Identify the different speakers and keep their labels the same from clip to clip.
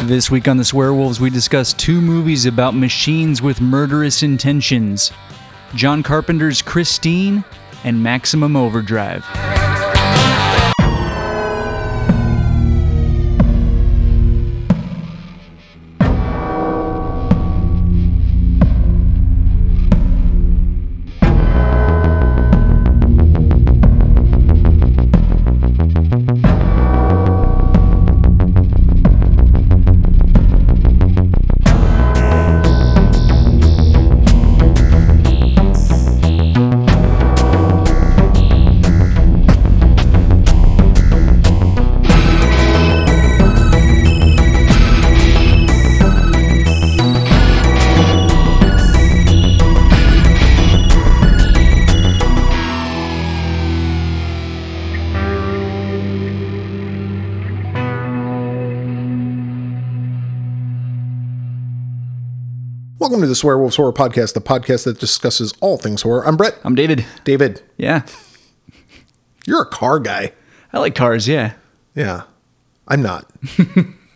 Speaker 1: This week on The Swearwolves, we discuss two movies about machines with murderous intentions John Carpenter's Christine and Maximum Overdrive.
Speaker 2: Welcome to the Swear Wolves Horror Podcast, the podcast that discusses all things horror. I'm Brett.
Speaker 1: I'm David.
Speaker 2: David,
Speaker 1: Yeah.
Speaker 2: you're a car guy.
Speaker 1: I like cars, yeah.
Speaker 2: Yeah. I'm not.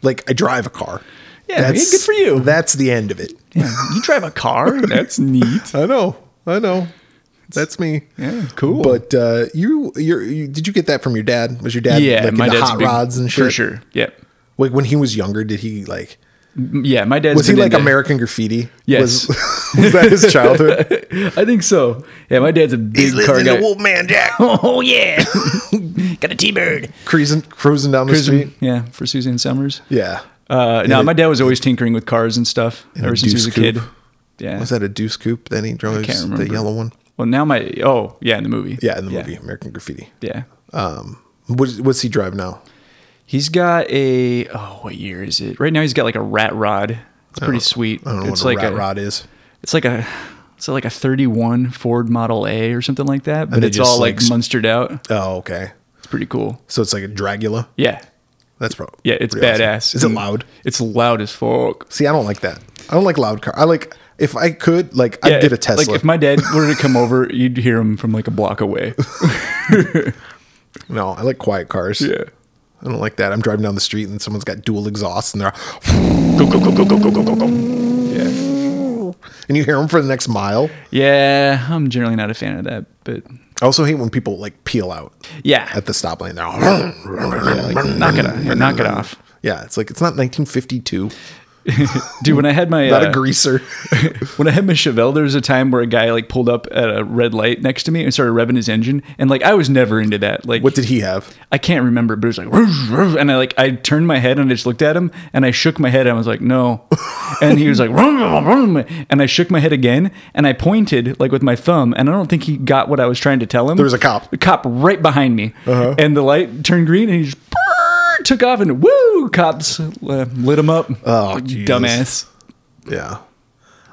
Speaker 2: like, I drive a car.
Speaker 1: Yeah, hey, good for you.
Speaker 2: That's the end of it.
Speaker 1: Yeah, you drive a car? That's neat.
Speaker 2: I know. I know. That's me.
Speaker 1: Yeah, cool.
Speaker 2: But uh, you, you're, you, did you get that from your dad? Was your dad
Speaker 1: yeah,
Speaker 2: like
Speaker 1: my
Speaker 2: into
Speaker 1: dad's a
Speaker 2: hot
Speaker 1: big-
Speaker 2: rods and shit?
Speaker 1: For sure. Yeah.
Speaker 2: Like when he was younger, did he like?
Speaker 1: Yeah, my dad's
Speaker 2: Was he
Speaker 1: been
Speaker 2: like
Speaker 1: into-
Speaker 2: American graffiti?
Speaker 1: Yes.
Speaker 2: Was, was that his childhood?
Speaker 1: I think so. Yeah, my dad's a big car guy.
Speaker 2: Wolfman Jack,
Speaker 1: Oh yeah, got a T-bird.
Speaker 2: cruising, cruising down the street.
Speaker 1: Yeah, for Suzanne Summers.
Speaker 2: Yeah.
Speaker 1: Uh, no, my dad was always tinkering with cars and stuff ever since he was a
Speaker 2: Deuce
Speaker 1: kid.
Speaker 2: Coupe.
Speaker 1: Yeah.
Speaker 2: Was that a Deuce Coupe that he drove?
Speaker 1: can't
Speaker 2: The
Speaker 1: remember.
Speaker 2: yellow one.
Speaker 1: Well, now my oh yeah, in the movie.
Speaker 2: Yeah, in the movie American Graffiti.
Speaker 1: Yeah,
Speaker 2: Um, what, what's he drive now?
Speaker 1: he's got a oh what year is it? Right now he's got like a rat rod. It's pretty sweet.
Speaker 2: I don't know
Speaker 1: it's
Speaker 2: what
Speaker 1: like
Speaker 2: a rat
Speaker 1: a
Speaker 2: rod is.
Speaker 1: it's like a it's like a 31 Ford Model A or something like that. But
Speaker 2: they
Speaker 1: it's
Speaker 2: just,
Speaker 1: all like,
Speaker 2: like, sp-
Speaker 1: munstered out.
Speaker 2: Oh, okay.
Speaker 1: It's pretty cool.
Speaker 2: So it's like a Dragula.
Speaker 1: Yeah,
Speaker 2: That's probably
Speaker 1: yeah, it's badass.
Speaker 2: Is it
Speaker 1: And
Speaker 2: loud?
Speaker 1: It's loud as fuck.
Speaker 2: See, I don't like that. I don't like loud car. I like if I could, like
Speaker 1: Yeah,
Speaker 2: I'd get a
Speaker 1: if-
Speaker 2: Tesla.
Speaker 1: Like if my dad were to come over, you'd hear him from like a block away.
Speaker 2: no, I like quiet cars.
Speaker 1: Yeah.
Speaker 2: I don't like that. I'm driving down the street and someone's got dual exhausts and they're
Speaker 1: Go go go go go go go go go. Yeah.
Speaker 2: and you hear them for the next mile.
Speaker 1: Yeah, I'm generally not a fan of that, but
Speaker 2: I also hate when people like peel out
Speaker 1: yeah.
Speaker 2: at the stop lane. They're all,
Speaker 1: knock it off. Knock it off.
Speaker 2: yeah, it's like it's not 1952.
Speaker 1: Dude, when I had my
Speaker 2: Not
Speaker 1: uh,
Speaker 2: a greaser.
Speaker 1: when I had my Chevelle, there was a time where a guy like pulled up at a red light next to me and started revving his engine, and like I was never into that. Like
Speaker 2: what did he have?
Speaker 1: I can't remember, but it was like, "Roof, roof," and I like I turned my head and I just looked at him and I shook my head and I was like, no, and he was like, "Room, room, room," and I shook my head again and I pointed like with my thumb and I don't think he got what I was trying to tell him. There
Speaker 2: was a cop. Uh-huh.
Speaker 1: a cop right behind me, and the light turned green and he just brrr, took off and woo, cops uh, lit him up.
Speaker 2: Oh, Jesus.
Speaker 1: dumbass.
Speaker 2: Yeah.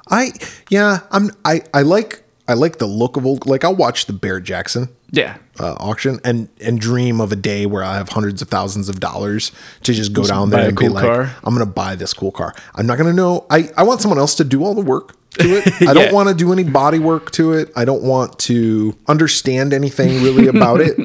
Speaker 2: I yeah, I'm I I like I like the look of old like I'll watch the Bear Jackson
Speaker 1: Yeah,
Speaker 2: uh, auction and and dream of a day where I have hundreds of thousands of dollars to just go down
Speaker 1: buy
Speaker 2: there
Speaker 1: a
Speaker 2: and
Speaker 1: cool
Speaker 2: be like
Speaker 1: car.
Speaker 2: I'm going to buy this cool car. I'm not going to know I I want someone else to do all the work to it. I don't
Speaker 1: Yeah.
Speaker 2: want to do any body work to it. I don't want to understand anything really about it.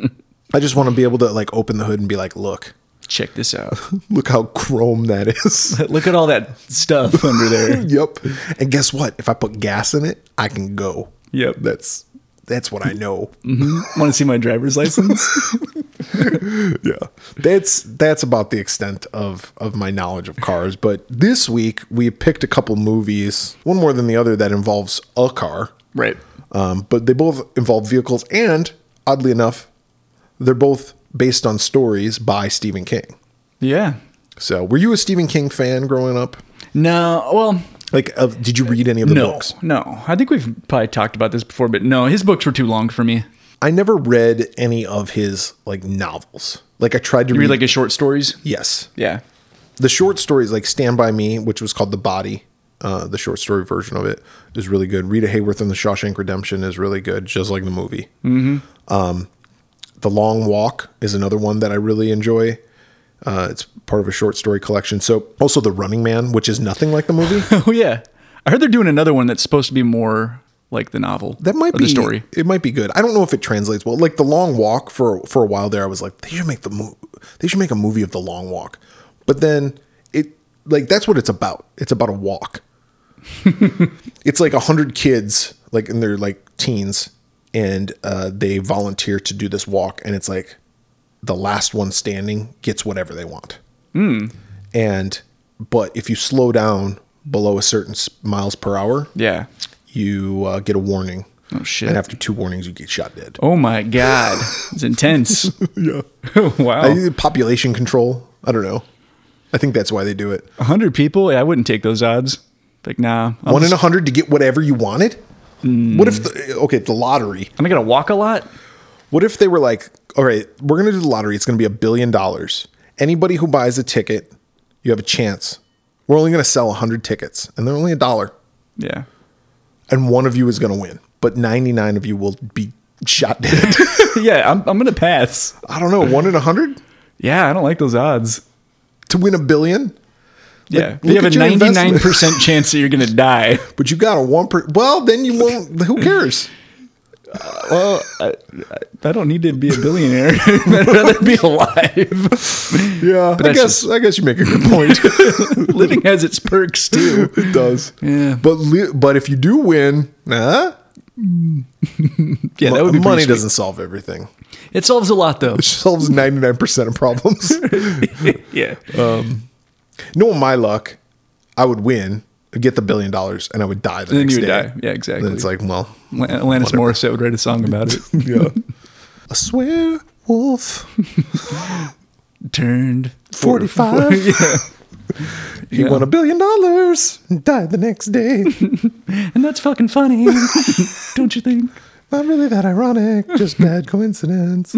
Speaker 2: I just want to be able to like open the hood and be like, "Look,
Speaker 1: check this out.
Speaker 2: look how chrome that is."
Speaker 1: Look at all that stuff under there.
Speaker 2: yep. And guess what? If I put gas in it, I can go.
Speaker 1: Yep.
Speaker 2: That's that's what I know.
Speaker 1: Want to see my driver's license?
Speaker 2: yeah. That's that's about the extent of of my knowledge of cars, but this week we picked a couple movies, one more than the other that involves a car.
Speaker 1: right.
Speaker 2: Um, but they both involve vehicles and oddly enough, they're both based on stories by Stephen King.
Speaker 1: Yeah.
Speaker 2: So, were you a Stephen King fan growing up?
Speaker 1: No. Well,
Speaker 2: Like, of, did you read any of the
Speaker 1: no,
Speaker 2: books?
Speaker 1: no. I think we've probably talked about this before, but no, his books were too long for me.
Speaker 2: I never read any of his like novels. Like I tried to
Speaker 1: You
Speaker 2: read,
Speaker 1: read like his short stories?
Speaker 2: yes,
Speaker 1: Yeah.
Speaker 2: the short stories like Stand by Me, which was called The Body. Uh, the short story version of it is really good. Rita Hayworth and The Shawshank Redemption is really good, just like the movie. Mm-hmm. Um, the Long Walk is another one that I really enjoy. Uh, it's part of a short story collection. So also The Running Man, which is nothing like the movie.
Speaker 1: Oh yeah. I heard they're doing another one that's supposed to be more like the novel.
Speaker 2: That might
Speaker 1: or
Speaker 2: be
Speaker 1: the story.
Speaker 2: It might be good. I don't know if it translates well. Like the Long Walk for for a while there, I was like, they should make the mo- they should make a movie of the Long Walk. But then it like that's what it's about. It's about a walk. it's like a hundred kids, like and they're like teens, and uh, they volunteer to do this walk, and it's like the last one standing gets whatever they want.
Speaker 1: Hmm.
Speaker 2: And but if you slow down below a certain s- miles per hour,
Speaker 1: Yeah.
Speaker 2: you uh, get a warning.
Speaker 1: Oh shit.
Speaker 2: And after two warnings, you get shot dead.
Speaker 1: oh my god. It's intense.
Speaker 2: Yeah.
Speaker 1: wow.
Speaker 2: population control. I don't know. I think that's why they do it.
Speaker 1: A hundred people. Yeah, I wouldn't take those odds. Like nah. I'm, Hmm.
Speaker 2: One in a hundred to get whatever you wanted. What if the, okay the lottery?
Speaker 1: am I gonna walk a lot?
Speaker 2: What if they were like, all right, we're gonna do the lottery. It's gonna be a billion dollars. Anybody who buys a ticket, you have a chance. We're only gonna sell a hundred tickets, and they're only a dollar.
Speaker 1: Yeah.
Speaker 2: And one of you is gonna win, but ninety nine of you will be shot dead.
Speaker 1: yeah. I'm I'm gonna pass.
Speaker 2: I don't know. One in a hundred
Speaker 1: Yeah. I don't like those odds.
Speaker 2: to win a billion,
Speaker 1: Yeah.
Speaker 2: look
Speaker 1: you have a
Speaker 2: at your investment.
Speaker 1: 99% chance that you're gonna die.
Speaker 2: but you got a one per. Well, then you won't. Who cares?
Speaker 1: I don't need to be a billionaire. I'd rather be alive.
Speaker 2: Yeah, I
Speaker 1: that's
Speaker 2: guess I guess you make a good point.
Speaker 1: Living has its perks too.
Speaker 2: it does.
Speaker 1: Yeah.
Speaker 2: But li- but if you do win, huh?
Speaker 1: Yeah, that would be pretty
Speaker 2: money
Speaker 1: sweet.
Speaker 2: doesn't solve everything.
Speaker 1: It solves a lot though.
Speaker 2: It solves ninety nine percent of problems.
Speaker 1: yeah.
Speaker 2: no, my luck, I would win, get the billion dollars, and I would die the
Speaker 1: then
Speaker 2: next
Speaker 1: you would
Speaker 2: day.
Speaker 1: die. Yeah, exactly.
Speaker 2: Then it's like, well,
Speaker 1: Lan- Alanis Morissette would write a song about it.
Speaker 2: yeah. I swear, wolf.
Speaker 1: Turned
Speaker 2: 45.
Speaker 1: yeah.
Speaker 2: He
Speaker 1: Yeah.
Speaker 2: won a billion dollars and died the next day.
Speaker 1: And that's fucking funny. Don't you think?
Speaker 2: Not really that ironic, just bad coincidence.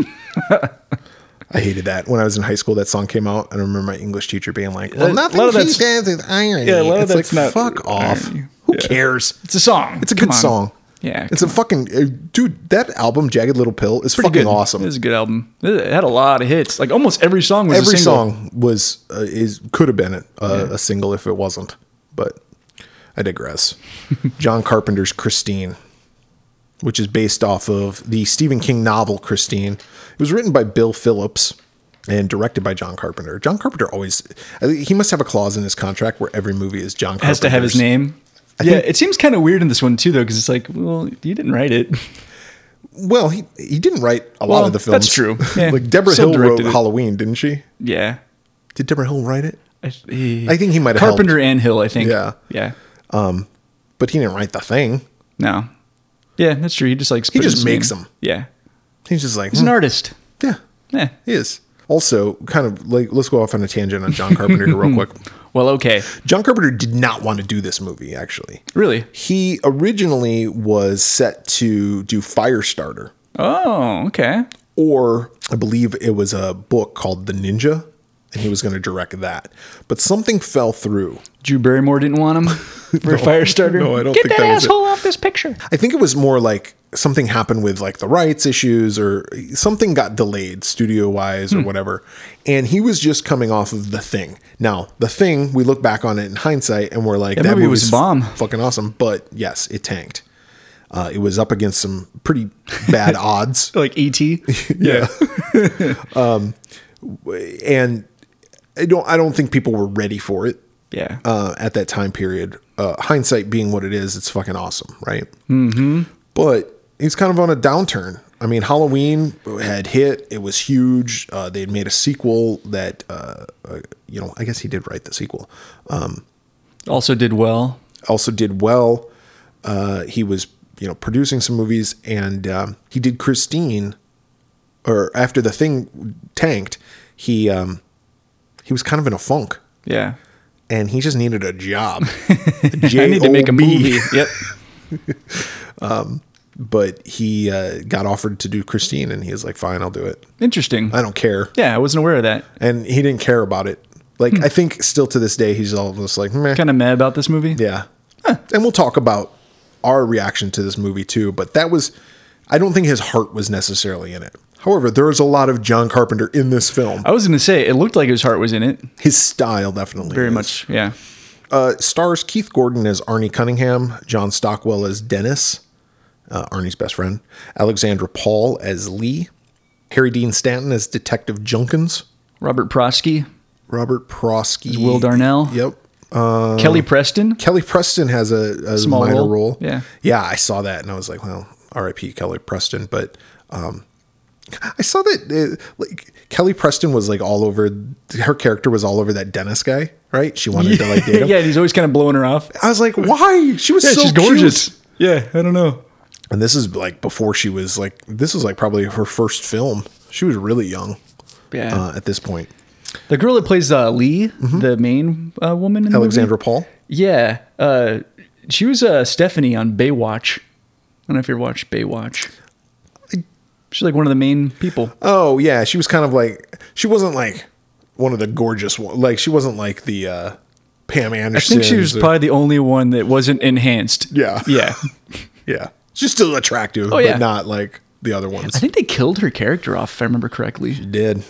Speaker 2: I hated that when I was in high school. That song came out, and I remember my English teacher being like,
Speaker 1: A lot
Speaker 2: "Well, nothing
Speaker 1: of
Speaker 2: he
Speaker 1: that's-
Speaker 2: says is irony."
Speaker 1: Yeah, a lot of
Speaker 2: it's
Speaker 1: that's not
Speaker 2: like, fuck off.
Speaker 1: irony.
Speaker 2: Who
Speaker 1: Yeah.
Speaker 2: cares?
Speaker 1: It's a song.
Speaker 2: It's a
Speaker 1: Come
Speaker 2: good
Speaker 1: on.
Speaker 2: song.
Speaker 1: Yeah.
Speaker 2: It's a fucking uh, dude. That album, Jagged Little Pill, is
Speaker 1: pretty
Speaker 2: fucking
Speaker 1: good.
Speaker 2: awesome.
Speaker 1: It was a good album. It had a lot of hits. Like almost every song was
Speaker 2: Every
Speaker 1: a single.
Speaker 2: song was uh, is could have been a, a, a single if it wasn't, but I digress. John Carpenter's Christine, which is based off of the Stephen King novel Christine. It was written by Bill Phillips and directed by John Carpenter. John Carpenter always I think he must have a clause in his contract where every movie is John Carpenter
Speaker 1: has to have his name. yeah, it seems kind of weird in this one too, though, because it's like, well, you didn't write it.
Speaker 2: Well, he he didn't write a lot
Speaker 1: Well,
Speaker 2: of the films.
Speaker 1: that's true. Yeah.
Speaker 2: like Deborah
Speaker 1: Still
Speaker 2: Hill wrote
Speaker 1: directed it.
Speaker 2: Halloween, didn't she?
Speaker 1: Yeah,
Speaker 2: Did Deborah Hill write it?
Speaker 1: I, he,
Speaker 2: I think he might have
Speaker 1: Carpenter and Hill. I think.
Speaker 2: Yeah.
Speaker 1: yeah,
Speaker 2: but he didn't write the thing.
Speaker 1: no, yeah, that's true. He just likes. He
Speaker 2: just makes them.
Speaker 1: Yeah,
Speaker 2: He's just like,
Speaker 1: he's an
Speaker 2: "Hmm,
Speaker 1: artist.
Speaker 2: yeah,
Speaker 1: Yeah.
Speaker 2: he is. Also, kind of like, let's go off on a tangent on John Carpenter here real quick.
Speaker 1: Well, okay,
Speaker 2: John Carpenter did not want to do this movie, actually.
Speaker 1: really.
Speaker 2: He originally was set to do Firestarter,
Speaker 1: Oh, okay.
Speaker 2: or I believe it was a book called The Ninja, and he was going to direct that. But something fell through.
Speaker 1: Drew Barrymore didn't want him for a fire starter.
Speaker 2: no, I don't
Speaker 1: Get
Speaker 2: think
Speaker 1: that
Speaker 2: that was it.
Speaker 1: asshole off this picture.
Speaker 2: I think it was more like something happened with like the rights issues or something got delayed studio wise or
Speaker 1: Hmm.
Speaker 2: whatever. And he was just coming off of the thing. Now, the thing, we look back on it in hindsight and we're like, that,
Speaker 1: movie was
Speaker 2: movie's
Speaker 1: a bomb."
Speaker 2: Fucking awesome. But yes, it tanked. Uh, it was up against some pretty bad odds.
Speaker 1: Like E ET.
Speaker 2: yeah. um, and I don't, I don't think people were ready for it
Speaker 1: yeah.
Speaker 2: uh, at that time period. Uh, hindsight being what it is, it's fucking awesome, right? Mm-hmm. But he's kind of on a downturn. I mean, Halloween had hit; it was huge. Uh, they had made a sequel that, uh, uh, you know, I guess he did write the sequel.
Speaker 1: also did well.
Speaker 2: Also did well. Uh, he was, you know, producing some movies, and um, he did Christine. Or after the thing tanked, he um, he was kind of in a funk,
Speaker 1: Yeah.
Speaker 2: and he just needed a job.
Speaker 1: I need to make a movie. yep.
Speaker 2: but he uh, got offered to do Christine, and he was like, "Fine, I'll do it.
Speaker 1: Interesting.
Speaker 2: I don't care."
Speaker 1: Yeah, I wasn't aware of that.
Speaker 2: And he didn't care about it. Like
Speaker 1: Hmm.
Speaker 2: I think still to this day, he's all just like, "Meh,
Speaker 1: Kind of mad about this movie.
Speaker 2: yeah." And we'll talk about our reaction to this movie too. But that was, I don't think his heart was necessarily in it. However, there is a lot of John Carpenter in this film.
Speaker 1: I was gonna say it looked like his heart was in it.
Speaker 2: His style definitely
Speaker 1: Very
Speaker 2: is.
Speaker 1: much. Yeah.
Speaker 2: Uh, stars Keith Gordon as Arnie Cunningham, John Stockwell as Dennis, uh, Arnie's best friend, Alexandra Paul as Lee, Harry Dean Stanton as Detective Junkins,
Speaker 1: Robert Prosky.
Speaker 2: Robert Prosky.
Speaker 1: Will Darnell.
Speaker 2: Yep. Uh,
Speaker 1: Kelly Preston.
Speaker 2: Kelly Preston has a, a
Speaker 1: Small
Speaker 2: minor
Speaker 1: role.
Speaker 2: role.
Speaker 1: Yeah.
Speaker 2: Yeah, I saw that and I was like, well, R.I.P. Kelly Preston. But um, I saw that uh, like Kelly Preston was like all over. Her character was all over that Dennis guy, right? She wanted to like date him.
Speaker 1: yeah, he's always kind of blowing her off.
Speaker 2: I was like, why? She was
Speaker 1: Yeah,
Speaker 2: so
Speaker 1: Ah, she's
Speaker 2: cute.
Speaker 1: gorgeous. Yeah, I don't know.
Speaker 2: And this is like before she was like this was like probably her first film. She was really young.
Speaker 1: Yeah.
Speaker 2: Uh, at this point,
Speaker 1: The girl that plays uh, Lee, the main uh, woman in the movie?
Speaker 2: Alexandra Paul.
Speaker 1: Yeah. Uh, she was uh, Stephanie on Baywatch. I don't know if you ever watched Baywatch. She's like one of the main people.
Speaker 2: Oh yeah, she was kind of like she wasn't like one of the gorgeous one. Like she wasn't like the uh, Pam
Speaker 1: I
Speaker 2: Anderson.
Speaker 1: think she was probably the only one that wasn't enhanced.
Speaker 2: Yeah.
Speaker 1: Yeah.
Speaker 2: yeah. She's still attractive,
Speaker 1: yeah.
Speaker 2: but not like the other ones.
Speaker 1: I think they killed her character off, if I remember correctly.
Speaker 2: did.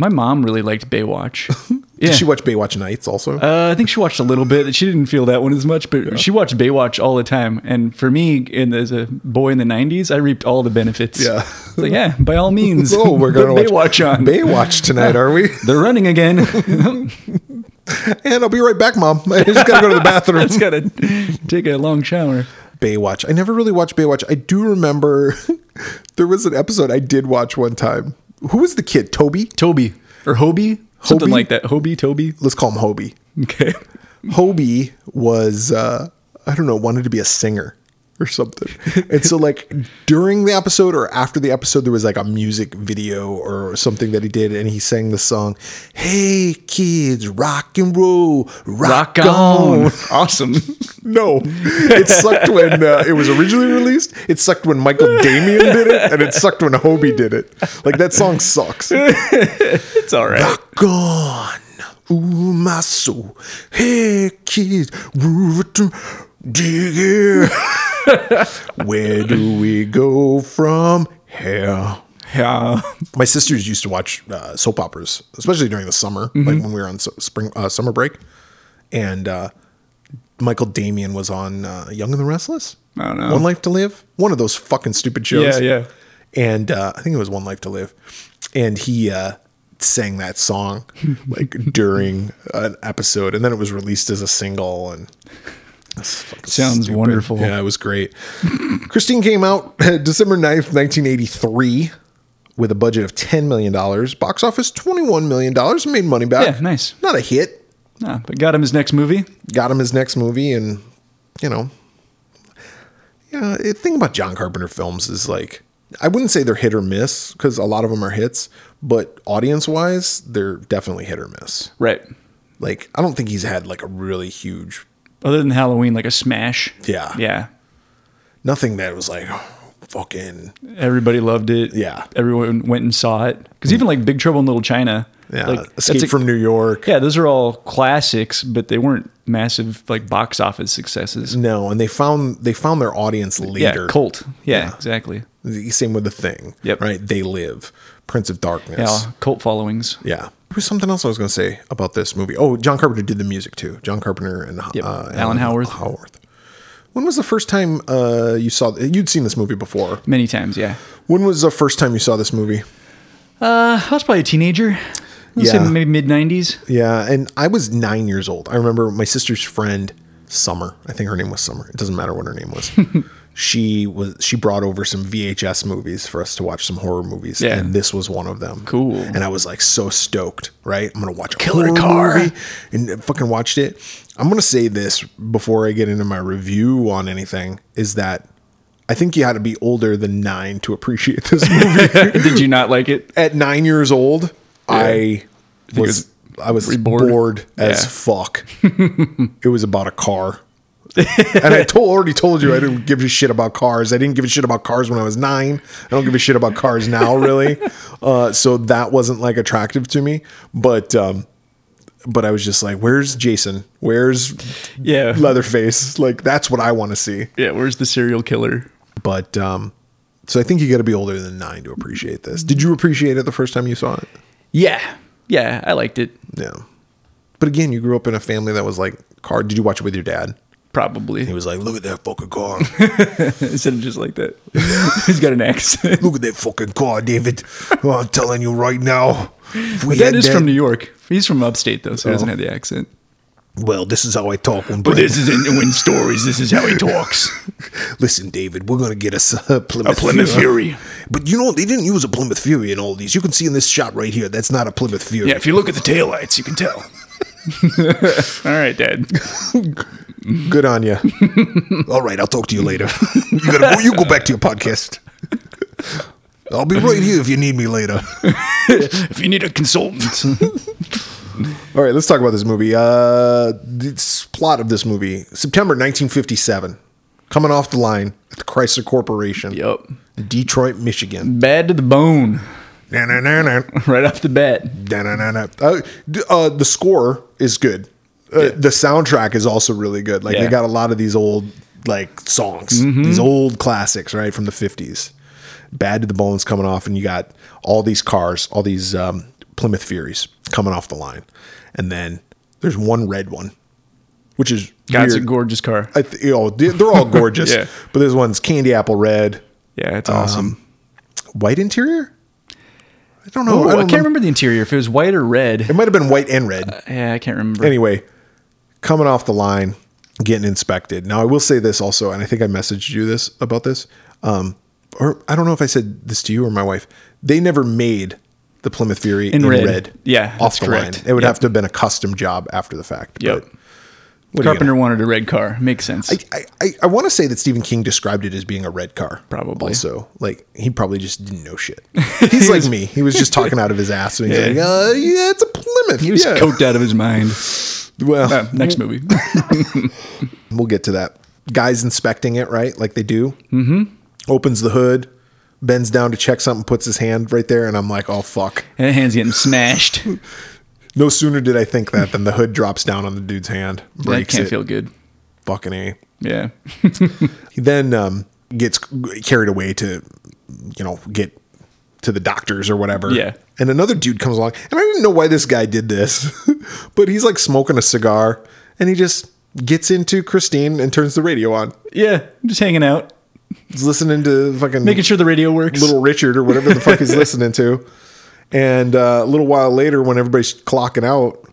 Speaker 1: My mom really liked Baywatch. Yeah.
Speaker 2: Did she watch Baywatch Nights also?
Speaker 1: Uh, I think she watched a little bit. She didn't feel that one as much, but she watched Baywatch all the time. And for me, in, as a boy in the '90s, I reaped all the benefits.
Speaker 2: Yeah.
Speaker 1: It's like yeah, by all means.
Speaker 2: oh, we're
Speaker 1: put
Speaker 2: going to watch
Speaker 1: Baywatch on.
Speaker 2: Baywatch tonight, are we?
Speaker 1: They're running again.
Speaker 2: And I'll be right back, mom. I just gotta go to the bathroom.
Speaker 1: It's gotta take a long shower.
Speaker 2: Baywatch. I never really watched Baywatch. I do remember there was an episode I did watch one time. Who was the kid? Toby?
Speaker 1: Toby or Hobie, something
Speaker 2: Hobie?
Speaker 1: like that. Hobie, Toby.
Speaker 2: Let's call him Hobie.
Speaker 1: Okay.
Speaker 2: Hobie was uh, I don't know, wanted to be a singer or something. And so like during the episode or after the episode there was like a music video or something that he did and he sang the song, Hey kids, rock and roll,
Speaker 1: Rock
Speaker 2: rock,
Speaker 1: on. Awesome.
Speaker 2: No. It sucked when uh, it was originally released. It sucked when Michael Damian did it and it sucked when Hobie did it. Like that song sucks.
Speaker 1: It's all right.
Speaker 2: Gone. Ooh, my soul. Hey, kids. Move it to dig here. Where do we go from here?
Speaker 1: Yeah.
Speaker 2: My sisters used to watch uh, soap operas, especially during the summer,
Speaker 1: Mm-hmm.
Speaker 2: like when we were on so- spring uh, summer break. And uh, Michael Damian was on uh, Young and the Restless.
Speaker 1: I don't know.
Speaker 2: One Life to Live. One of those fucking stupid shows
Speaker 1: Yeah. Yeah.
Speaker 2: and uh, I think it was One Life to Live, and he uh, sang that song like during an episode, and then it was released as a single, and that's fucking
Speaker 1: Sounds wonderful.
Speaker 2: Yeah, it was great. Christine came out uh, December 9th, 1983, with a budget of $10 million, box office $21 million, and made money back.
Speaker 1: Yeah, nice.
Speaker 2: Not a hit.
Speaker 1: Nah, but got him his next movie.
Speaker 2: Got him his next movie, and you know, yeah, the thing about John Carpenter films is like I wouldn't say they're hit or miss because a lot of them are hits, but audience wise, they're definitely hit or miss.
Speaker 1: Right.
Speaker 2: Like I don't think he's had like a really huge
Speaker 1: Other than Halloween, like a smash.
Speaker 2: Yeah.
Speaker 1: Yeah.
Speaker 2: nothing that was like oh, fucking
Speaker 1: Everybody loved it.
Speaker 2: Yeah.
Speaker 1: Everyone went and saw it. Because even like Big Trouble in Little China.
Speaker 2: yeah
Speaker 1: like, that's
Speaker 2: escape
Speaker 1: a-
Speaker 2: from New York.
Speaker 1: Yeah, those are all classics, but they weren't massive like box office successes.
Speaker 2: No, and they found they found their audience later.
Speaker 1: Yeah, cult. Yeah, exactly.
Speaker 2: The Same with the thing.
Speaker 1: Yep.
Speaker 2: Right. They live. Prince of Darkness.
Speaker 1: Yeah, cult followings.
Speaker 2: Yeah. There was something else I was going to say about this movie. Oh, John Carpenter did the music too. John Carpenter and
Speaker 1: Yep.
Speaker 2: uh,
Speaker 1: Alan Howarth.
Speaker 2: Howarth. When was the first time uh, you saw? You'd seen this movie before.
Speaker 1: Many times, yeah.
Speaker 2: When was the first time you saw this movie?
Speaker 1: Uh, I was probably a teenager. Let's
Speaker 2: Yeah.
Speaker 1: say maybe mid '90s.
Speaker 2: Yeah, and I was nine years old. I remember my sister's friend, Summer. I think her name was Summer. It doesn't matter what her name was. she was she brought over some VHS movies for us to watch some horror movies,
Speaker 1: Yeah.
Speaker 2: and this was one of them.
Speaker 1: Cool.
Speaker 2: And I was like so stoked. Right, I'm gonna watch a
Speaker 1: Killer
Speaker 2: horror
Speaker 1: car.
Speaker 2: movie, and I fucking watched it. I'm gonna say this before I get into my review on anything is that. I think you had to be older than nine to appreciate this movie.
Speaker 1: Did you not like it?
Speaker 2: at nine years old, I was I was
Speaker 1: pretty bored.
Speaker 2: bored, as
Speaker 1: Yeah.
Speaker 2: fuck. it was about a car, and I told, already told you I didn't give a shit about cars. I didn't give a shit about cars when I was nine. I don't give a shit about cars now, really. uh, so that wasn't like attractive to me, but. Um, but I was just like, "Where's Jason? Where's
Speaker 1: Yeah.
Speaker 2: Leatherface? Like, that's what I want to see."
Speaker 1: Yeah. Where's the serial killer?
Speaker 2: But um, so I think you got to be older than nine to appreciate this. Did you appreciate it the first time you saw it?
Speaker 1: Yeah. Yeah, I liked it.
Speaker 2: Yeah. But again, you grew up in a family that was like car. Did you watch it with your dad? He
Speaker 1: Probably
Speaker 2: was like, "Look at that fucking car!
Speaker 1: instead of just like that. He's got an accent.
Speaker 2: Look at that Oh. fucking car, David! Oh, I'm telling you right now, if we
Speaker 1: That is from New York. He's from upstate though, so he doesn't have the accent.
Speaker 2: Well, this is how I talk when
Speaker 1: This isn't when stories. This is how he talks.
Speaker 2: Listen, David, we're gonna get us a Plymouth,
Speaker 1: Plymouth Fury.
Speaker 2: But you know they didn't use a Plymouth Fury in all these. You can see in this shot right here that's not a Plymouth Fury.
Speaker 1: Yeah, if you look at the taillights, you can tell. All right, Dad.
Speaker 2: Good on you. all right, I'll talk to you later. you gotta go, you go back to your podcast. I'll be right here if you need me later.
Speaker 1: If you need a consultant,
Speaker 2: All right, let's talk about this movie. Uh, the s- plot of this movie: September 1957, coming off the line at the Chrysler Corporation,
Speaker 1: yep.
Speaker 2: Detroit, Michigan.
Speaker 1: Bad to the bone
Speaker 2: Na-na-na-na.
Speaker 1: right off the bat.
Speaker 2: Da-na-na-na. Uh, d- uh, the score is good. Uh, The soundtrack is also really good. Like they
Speaker 1: Yeah. Mm-hmm.
Speaker 2: got a lot of these old like songs, these old classics, right from the fifties. Bad to the bones coming off, and you got all these cars, all these um, Plymouth Furies coming off the line, and then there's one red one, which is
Speaker 1: God's a
Speaker 2: weird.
Speaker 1: gorgeous car.
Speaker 2: I th- you know, they- they're all gorgeous,
Speaker 1: Yeah.
Speaker 2: but this one's candy apple red, um,
Speaker 1: Yeah, it's awesome.
Speaker 2: white interior. I don't know.
Speaker 1: Oh, I,
Speaker 2: I, don't
Speaker 1: can't
Speaker 2: remember.
Speaker 1: remember the interior if it was white or red.
Speaker 2: It might have been white and red.
Speaker 1: Yeah, I can't remember.
Speaker 2: anyway, coming off the line, getting inspected. Now I will say this also, and I think I messaged you this about this. Um, or I don't know if I said this to you or my wife. They never made the Plymouth Fury in,
Speaker 1: red.
Speaker 2: red.
Speaker 1: Yeah,
Speaker 2: off
Speaker 1: that's
Speaker 2: the
Speaker 1: correct.
Speaker 2: line. It would
Speaker 1: Yep.
Speaker 2: have to have been a custom job after the fact.
Speaker 1: Yep.
Speaker 2: what are you
Speaker 1: Carpenter wanted a red car. Makes sense.
Speaker 2: I, I, I want to say that Stephen King described it as being a red car.
Speaker 1: Probably.
Speaker 2: Also, like he probably just didn't know shit. He's like me. He was just talking out of his ass. And he's
Speaker 1: Yeah.
Speaker 2: like, uh, yeah, it's a Plymouth.
Speaker 1: he was
Speaker 2: yeah.
Speaker 1: coked out of his mind.
Speaker 2: Well,
Speaker 1: Uh, next movie.
Speaker 2: We'll get to that. Guys inspecting it, right? Like they do. Mm-hmm. Opens the hood, bends down to check something, puts his hand right there, and I'm like, oh fuck.
Speaker 1: That hand's getting smashed.
Speaker 2: No sooner did I think that than the hood drops down on the dude's hand,
Speaker 1: That
Speaker 2: breaks
Speaker 1: can't
Speaker 2: it.
Speaker 1: feel good.
Speaker 2: Fucking a.
Speaker 1: Yeah.
Speaker 2: He then um, gets carried away to, you know, get to the doctors or whatever.
Speaker 1: Yeah.
Speaker 2: And another dude comes along, and I didn't know why this guy did this, but he's like smoking a cigar, and he just gets into Christine and turns the radio on.
Speaker 1: Yeah. Just hanging out,
Speaker 2: He's listening to fucking
Speaker 1: making sure the radio works.
Speaker 2: little Richard or whatever the fuck he's listening to. And uh, a little while later, when everybody's clocking out,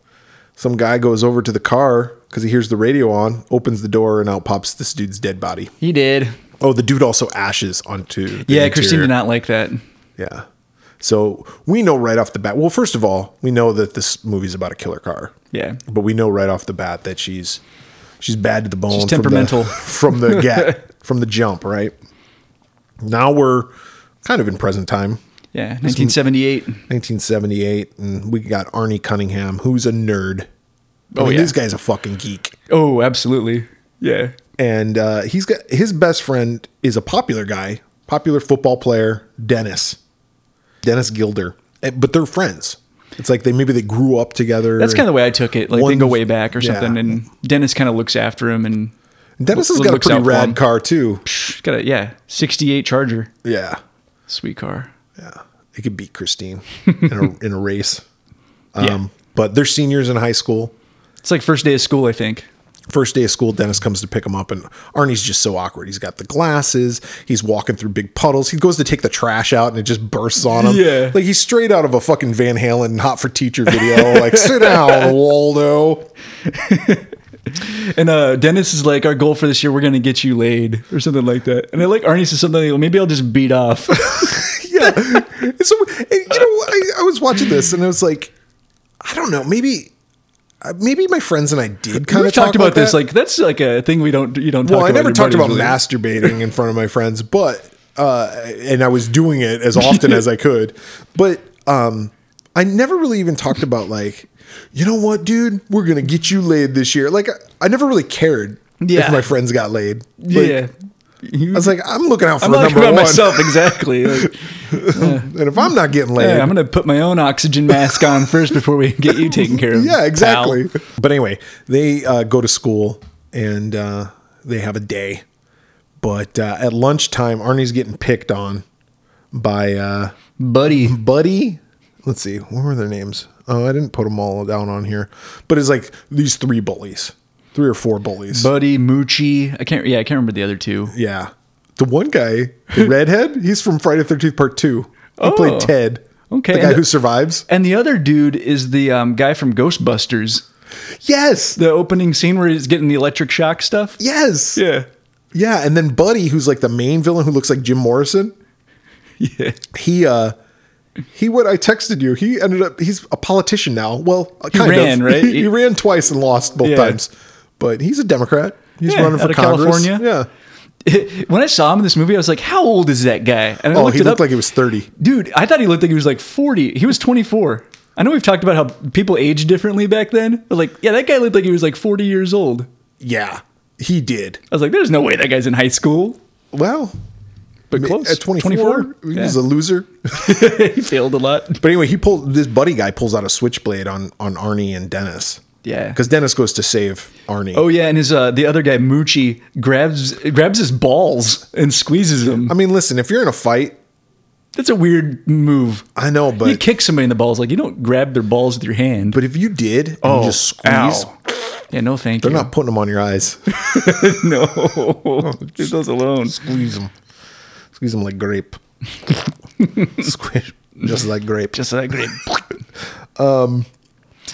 Speaker 2: some guy goes over to the car because he hears the radio on, opens the door, and out pops this dude's dead body.
Speaker 1: he did.
Speaker 2: Oh, the dude also ashes onto. The
Speaker 1: Yeah, Christine
Speaker 2: interior.
Speaker 1: did not like that.
Speaker 2: Yeah. So we know right off the bat. Well, first of all, we know that this movie's about a killer car.
Speaker 1: Yeah.
Speaker 2: But we know right off the bat that she's she's bad to the bone. from the-
Speaker 1: temperamental.
Speaker 2: from the, get from the jump. Right. Now we're kind of in present time.
Speaker 1: Yeah. 1978.
Speaker 2: 1978, and we got Arnie Cunningham, who's a nerd. I
Speaker 1: Oh,
Speaker 2: mean,
Speaker 1: yeah.
Speaker 2: this guy's a fucking geek,
Speaker 1: Oh, absolutely. Yeah.
Speaker 2: and uh, he's got his best friend is a popular guy, popular football player, Dennis, Dennis Gilder, Eh, but they're friends. It's like they maybe they grew up together.
Speaker 1: That's kind of the way I took it. Like they
Speaker 2: One-
Speaker 1: go way back or
Speaker 2: yeah.
Speaker 1: something, and Dennis kind of looks after him, and
Speaker 2: Dennis has
Speaker 1: what
Speaker 2: got a
Speaker 1: looks out
Speaker 2: pretty
Speaker 1: for him.
Speaker 2: rad car too.
Speaker 1: psh, got a yeah, '68 Charger,
Speaker 2: Yeah,
Speaker 1: sweet car.
Speaker 2: yeah, he could beat Christine in a, in a race. Um,
Speaker 1: Yeah.
Speaker 2: But they're seniors in high school.
Speaker 1: It's like first day of school, I think.
Speaker 2: First day of school, Dennis comes to pick him up, and Arnie's just so awkward. He's got the glasses. He's walking through big puddles. He goes to take the trash out, and it just bursts on him.
Speaker 1: Yeah.
Speaker 2: like he's straight out of a fucking Van Halen "Hot for Teacher" video. like, sit down, Waldo.
Speaker 1: And uh, Dennis is like, our goal for this year, we're gonna get you laid or something like that. And I like Arnie says something like, well, maybe I'll just beat off.
Speaker 2: Yeah. And so, and you know, I, I was watching this, and I was like, I don't know, maybe, uh, maybe my friends and I did kind
Speaker 1: We've
Speaker 2: of
Speaker 1: talked about
Speaker 2: that.
Speaker 1: this. Like that's like a thing we don't you don't.
Speaker 2: Well,
Speaker 1: talk
Speaker 2: I
Speaker 1: about
Speaker 2: never
Speaker 1: your
Speaker 2: talked about
Speaker 1: buddies with.
Speaker 2: masturbating in front of my friends, but uh, and I was doing it as often as I could, but um, I never really even talked about like, you know what, dude, we're gonna get you laid this year. Like, I, I never really cared
Speaker 1: Yeah.
Speaker 2: if my friends got laid. Like,
Speaker 1: Yeah,
Speaker 2: I was like, I'm looking out for
Speaker 1: I'm not
Speaker 2: number
Speaker 1: talking about
Speaker 2: one,
Speaker 1: myself exactly. Like,
Speaker 2: and if I'm not getting laid,
Speaker 1: hey, I'm gonna put my own oxygen mask on first before we get you taken care of.
Speaker 2: yeah, exactly.
Speaker 1: pal.
Speaker 2: But anyway, they uh, go to school and uh, they have a day. But uh, at lunchtime, Arnie's getting picked on by uh,
Speaker 1: buddy.
Speaker 2: Buddy. Let's see, what were their names? Oh, I didn't put them all down on here. But it's like these three bullies, three or four bullies.
Speaker 1: Buddy Moochie. I can't. Yeah, I can't remember the other two.
Speaker 2: yeah. The one guy, the redhead, he's from Friday the 13th, part two. He
Speaker 1: Oh.
Speaker 2: played Ted.
Speaker 1: Okay.
Speaker 2: The
Speaker 1: and,
Speaker 2: guy who survives.
Speaker 1: and the other dude is the um, guy from Ghostbusters.
Speaker 2: Yes.
Speaker 1: The opening scene where he's getting the electric shock stuff.
Speaker 2: Yes.
Speaker 1: Yeah.
Speaker 2: Yeah, and then Buddy, who's like the main villain who looks like Jim Morrison,
Speaker 1: Yeah.
Speaker 2: he uh he what I texted you, he ended up he's a politician now. Well, uh, kind
Speaker 1: ran,
Speaker 2: of.
Speaker 1: right?
Speaker 2: He, he ran twice and lost both
Speaker 1: Yeah.
Speaker 2: times. But he's a Democrat. He's
Speaker 1: Yeah,
Speaker 2: running for
Speaker 1: out of
Speaker 2: Congress.
Speaker 1: California.
Speaker 2: Yeah.
Speaker 1: When I saw him in this movie, I was like, how old is that guy? And I
Speaker 2: Oh,
Speaker 1: looked
Speaker 2: he
Speaker 1: it
Speaker 2: looked
Speaker 1: up.
Speaker 2: like he was 30.
Speaker 1: Dude, I thought he looked like he was like 40. He was 24. I know we've talked about how people age differently back then, but like, yeah, that guy looked like he was like 40 years old. I
Speaker 2: Yeah. He did.
Speaker 1: was like, there's no way that guy's in high school,
Speaker 2: Well,
Speaker 1: but close.
Speaker 2: at 24, he was a loser.
Speaker 1: Yeah. he failed a lot.
Speaker 2: But anyway, he pulled this buddy guy pulls out a switchblade on on Arnie and Dennis.
Speaker 1: Yeah.
Speaker 2: Cuz Dennis goes to save Arnie.
Speaker 1: Oh yeah, and his uh, the other guy Moochie grabs grabs his balls and squeezes them.
Speaker 2: I mean, listen, if you're in a fight,
Speaker 1: That's a weird move.
Speaker 2: I know, but
Speaker 1: you kick somebody in the balls like you don't grab their balls with your hand.
Speaker 2: But if you did, and you just squeeze,
Speaker 1: Oh, ow. Yeah, no, thank
Speaker 2: they're
Speaker 1: you.
Speaker 2: not putting them on your eyes.
Speaker 1: no, leave those alone.
Speaker 2: squeeze them, squeeze them like grape. Squish, just like grape.
Speaker 1: Just that great. um,
Speaker 2: Um,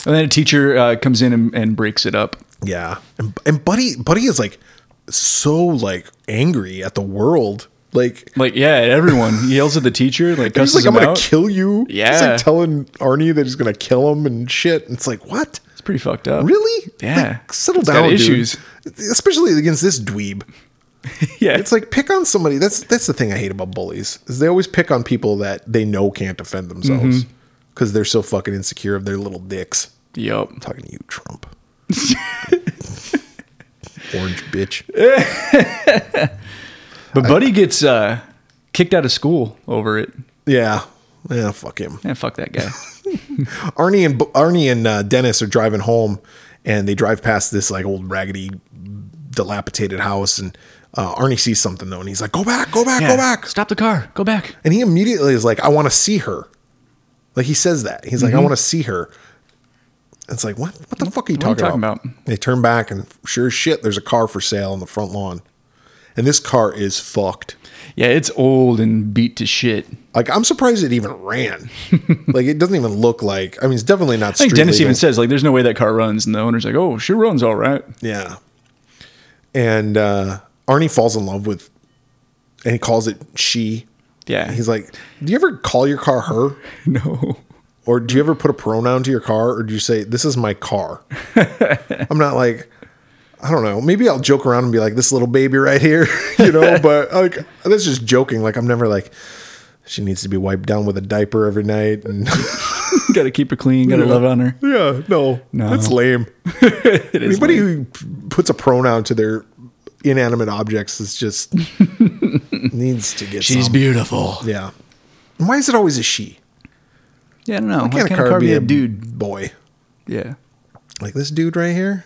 Speaker 1: and then a teacher uh, comes in and, and breaks it up.
Speaker 2: yeah, and, and Buddy, Buddy is like so like angry at the world. Like
Speaker 1: Like yeah, everyone he yells at the teacher like
Speaker 2: he's
Speaker 1: cusses
Speaker 2: like,
Speaker 1: him
Speaker 2: I'm gonna
Speaker 1: out.
Speaker 2: kill you. he's
Speaker 1: Yeah.
Speaker 2: like telling Arnie that he's gonna kill him and shit. And it's like what?
Speaker 1: it's pretty fucked up.
Speaker 2: Really?
Speaker 1: Yeah.
Speaker 2: Like, settle
Speaker 1: It's got
Speaker 2: down, dude.
Speaker 1: issues.
Speaker 2: Especially against this dweeb.
Speaker 1: Yeah,
Speaker 2: It's like pick on somebody. That's that's the thing I hate about bullies is they always pick on people that they know can't defend themselves
Speaker 1: Mm-hmm.
Speaker 2: because they're so fucking insecure of their little dicks.
Speaker 1: yup.
Speaker 2: I'm talking to you, Trump. Orange bitch.
Speaker 1: But Buddy gets uh, kicked out of school over it.
Speaker 2: Yeah. Yeah, fuck him.
Speaker 1: Yeah, fuck that guy.
Speaker 2: Arnie and Arnie and uh, Dennis are driving home, and they drive past this like old raggedy, dilapidated house, and uh, Arnie sees something though, and he's like, "Go back, go back,
Speaker 1: Yeah.
Speaker 2: go back!"
Speaker 1: Stop the car. Go back.
Speaker 2: And he immediately is like, I want to see her. Like he says that. He's like, I want to see her. It's like, what? Mm-hmm. What the fuck are
Speaker 1: are
Speaker 2: you
Speaker 1: you
Speaker 2: talking,
Speaker 1: talking
Speaker 2: about?
Speaker 1: about?
Speaker 2: They turn back and sure as shit, there's a car for sale on the front lawn. And this car is fucked.
Speaker 1: Yeah, it's old and beat to shit.
Speaker 2: Like I'm surprised it even ran. like it doesn't even look like. I mean, it's definitely not.
Speaker 1: I think
Speaker 2: street
Speaker 1: Dennis
Speaker 2: legal.
Speaker 1: even says like, "There's no way that car runs," and the owner's like, "Oh, she runs all right."
Speaker 2: Yeah. And uh, Arnie falls in love with, and he calls it she.
Speaker 1: Yeah,
Speaker 2: He's like, do you ever call your car her?
Speaker 1: no.
Speaker 2: Or do you ever put a pronoun to your car or do you say, this is my car? I'm not like, I don't know. Maybe I'll joke around and be like, this little baby right here, you know, but like, that's just joking. Like, I'm never like, she needs to be wiped down with a diaper every night. And
Speaker 1: Got to keep her clean. Got to love on her.
Speaker 2: yeah, no,
Speaker 1: No.
Speaker 2: that's lame. Anybody who puts a pronoun to their inanimate objects is just needs to get
Speaker 1: Um,
Speaker 2: some.
Speaker 1: beautiful.
Speaker 2: yeah. And why is it always a she?
Speaker 1: Yeah, I don't know. Why
Speaker 2: Can't
Speaker 1: can't a car, be a, dude?
Speaker 2: boy?
Speaker 1: Yeah,
Speaker 2: Like this dude right here?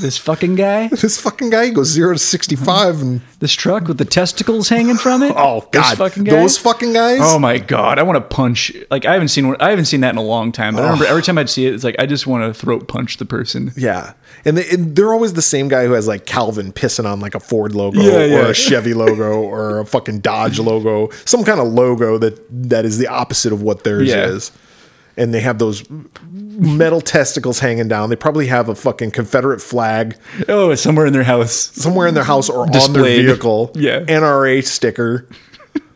Speaker 1: this fucking guy,
Speaker 2: this fucking guy he goes zero to sixty five and
Speaker 1: this truck with the testicles hanging from it. this Oh, fucking guy.
Speaker 2: Oh, those fucking guys.
Speaker 1: Oh my god, I want to punch. Like I haven't seen one. I haven't seen that in a long time. But I remember every time I'd see it, it's like I just want to throat punch the person.
Speaker 2: yeah, and, they, and they're always the same guy who has like Calvin pissing on like a Ford logo
Speaker 1: Yeah,
Speaker 2: or
Speaker 1: yeah.
Speaker 2: a Chevy logo or a fucking Dodge logo, some kind of logo that that is the opposite of what theirs
Speaker 1: Yeah.
Speaker 2: is. And they have those metal testicles hanging down. They probably have a fucking Confederate flag
Speaker 1: Oh, it's somewhere in their house.
Speaker 2: somewhere in their house or on their
Speaker 1: Displayed.
Speaker 2: vehicle.
Speaker 1: Yeah.
Speaker 2: NRA sticker.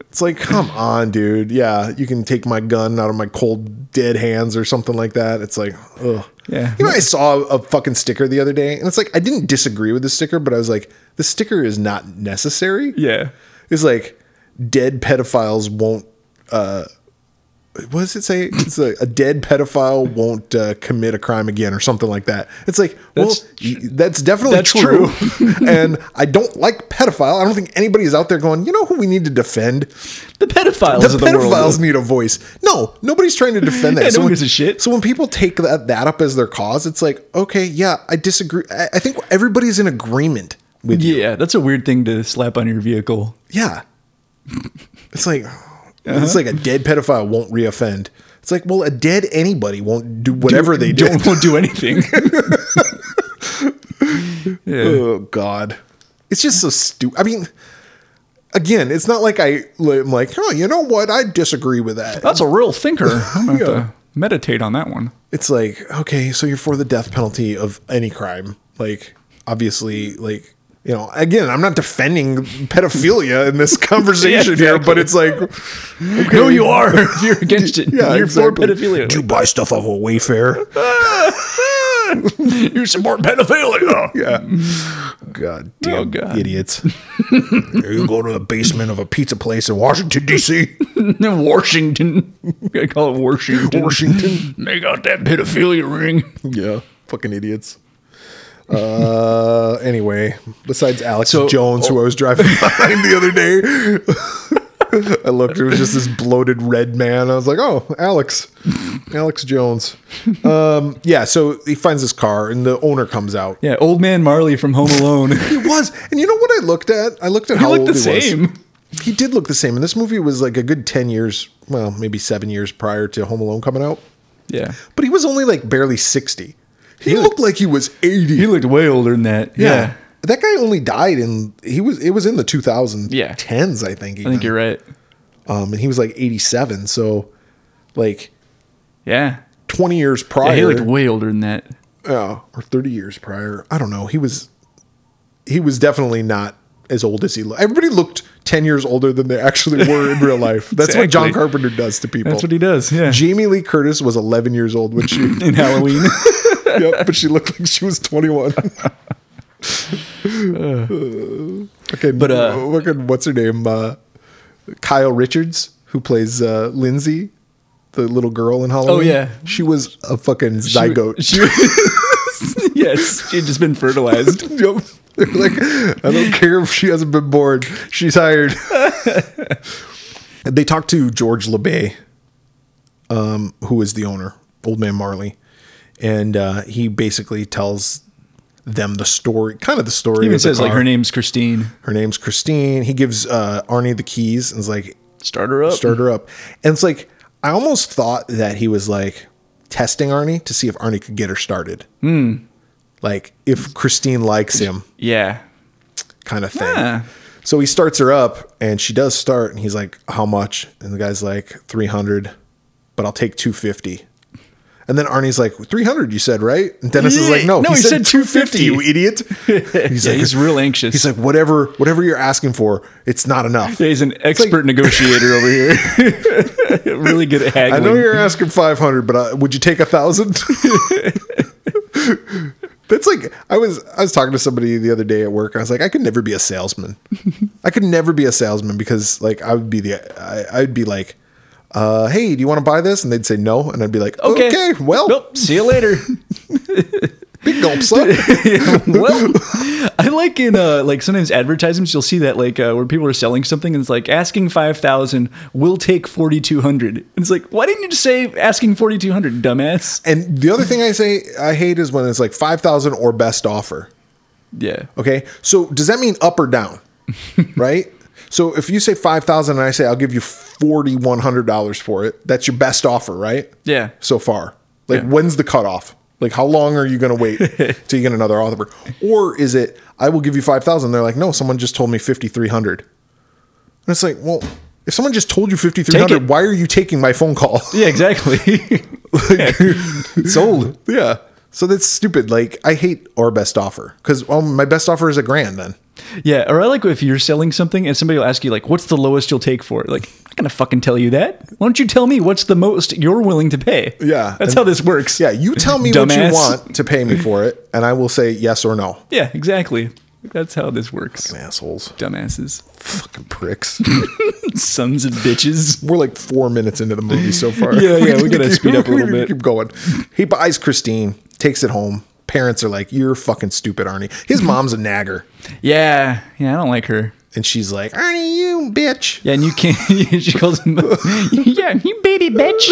Speaker 2: It's like, come on, dude. Yeah, you can take my gun out of my cold, dead hands or something like that. It's like, ugh.
Speaker 1: Yeah.
Speaker 2: You know, I saw a fucking sticker the other day, and it's like, I didn't disagree with the sticker, but I was like, the sticker is not necessary.
Speaker 1: Yeah.
Speaker 2: It's like, dead pedophiles won't. Uh, what does it say? It's like a dead pedophile won't uh, commit a crime again, or something like that. It's like,
Speaker 1: That's-
Speaker 2: well, y- that's definitely
Speaker 1: that's
Speaker 2: true. and I don't like pedophile. I don't think anybody's out there going, you know who we need to defend?
Speaker 1: The pedophiles
Speaker 2: The
Speaker 1: of the
Speaker 2: pedophiles
Speaker 1: world.
Speaker 2: need a voice. No, nobody's trying to defend that.
Speaker 1: Yeah, no one
Speaker 2: when-
Speaker 1: gives a shit.
Speaker 2: So when people take that, that up as their cause, it's like, okay, yeah, I disagree. I, I think everybody's in agreement with you.
Speaker 1: Yeah, that's a weird thing to slap on your vehicle.
Speaker 2: Yeah. It's like it's like a dead pedophile won't reoffend. It's like, well, a dead anybody won't do whatever they do.
Speaker 1: don't won't do anything. yeah.
Speaker 2: Oh God. It's just so stupid. I mean, again, it's not like I, am like, oh, you know what? I disagree with that.
Speaker 1: That's a real thinker. I'm gonna have to meditate on that one.
Speaker 2: It's like, okay, so you're for the death penalty of any crime. Like, obviously, like, you know, again, I'm not defending pedophilia in this conversation here, but it's like,
Speaker 1: No, you are. You're against it.
Speaker 2: yeah,
Speaker 1: You're
Speaker 2: exactly.
Speaker 1: for pedophilia.
Speaker 2: Do you buy stuff off of Wayfair?
Speaker 1: you support pedophilia.
Speaker 2: Yeah. God damn
Speaker 1: Oh, God.
Speaker 2: idiots. you go to the basement of a pizza place in Washington, D.C.
Speaker 1: Washington. I call it Washington.
Speaker 2: Washington.
Speaker 1: They got that pedophilia ring.
Speaker 2: Yeah. Fucking idiots. Uh, anyway, besides Alex Jones, who I was driving behind the other day, I looked, it was just this bloated red man. I was like, oh, Alex, Alex Jones. Um, yeah, so he finds this car and the owner comes out.
Speaker 1: Yeah, old man Marley from Home Alone.
Speaker 2: He was. And you know what I looked at? I looked at
Speaker 1: he
Speaker 2: how
Speaker 1: looked
Speaker 2: old
Speaker 1: the
Speaker 2: he was.
Speaker 1: same.
Speaker 2: He did look the same. And this movie was like a good 10 years, well, maybe seven years prior to Home Alone coming out.
Speaker 1: Yeah.
Speaker 2: But he was only like barely 60. He, looked, like he was 80.
Speaker 1: He looked way older than that. Yeah.
Speaker 2: That guy only died in he was it was in the 2010s
Speaker 1: Yeah.
Speaker 2: I think
Speaker 1: I
Speaker 2: even.
Speaker 1: think you're right.
Speaker 2: um and he was like 87 so like
Speaker 1: Yeah.
Speaker 2: 20 years
Speaker 1: yeah
Speaker 2: prior
Speaker 1: he looked way older than that.
Speaker 2: yeah, or 30 years prior I don't know he was he was definitely not as old as he looked everybody looked 10 years older than they actually were in real life that's what John
Speaker 1: Exactly.
Speaker 2: Carpenter does to people
Speaker 1: That's what he does. Yeah.
Speaker 2: Jamie Lee Curtis was 11 years old when she
Speaker 1: In Halloween.
Speaker 2: yep, but she looked like she was 21. okay, but
Speaker 1: uh,
Speaker 2: what's her name? Uh, Kyle Richards, who plays uh, Lindsay, the little girl in Halloween.
Speaker 1: Oh, yeah.
Speaker 2: she was a fucking zygote.
Speaker 1: She, she- yes, she had just been fertilized.
Speaker 2: Yep. They're like, I don't care if she hasn't been born. She's hired. they talked to George LeBay, um, who is the owner, Old Man Marley, and uh, he basically tells them the story, kind of the story.
Speaker 1: He even
Speaker 2: of the
Speaker 1: says like
Speaker 2: car.
Speaker 1: her name's Christine.
Speaker 2: Her name's Christine. He gives uh, Arnie the keys and is like,
Speaker 1: Start her up.
Speaker 2: stirred her up. And it's like I almost thought that he was like testing Arnie to see if Arnie could get her started.
Speaker 1: Hmm.
Speaker 2: Like if Christine likes him,
Speaker 1: Yeah.
Speaker 2: kind of thing.
Speaker 1: Yeah.
Speaker 2: So he starts her up and she does start and he's like, How much? And the guy's like, 300, but I'll take 250. And then Arnie's like, 300, you said, right? And Dennis is
Speaker 1: Yeah.
Speaker 2: like, No,
Speaker 1: No,
Speaker 2: he,
Speaker 1: he
Speaker 2: said,
Speaker 1: said
Speaker 2: 250, you idiot. He's
Speaker 1: Yeah, he's real anxious.
Speaker 2: He's like, Whatever, whatever you're asking for, it's not enough.
Speaker 1: Yeah, he's an expert negotiator over here. really good at
Speaker 2: I
Speaker 1: haggling.
Speaker 2: know you're asking 500, but uh, would you take a thousand? That's like I was I was talking to somebody the other day at work. I was like, I could never be a salesman. I could never be a salesman because like I would be the I, I'd be like, uh, hey, do you want to buy this? And they'd say no, and I'd be like, okay, well,
Speaker 1: Nope, see you later.
Speaker 2: big gulp, son.
Speaker 1: well, I like in uh, like sometimes advertisements you'll see that like uh, where people are selling something and it's like asking five thousand, we'll take forty two hundred. And it's like, why didn't you just say asking forty two hundred, dumbass?
Speaker 2: and the other thing I say I hate is when it's like five thousand or best offer.
Speaker 1: Yeah,
Speaker 2: Okay. So does that mean up or down? right? So if you say 5000 and I say I'll give you $4100 for it, that's your best offer, right?
Speaker 1: yeah.
Speaker 2: So far. Like
Speaker 1: Yeah.
Speaker 2: when's the cutoff? Like how long are you going to wait till you get another offer? Or is it I will give you 5000 they're like no, someone just told me 5300. And it's like, well, if someone just told you
Speaker 1: Take
Speaker 2: 5300,
Speaker 1: it.
Speaker 2: why are you taking my phone call?
Speaker 1: Yeah, exactly.
Speaker 2: Sold. yeah. So that's stupid. Like I hate or best offer cuz well, my best offer is a grand then.
Speaker 1: yeah, or I like if you're selling something and somebody will ask you like, "What's the lowest you'll take for it?" Like, I'm not gonna fucking tell you that. Why don't you tell me what's the most you're willing to pay?
Speaker 2: Yeah,
Speaker 1: that's
Speaker 2: and-
Speaker 1: how this works.
Speaker 2: Yeah, you tell me what you
Speaker 1: Dumbass.
Speaker 2: want to pay me for it, and I will say yes or no.
Speaker 1: yeah, exactly. That's how this works.
Speaker 2: Assholes,
Speaker 1: Dumbasses,
Speaker 2: fucking pricks.
Speaker 1: sons of bitches.
Speaker 2: We're like four minutes into the movie so far.
Speaker 1: Yeah, yeah, we
Speaker 2: need to
Speaker 1: gotta
Speaker 2: keep-
Speaker 1: speed up a
Speaker 2: we
Speaker 1: little
Speaker 2: need to
Speaker 1: bit.
Speaker 2: Keep going. He buys Christine, takes it home. Parents are like, "You're fucking stupid, Arnie."
Speaker 1: Mm-hmm.
Speaker 2: His mom's a nagger,
Speaker 1: Yeah, yeah, I don't like her.
Speaker 2: and she's like, "Arnie, you bitch."
Speaker 1: Yeah, and you can't. she calls him. yeah, you baby bitch.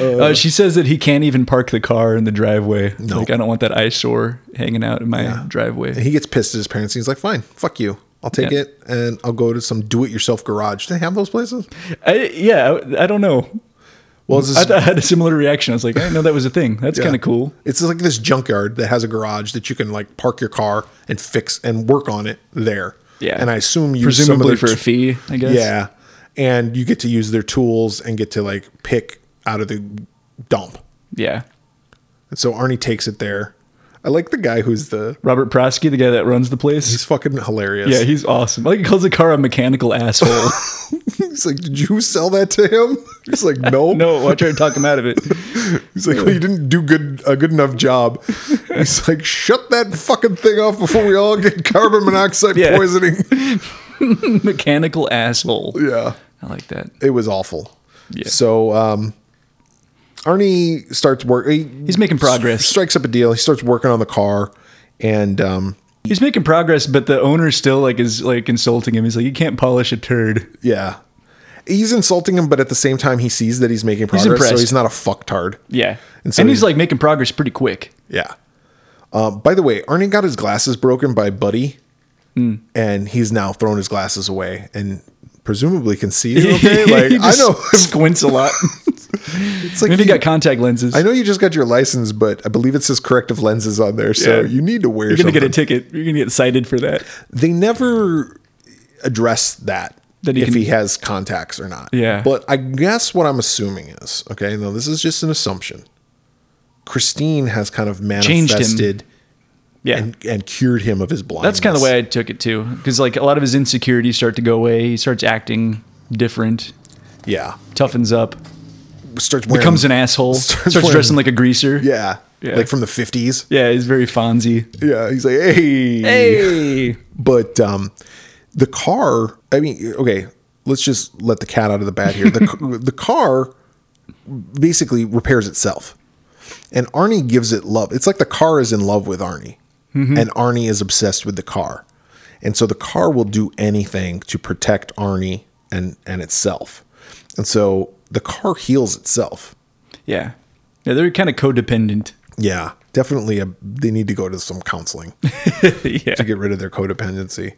Speaker 1: Uh, she says that he can't even park the car in the driveway. No, like I don't want that eyesore hanging out in my driveway.
Speaker 2: He gets pissed at his parents. And he's like, "Fine, fuck you. I'll take
Speaker 1: Yeah.
Speaker 2: it, and I'll go to some do-it-yourself garage. Do they have those places?"
Speaker 1: I, yeah, I, I don't know.
Speaker 2: Well, it's this
Speaker 1: I, thought I had a similar reaction. I was like, I didn't know that was a thing. That's
Speaker 2: Yeah.
Speaker 1: kind of cool.
Speaker 2: It's like this junkyard that has a garage that you can like park your car and fix and work on it there.
Speaker 1: Yeah.
Speaker 2: and I assume you
Speaker 1: Presumably for
Speaker 2: some
Speaker 1: a
Speaker 2: of their t-
Speaker 1: fee, I guess.
Speaker 2: yeah, and you get to use their tools and get to like pick out of the dump.
Speaker 1: Yeah.
Speaker 2: And so Arnie takes it there. I like the guy who's the
Speaker 1: Robert Prosky, the guy that runs the place.
Speaker 2: he's fucking hilarious.
Speaker 1: Yeah, he's awesome. Like he calls the car a mechanical asshole.
Speaker 2: he's like, did you sell that to him? He's like, no,
Speaker 1: no, I tried to talk him out of it.
Speaker 2: He's like, well, you didn't do good a good enough job. He's like, shut that fucking thing off before we all get carbon monoxide
Speaker 1: Yeah.
Speaker 2: poisoning.
Speaker 1: mechanical asshole.
Speaker 2: Yeah,
Speaker 1: I like that.
Speaker 2: it was awful.
Speaker 1: Yeah.
Speaker 2: So um, Arnie starts work. He
Speaker 1: He's making progress.
Speaker 2: strikes up a deal. He starts working on the car, and um,
Speaker 1: He's making progress, but the owner still like is like insulting him. He's like, "You can't polish a turd."
Speaker 2: yeah, he's insulting him, but at the same time, he sees that he's making progress, so
Speaker 1: impressed.
Speaker 2: he's not a fucktard.
Speaker 1: Yeah,
Speaker 2: And
Speaker 1: and,
Speaker 2: so
Speaker 1: he's
Speaker 2: he-
Speaker 1: like making progress pretty quick.
Speaker 2: Yeah. Um, by the way, Arnie got his glasses broken by Buddy,
Speaker 1: Hmm.
Speaker 2: and he's now thrown his glasses away and presumably can see. it Okay,
Speaker 1: He
Speaker 2: like I
Speaker 1: just
Speaker 2: know
Speaker 1: squints a lot.
Speaker 2: it's like
Speaker 1: Maybe he
Speaker 2: you-
Speaker 1: got contact lenses.
Speaker 2: I know you just got your license, but I believe it says corrective lenses on there, so
Speaker 1: Yeah.
Speaker 2: you need to wear.
Speaker 1: You're gonna
Speaker 2: something.
Speaker 1: get a ticket. You're gonna get cited for that.
Speaker 2: they never address that
Speaker 1: That he
Speaker 2: if
Speaker 1: can-
Speaker 2: he has contacts or not.
Speaker 1: Yeah.
Speaker 2: But I guess what I'm assuming is okay. Now this is just an assumption. Christine has kind of
Speaker 1: him.
Speaker 2: manifested
Speaker 1: Yeah,
Speaker 2: and, and cured him of his blindness.
Speaker 1: that's kind of the way I took it too. Because like a lot of his insecurities start to go away. He starts acting different,
Speaker 2: yeah.
Speaker 1: toughens up,
Speaker 2: Starts wearing,
Speaker 1: becomes an asshole,
Speaker 2: starts
Speaker 1: starts,
Speaker 2: wearing-
Speaker 1: dressing like a greaser.
Speaker 2: yeah,
Speaker 1: Yeah.
Speaker 2: like from the 50s.
Speaker 1: yeah, he's very Fonzie.
Speaker 2: Yeah, he's like hey,
Speaker 1: Hey,
Speaker 2: but um, the car. I mean, okay, let's just let the cat out of the bag here. The c- the car basically repairs itself, and Arnie gives it love. It's like the car is in love with Arnie, and Arnie is obsessed with the car, and so the car will do anything to protect Arnie and and itself, and so the car heals itself.
Speaker 1: yeah, yeah, they're kind of codependent.
Speaker 2: Yeah, definitely. A, they need to go to some counseling.
Speaker 1: yeah,
Speaker 2: to get rid of their codependency.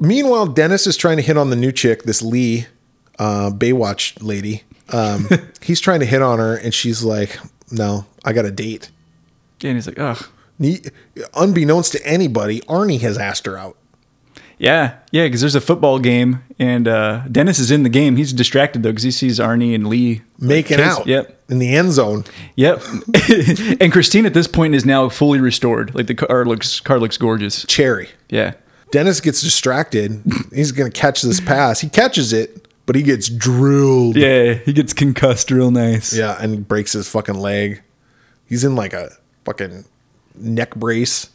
Speaker 2: Meanwhile, Dennis is trying to hit on the new chick, this Lee, uh, Baywatch lady. Um, he's trying to hit on her, and she's like, "No, I got a date."
Speaker 1: and he's like, ugh.
Speaker 2: Ne- unbeknownst to anybody, Arnie has asked her out.
Speaker 1: Yeah, yeah, because there's a football game, and uh, Dennis is in the game. He's distracted though because he sees Arnie and Lee
Speaker 2: Making
Speaker 1: kiss-
Speaker 2: out
Speaker 1: Yep,
Speaker 2: in the end zone.
Speaker 1: yep. and Christine at this point is now fully restored. Like the car looks, car looks gorgeous.
Speaker 2: Cherry.
Speaker 1: Yeah,
Speaker 2: Dennis gets distracted. He's going to catch this pass. He catches it, but he gets drilled.
Speaker 1: yeah. He gets concussed real nice.
Speaker 2: Yeah, and breaks his fucking leg. He's in like a fucking neck brace.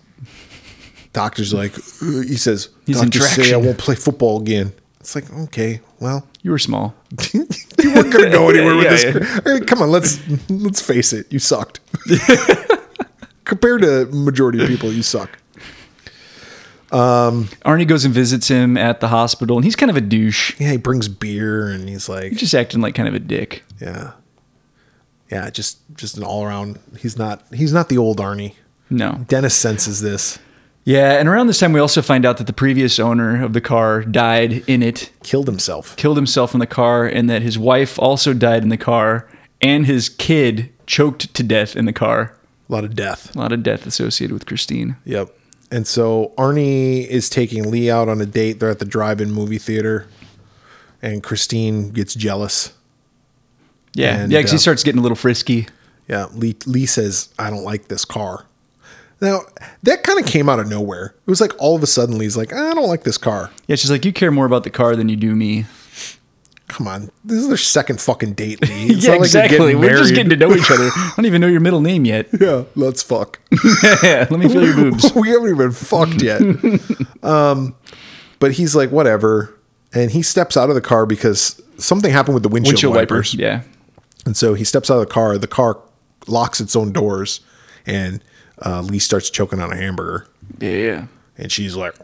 Speaker 2: Doctor's like, "Uh," he says,
Speaker 1: He's in
Speaker 2: "Doctors say I
Speaker 1: traction."
Speaker 2: won't play football again." It's like, okay, well,
Speaker 1: You were small.
Speaker 2: you weren't gonna go anywhere with
Speaker 1: Yeah,
Speaker 2: this.
Speaker 1: yeah.
Speaker 2: Hey, come on, let's let's face it, you sucked. Compared to majority of people, you suck.
Speaker 1: Arnie goes and visits him at the hospital, and he's kind of a douche.
Speaker 2: Yeah, he brings beer and he's like,
Speaker 1: He's just acting like kind of a dick.
Speaker 2: yeah, yeah, just just an all around. He's not he's not the old Arnie.
Speaker 1: No.
Speaker 2: Dennis senses this,
Speaker 1: Yeah, and around this time, we also find out that the previous owner of the car died in it.
Speaker 2: killed himself.
Speaker 1: killed himself in the car and that his wife also died in the car and his kid choked to death in the car.
Speaker 2: A lot of death.
Speaker 1: A lot of death associated with Christine.
Speaker 2: Yep. And so Arnie is taking Lee out on a date. They're at the drive-in movie theater, and Christine gets jealous.
Speaker 1: Yeah.
Speaker 2: And,
Speaker 1: yeah, because
Speaker 2: uh,
Speaker 1: he starts getting a little frisky.
Speaker 2: Yeah, Lee, Lee says, "I don't like this car." Now that kind of came out of nowhere. It was like all of a sudden Lee's like, "I don't like this car."
Speaker 1: Yeah, she's like, You care more about the car than you do me.
Speaker 2: Come on, this is their second fucking date, Lee. It's
Speaker 1: yeah,
Speaker 2: not like they're
Speaker 1: exactly. We're just
Speaker 2: married.
Speaker 1: getting to know each other. I don't even know your middle name yet.
Speaker 2: Yeah, let's fuck.
Speaker 1: Let me feel your boobs.
Speaker 2: we haven't even fucked yet. um, but he's like, whatever, and he steps out of the car because something happened with the windshield,
Speaker 1: Windshield wipers.
Speaker 2: wipers.
Speaker 1: Yeah.
Speaker 2: And so he steps out of the car. The car locks its own doors, and uh, Lee starts choking on a hamburger.
Speaker 1: Yeah, yeah.
Speaker 2: And she's like,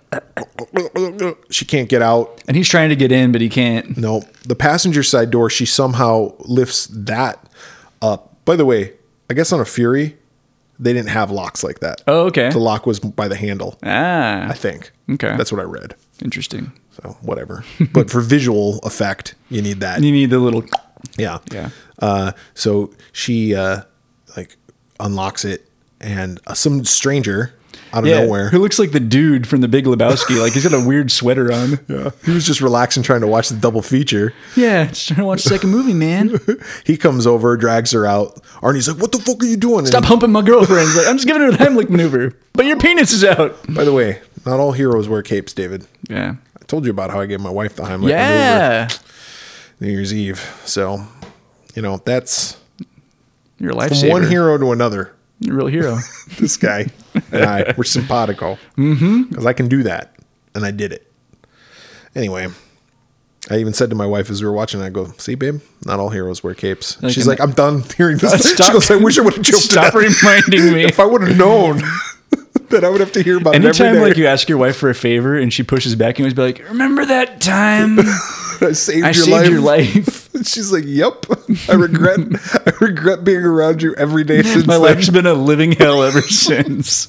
Speaker 2: she can't get out.
Speaker 1: And he's trying to get in, but he can't.
Speaker 2: No, the passenger side door. She somehow lifts that up. By the way, I guess on a Fury, they didn't have locks like that.
Speaker 1: Oh, okay.
Speaker 2: The lock was by the handle, I
Speaker 1: Ah,
Speaker 2: think.
Speaker 1: Okay.
Speaker 2: that's what I read.
Speaker 1: interesting.
Speaker 2: So whatever. but for visual effect, you need that.
Speaker 1: You need the little.
Speaker 2: Yeah.
Speaker 1: Yeah.
Speaker 2: Uh, so she uh, like unlocks it, and uh, some stranger out of
Speaker 1: Yeah,
Speaker 2: nowhere.
Speaker 1: Who looks like the dude from The Big Lebowski? Like he's got a weird sweater on.
Speaker 2: Yeah. He was just relaxing, trying to watch the double feature.
Speaker 1: Yeah, just trying to watch the second movie, man.
Speaker 2: He comes over, drags her out. Arnie's like, "What the fuck are you doing?"
Speaker 1: Stop humping my girlfriend. Like, I'm just giving her a Heimlich maneuver, but your penis is out.
Speaker 2: And, by the way, not all heroes wear capes, David.
Speaker 1: Yeah.
Speaker 2: I told you about how I gave my wife the Heimlich maneuver
Speaker 1: Yeah.
Speaker 2: New Year's Eve. So, you know, that's
Speaker 1: You're a
Speaker 2: from
Speaker 1: lifesaver.
Speaker 2: one hero to another.
Speaker 1: You're a real hero.
Speaker 2: This guy and I, we're simpatico because mm-hmm. I can do that, and I did it. Anyway, I even said to my wife as we were watching, I go, "See, babe, not all heroes wear capes." She's
Speaker 1: can-
Speaker 2: like, "I'm done hearing this."
Speaker 1: Stop.
Speaker 2: She goes, "I wish I would have choked
Speaker 1: Stop
Speaker 2: Stop
Speaker 1: reminding me.
Speaker 2: if I would have known." that I would have to hear about it
Speaker 1: Anytime
Speaker 2: every
Speaker 1: like
Speaker 2: day.
Speaker 1: you ask your wife for a favor and she pushes back, you always be like, "Remember that time
Speaker 2: I saved,
Speaker 1: I
Speaker 2: your,
Speaker 1: saved
Speaker 2: life.
Speaker 1: your life?
Speaker 2: She's like, "Yep, I regret. I regret being around you every day since
Speaker 1: My
Speaker 2: then.
Speaker 1: life's been a living hell ever since."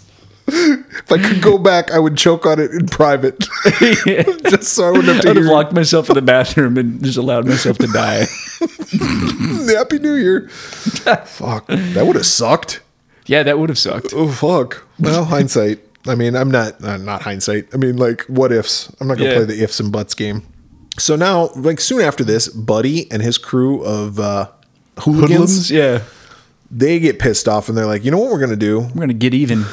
Speaker 2: If I could go back, I would choke on it in private,
Speaker 1: Yeah.
Speaker 2: just so I wouldn't have
Speaker 1: I
Speaker 2: to
Speaker 1: would have
Speaker 2: hear.
Speaker 1: locked myself in the bathroom and just allowed myself to die.
Speaker 2: Happy New Year. fuck, that would have sucked.
Speaker 1: Yeah, that would have sucked.
Speaker 2: Oh fuck. Well, hindsight. I mean, I'm not uh, not hindsight. I mean, like what ifs. I'm not gonna
Speaker 1: Yeah.
Speaker 2: play the ifs and buts game. So now, like soon after this, Buddy and his crew of uh, hooligans,
Speaker 1: Hoodlums? Yeah.
Speaker 2: they get pissed off and they're like, you know what we're gonna do?
Speaker 1: We're going to get even.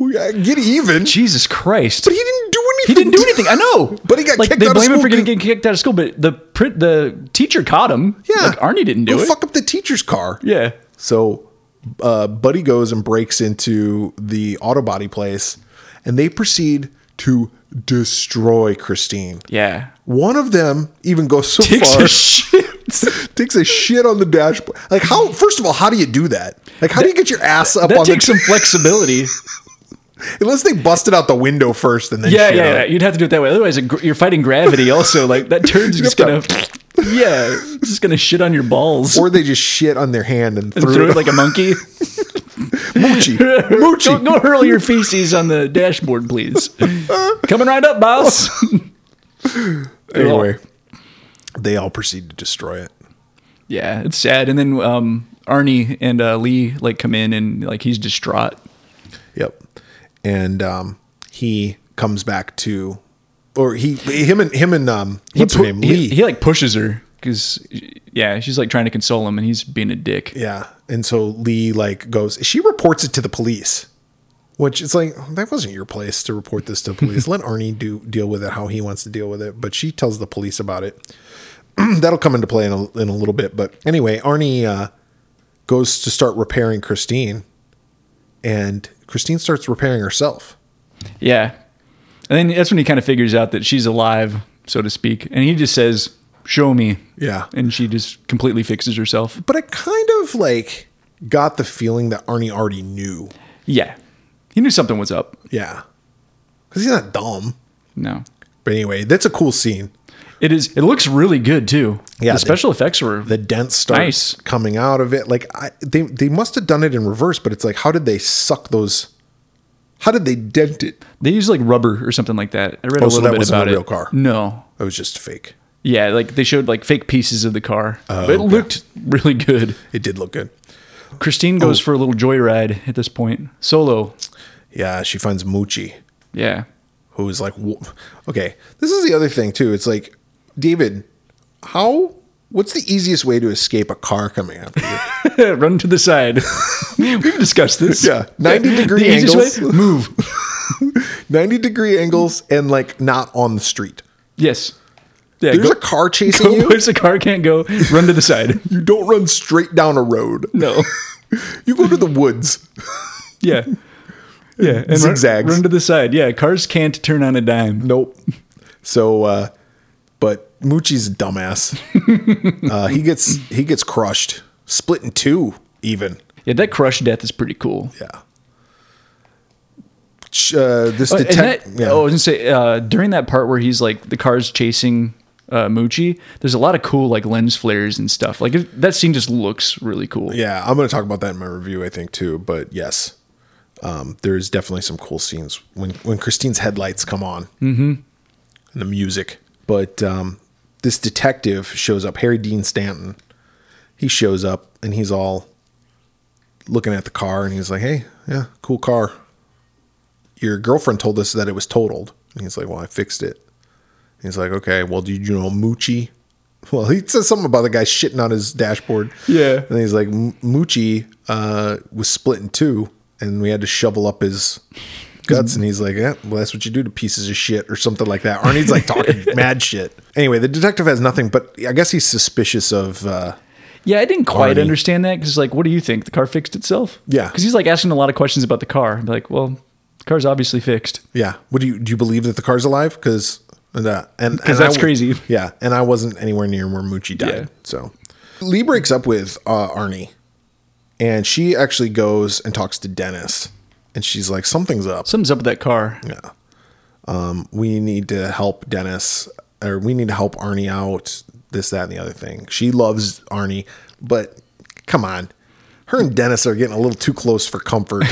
Speaker 2: We gotta get even.
Speaker 1: Jesus Christ.
Speaker 2: But he didn't do
Speaker 1: He
Speaker 2: anything.
Speaker 1: didn't do anything. I know.
Speaker 2: But he got
Speaker 1: like,
Speaker 2: kicked
Speaker 1: they
Speaker 2: out of
Speaker 1: blame him
Speaker 2: school
Speaker 1: for getting,
Speaker 2: 'cause-
Speaker 1: getting kicked out of school, but the pri- the teacher caught him.
Speaker 2: Yeah,
Speaker 1: Like, Arnie didn't do
Speaker 2: Go
Speaker 1: it.
Speaker 2: Fuck up the teacher's car.
Speaker 1: Yeah.
Speaker 2: So, uh, Buddy goes and breaks into the auto body place, and they proceed to destroy Christine.
Speaker 1: Yeah.
Speaker 2: One of them even goes so
Speaker 1: Takes
Speaker 2: far
Speaker 1: a shit.
Speaker 2: takes a shit on the dashboard. Like how? First of all, how do you do that? Like how do you get your ass up
Speaker 1: That
Speaker 2: on
Speaker 1: takes
Speaker 2: the?
Speaker 1: some flexibility.
Speaker 2: Unless they busted out the window first and then
Speaker 1: Yeah,
Speaker 2: shit
Speaker 1: yeah,
Speaker 2: on
Speaker 1: yeah.
Speaker 2: it.
Speaker 1: You'd have to do it that way. Otherwise, it gr- you're fighting gravity. Also, like that turn's just gonna,
Speaker 2: have
Speaker 1: yeah, it's just gonna shit on your balls
Speaker 2: Or they just shit on their hand
Speaker 1: and
Speaker 2: and threw,
Speaker 1: throw
Speaker 2: it
Speaker 1: it like a monkey.
Speaker 2: moochie,
Speaker 1: Go,
Speaker 2: moochie.
Speaker 1: go hurl your feces on the dashboard, please. Coming right up, boss.
Speaker 2: Anyway, they all proceed to destroy it.
Speaker 1: Yeah, it's sad. And then um, Arnie and uh, Lee like come in and like he's distraught.
Speaker 2: Yep. And um, he comes back to, or he, him and him and um, what's
Speaker 1: pu-
Speaker 2: her name?
Speaker 1: he-
Speaker 2: Lee.
Speaker 1: He, like pushes her because yeah, she's like trying to console him and he's being a dick.
Speaker 2: yeah. And so Lee like goes. She reports it to the police, which it's like that wasn't your place to report this to the police. Let Arnie do deal with it how he wants to deal with it. But she tells the police about it. That'll come into play in a, in a little bit. But anyway, Arnie uh, goes to start repairing Christine, and Christine starts repairing herself.
Speaker 1: Yeah. And then that's when he kind of figures out that she's alive, so to speak. And he just says, Show me.
Speaker 2: Yeah.
Speaker 1: And she just completely fixes herself.
Speaker 2: but I kind of like got the feeling that Arnie already knew.
Speaker 1: Yeah. He knew something was up.
Speaker 2: Yeah. Cause he's not dumb.
Speaker 1: No.
Speaker 2: But anyway, that's a cool scene.
Speaker 1: It is it looks really good too.
Speaker 2: Yeah,
Speaker 1: The
Speaker 2: the-
Speaker 1: special effects were
Speaker 2: The dent starts
Speaker 1: Nice.
Speaker 2: coming out of it. Like I, they they must have done it in reverse, but it's like how did they suck those how did they dent it?
Speaker 1: they use like rubber or something like that. I read a
Speaker 2: Oh,
Speaker 1: little
Speaker 2: so that
Speaker 1: bit
Speaker 2: wasn't a
Speaker 1: about it.
Speaker 2: real car.
Speaker 1: No.
Speaker 2: It was just fake.
Speaker 1: Yeah, like they showed like fake pieces of the car. but it
Speaker 2: Oh, okay.
Speaker 1: looked really good.
Speaker 2: It did look good.
Speaker 1: Christine
Speaker 2: Oh.
Speaker 1: goes for a little joyride at this point. Solo.
Speaker 2: Yeah, she finds Moochie,
Speaker 1: Yeah.
Speaker 2: who is like "Wha- okay. This is the other thing too. It's like, David, how what's the easiest way to escape a car coming after you?
Speaker 1: Run to the side. We've discussed this.
Speaker 2: Yeah, 90 degree
Speaker 1: the easiest
Speaker 2: angles.
Speaker 1: way, move.
Speaker 2: 90 degree angles and like not on the street.
Speaker 1: Yes. Yeah.
Speaker 2: There's
Speaker 1: go,
Speaker 2: a car chasing
Speaker 1: go
Speaker 2: you.
Speaker 1: where the car can't go. Run to the side.
Speaker 2: You don't run straight down a road.
Speaker 1: No.
Speaker 2: You go to the woods.
Speaker 1: Yeah. Yeah. And
Speaker 2: Zigzags.
Speaker 1: Run, run to the side. Yeah. Cars can't turn on a dime.
Speaker 2: Nope. So, uh, but Moochie's a dumbass. uh, he gets he gets crushed, split in two, even.
Speaker 1: Yeah. That crush death is pretty cool.
Speaker 2: Yeah. Ch- Uh, this
Speaker 1: Oh, and
Speaker 2: detect.
Speaker 1: that-
Speaker 2: yeah.
Speaker 1: Oh, I was gonna say uh, during that part where he's like the car's chasing uh, Moochie. There's a lot of cool like lens flares and stuff. Like it, that scene just looks really cool.
Speaker 2: yeah, I'm going to talk about that in my review, I think, too. But yes, um, there's definitely some cool scenes when when Christine's headlights come on mm-hmm. and the music. But um, this detective shows up, Harry Dean Stanton. He shows up and he's all looking at the car and he's like, "Hey, yeah, cool car. your girlfriend told us that it was totaled. And he's like, well, I fixed it. And he's like, okay, well, did you know Moochie? Well, he says something about the guy shitting on his dashboard.
Speaker 1: Yeah.
Speaker 2: And he's like, "M- Moochie uh, was split in two, and we had to shovel up his guts. And he's like, yeah, well, that's what you do to pieces of shit or something like that. Arnie's like talking mad shit. Anyway, the detective has nothing, but I guess he's suspicious of. Uh,
Speaker 1: Yeah, I didn't quite
Speaker 2: Arnie.
Speaker 1: understand that because, like, what do you think? The car fixed itself?
Speaker 2: Yeah.
Speaker 1: Because he's like asking a lot of questions about the car. I'm like, well, the car's obviously fixed.
Speaker 2: Yeah. What do you do? You believe that the car's alive? Because and uh, and, and
Speaker 1: that's
Speaker 2: I-
Speaker 1: crazy.
Speaker 2: Yeah, and I wasn't anywhere near where Moochie died.
Speaker 1: Yeah.
Speaker 2: So Lee breaks up with uh, Arnie, and she actually goes and talks to Dennis, and she's like, "Something's up.
Speaker 1: Something's up with that car.
Speaker 2: Yeah. Um, we need to help Dennis, or we need to help Arnie out. This, that, and the other thing. She loves Arnie, but come on." Her and Dennis are getting a little too close for comfort.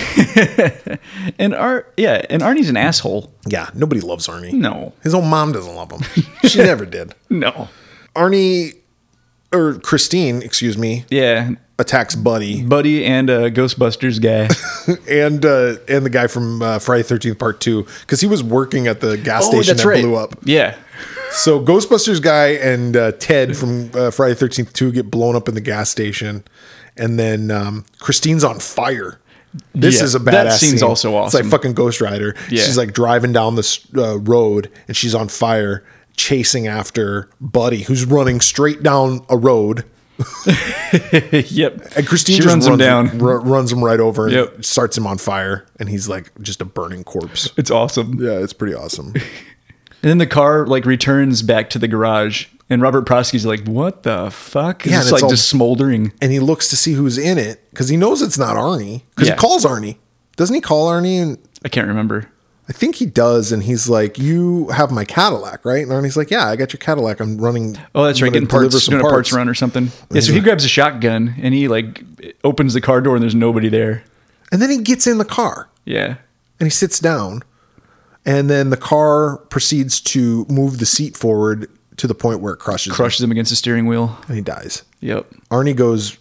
Speaker 1: And Ar, yeah, and Arnie's an asshole.
Speaker 2: yeah, nobody loves Arnie.
Speaker 1: No,
Speaker 2: His own mom doesn't love him. She never did.
Speaker 1: no.
Speaker 2: Arnie or Christine, excuse me,
Speaker 1: Yeah,
Speaker 2: attacks Buddy
Speaker 1: Buddy and uh, Ghostbusters guy.
Speaker 2: and uh, and the guy from uh, Friday Thirteenth Part Two because he was working at the gas
Speaker 1: Oh,
Speaker 2: station
Speaker 1: that's
Speaker 2: that
Speaker 1: right.
Speaker 2: blew up.
Speaker 1: Yeah,
Speaker 2: So Ghostbusters guy and uh, Ted from uh, Friday Thirteenth Two get blown up in the gas station, and then um, Christine's on fire. This
Speaker 1: Yeah,
Speaker 2: is a badass.
Speaker 1: that scene's
Speaker 2: scene.
Speaker 1: also
Speaker 2: It's like
Speaker 1: awesome.
Speaker 2: fucking Ghost Rider.
Speaker 1: Yeah.
Speaker 2: She's like driving down this uh, road and she's on fire, chasing after Buddy, who's running straight down a road.
Speaker 1: yep.
Speaker 2: And Christine
Speaker 1: She
Speaker 2: just
Speaker 1: runs him down.
Speaker 2: ru- runs him right over, and
Speaker 1: Yep.
Speaker 2: starts him on fire, and he's like just a burning corpse.
Speaker 1: It's awesome.
Speaker 2: Yeah, it's pretty awesome.
Speaker 1: And then the car like returns back to the garage, and Robert Prosky's like, "What the fuck?"
Speaker 2: Yeah,
Speaker 1: Yeah, it's
Speaker 2: and
Speaker 1: like
Speaker 2: it's all-
Speaker 1: just smoldering.
Speaker 2: and he looks to see who's in it because he knows it's not Arnie because
Speaker 1: Yeah.
Speaker 2: he calls Arnie. Doesn't he call Arnie? And
Speaker 1: I can't remember.
Speaker 2: I think he does. And he's like, "You have my Cadillac, right?" And Arnie's like, "Yeah, I got your Cadillac. I'm running.
Speaker 1: Oh, that's right.
Speaker 2: I'm gonna
Speaker 1: Getting
Speaker 2: deliver
Speaker 1: parts,
Speaker 2: some
Speaker 1: doing a parts run or something. Yeah. So
Speaker 2: he's
Speaker 1: he
Speaker 2: like-
Speaker 1: grabs a shotgun and he like opens the car door and there's nobody there.
Speaker 2: And then he gets in the car
Speaker 1: Yeah.
Speaker 2: and he sits down, and then the car proceeds to move the seat forward to the point where it crushes, him,
Speaker 1: Crushes him against the steering wheel.
Speaker 2: and he dies.
Speaker 1: Yep.
Speaker 2: Arnie goes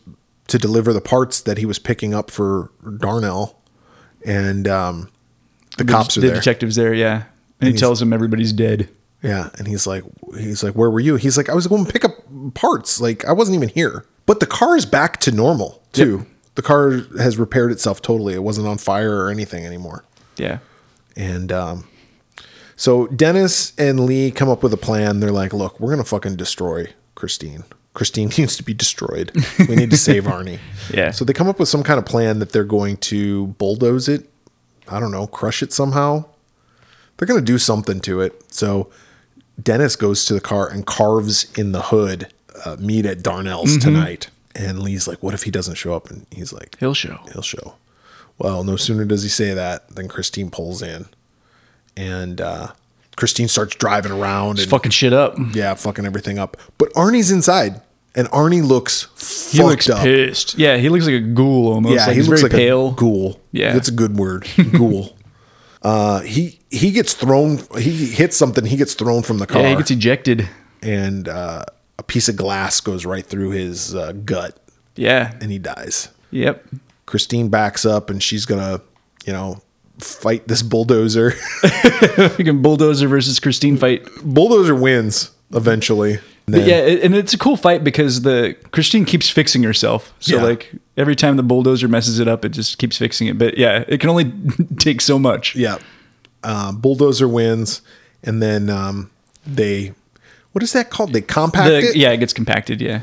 Speaker 2: to deliver the parts that he was picking up for Darnell, and um, the, cops are
Speaker 1: the
Speaker 2: there.
Speaker 1: detective's there. Yeah. And he tells him everybody's dead.
Speaker 2: Yeah, and he's like, he's like, where were you? He's like, I was going to pick up parts. Like I wasn't even here. But the car is back to normal too. The car has repaired itself totally. It wasn't on fire or anything anymore.
Speaker 1: Yeah.
Speaker 2: And um, so Dennis and Lee come up with a plan. They're like, look, we're gonna fucking destroy Christine. Christine needs to be destroyed. We need to save Arnie.
Speaker 1: Yeah.
Speaker 2: So they come up with some kind of plan that they're going to bulldoze it. I don't know, crush it somehow. They're gonna do something to it. So Dennis goes to the car and carves in the hood. Uh, meet at Darnell's tonight. And Lee's like, what if he doesn't show up? And he's like,
Speaker 1: He'll show.
Speaker 2: he'll show. Well, no sooner does he say that than Christine pulls in, and uh, Christine starts driving around and
Speaker 1: Fucking shit up.
Speaker 2: yeah, fucking everything up. But Arnie's inside, and Arnie looks fucked
Speaker 1: He looks
Speaker 2: up.
Speaker 1: pissed. Yeah, he looks like a ghoul almost.
Speaker 2: Yeah,
Speaker 1: like,
Speaker 2: he
Speaker 1: he's
Speaker 2: looks
Speaker 1: very
Speaker 2: like
Speaker 1: pale.
Speaker 2: a ghoul.
Speaker 1: Yeah.
Speaker 2: that's a good word, ghoul. Uh, he he gets thrown. He hits something. He gets thrown from the car,
Speaker 1: Yeah, he gets ejected.
Speaker 2: and uh, a piece of glass goes right through his uh, gut,
Speaker 1: Yeah.
Speaker 2: and he dies.
Speaker 1: Yep.
Speaker 2: Christine backs up and she's gonna, you know, fight this bulldozer.
Speaker 1: Freaking bulldozer versus Christine fight.
Speaker 2: bulldozer wins eventually. And
Speaker 1: But
Speaker 2: then-
Speaker 1: yeah, it- and it's a cool fight because the Christine keeps fixing herself. So
Speaker 2: Yeah.
Speaker 1: like every time the bulldozer messes it up, it just keeps fixing it. But yeah, it can only take so much.
Speaker 2: yeah. Uh, bulldozer wins, and then um, they, what is that called? They compact
Speaker 1: The-
Speaker 2: it,
Speaker 1: yeah, it gets compacted. Yeah,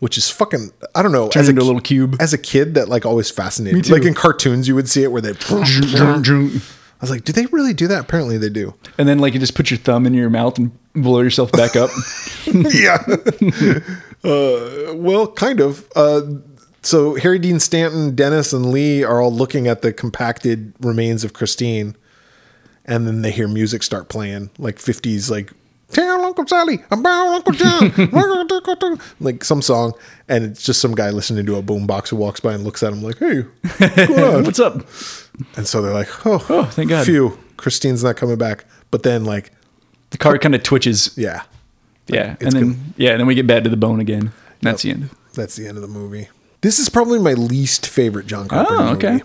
Speaker 2: which is fucking. I don't know.
Speaker 1: turns into a little cube.
Speaker 2: As a kid, that like always fascinated. Me
Speaker 1: too.
Speaker 2: Like in cartoons, you would see it where they. I
Speaker 1: and
Speaker 2: was like, do they really do that? Apparently, they do.
Speaker 1: then like you just put your thumb in your mouth and blow yourself back up.
Speaker 2: yeah. uh, well, kind of. Uh, so Harry Dean Stanton, Dennis, and Lee are all looking at the compacted remains of Christine, and then they hear music start playing, like fifties, like "Tell Uncle Sally about Uncle John," like some song, and it's just some guy listening to a boombox who walks by and looks at him like, "Hey,"
Speaker 1: What's up?
Speaker 2: and so they're like, "Oh,
Speaker 1: Oh, thank God.
Speaker 2: phew, Christine's not coming back." But then, like,
Speaker 1: The car kind of twitches.
Speaker 2: yeah,
Speaker 1: Yeah,
Speaker 2: it's
Speaker 1: and then yeah, and then we get bad to the bone again. And That's the end.
Speaker 2: That's the end of the movie. This is probably my least favorite John Carpenter
Speaker 1: Oh, okay.
Speaker 2: movie.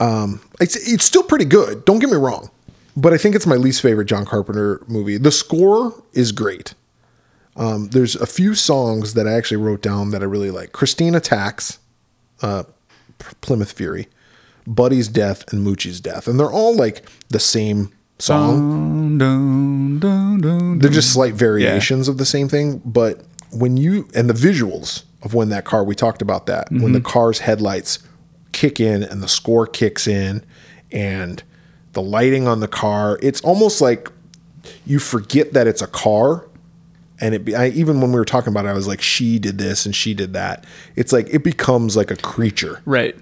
Speaker 2: Um, it's it's still pretty good. Don't get me wrong. But I think it's my least favorite John Carpenter movie. The score is great. Um, there's a few songs that I actually wrote down that I really like. Christina Tax, uh, P- Plymouth Fury, Buddy's Death, and Moochie's Death. And they're all like the same song.
Speaker 1: Dun, dun, dun, dun,
Speaker 2: They're just slight variations of the same thing, but when you and the visuals of when that car we talked about that when the car's headlights kick in and the score kicks in and the lighting on the car, it's almost like you forget that it's a car. And it be, I, even when we were talking about it, I was like, she did this and she did that. It's like it becomes like a creature
Speaker 1: Right.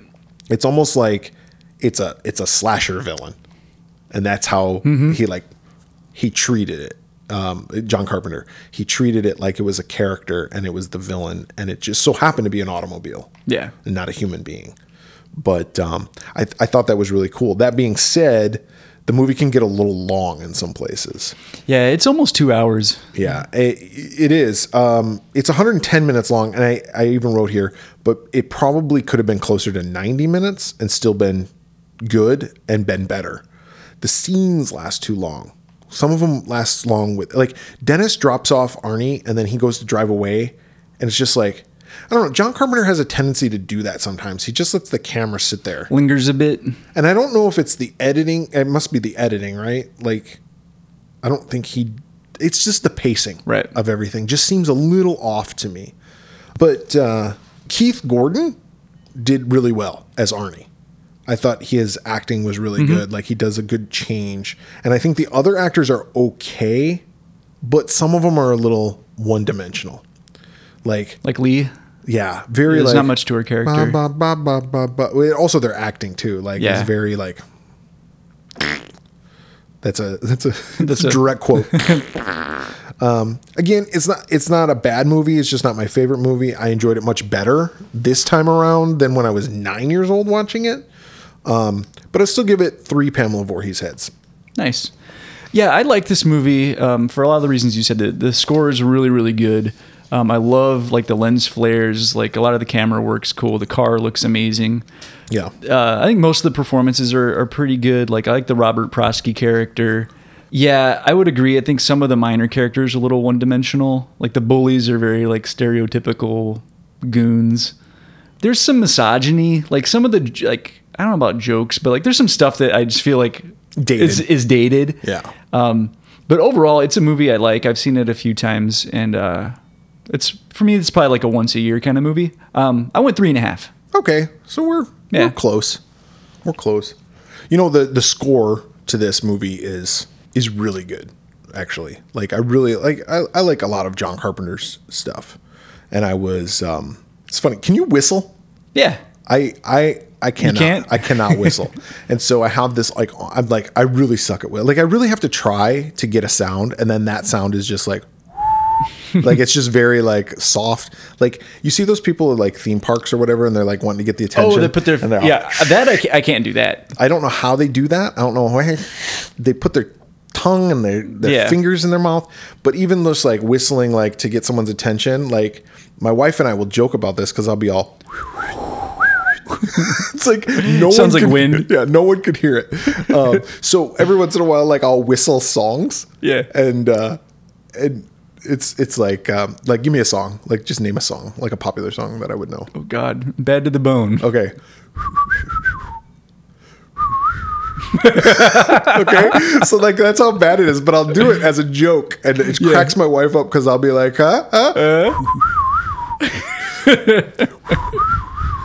Speaker 2: it's almost like it's a it's a slasher villain and that's how he like he treated it um, john carpenter he treated it like it was a character and it was the villain and it just so happened to be an automobile
Speaker 1: Yeah.
Speaker 2: and not a human being but um, I, I thought that was really cool that being said the movie can get a little long in some places
Speaker 1: Yeah. It's almost two hours.
Speaker 2: yeah, it, it is. Um, it's 110 minutes long, and I, I even wrote here, but it probably could have been closer to 90 minutes and still been good and been better. The scenes last too long. Some of them last long with like Dennis drops off Arnie, and then he goes to drive away, and it's just like I don't know. John Carpenter has a tendency to do that sometimes. He just lets the camera sit there,
Speaker 1: Lingers a bit.
Speaker 2: and I don't know if it's the editing. It must be the editing, right? Like, I don't think he. It's just the pacing
Speaker 1: Right.
Speaker 2: of everything. Just seems a little off to me. But uh, Keith Gordon did really well as Arnie. I thought his acting was really
Speaker 1: Mm-hmm.
Speaker 2: good. Like he does a good change, and I think the other actors are okay, but some of them are a little one-dimensional. Like,
Speaker 1: Like Lee.
Speaker 2: yeah, very.
Speaker 1: There's
Speaker 2: like,
Speaker 1: not much to her character.
Speaker 2: Ba, ba, ba, ba, ba, ba. Also, their acting too. Like
Speaker 1: Yeah.
Speaker 2: it's very like. That's a that's a that's
Speaker 1: a-
Speaker 2: a direct quote. um, again, it's not it's not a bad movie. It's just not my favorite movie. I enjoyed it much better this time around than when I was nine years old watching it. Um, but I still give it three Pamela Voorhees heads.
Speaker 1: Nice. Yeah, I like this movie um, for a lot of the reasons you said. The, the score is really, really good. Um, I love like the lens flares. Like a lot of the camera works cool. The car looks amazing.
Speaker 2: Yeah,
Speaker 1: Uh, I think most of the performances are, are pretty good. Like I like the Robert Prosky character. Yeah, I would agree. I think some of the minor characters are a little one dimensional. Like the bullies are very like stereotypical goons. There's some misogyny. Like some of the j- like I don't know about jokes, but like there's some stuff that I just feel like
Speaker 2: Dated.
Speaker 1: is is dated.
Speaker 2: yeah.
Speaker 1: Um, but overall, it's a movie I like. I've seen it a few times, and uh, it's for me. It's probably like a once a year kind of movie. Um, I went three and a half.
Speaker 2: Okay, so we're
Speaker 1: Yeah.
Speaker 2: we're close. We're close. You know the the score to this movie is is really good, actually. Like I really like I, I like a lot of John Carpenter's stuff, and I was um it's funny. Can you whistle?
Speaker 1: Yeah,
Speaker 2: I I I cannot
Speaker 1: can't?
Speaker 2: I cannot whistle, and so I have this like I'm like I really suck at whistle. Like I really have to try to get a sound, and then that sound is just like. like it's just very like soft. Like you see those people at like theme parks or whatever, and they're like wanting to get the attention.
Speaker 1: Oh, they put their
Speaker 2: and they're all-
Speaker 1: yeah. That I, ca- I can't do that.
Speaker 2: I don't know how they do that. I don't know why they put their tongue and their, their
Speaker 1: Yeah.
Speaker 2: fingers in their mouth. But even just like whistling, like to get someone's attention, like my wife and I will joke about this because I'll be all. it's like no
Speaker 1: Sounds
Speaker 2: one
Speaker 1: like
Speaker 2: could-
Speaker 1: wind.
Speaker 2: Yeah, no one could hear it. Um, so every once in a while, like I'll whistle songs.
Speaker 1: Yeah.
Speaker 2: and uh, and it's it's like um, like give me a song, like just name a song, like a popular song that I would know.
Speaker 1: Oh God, bad to the bone.
Speaker 2: Okay. okay, so like that's how bad it is, but I'll do it as a joke, and it cracks my wife up because I'll be like, "Huh? huh?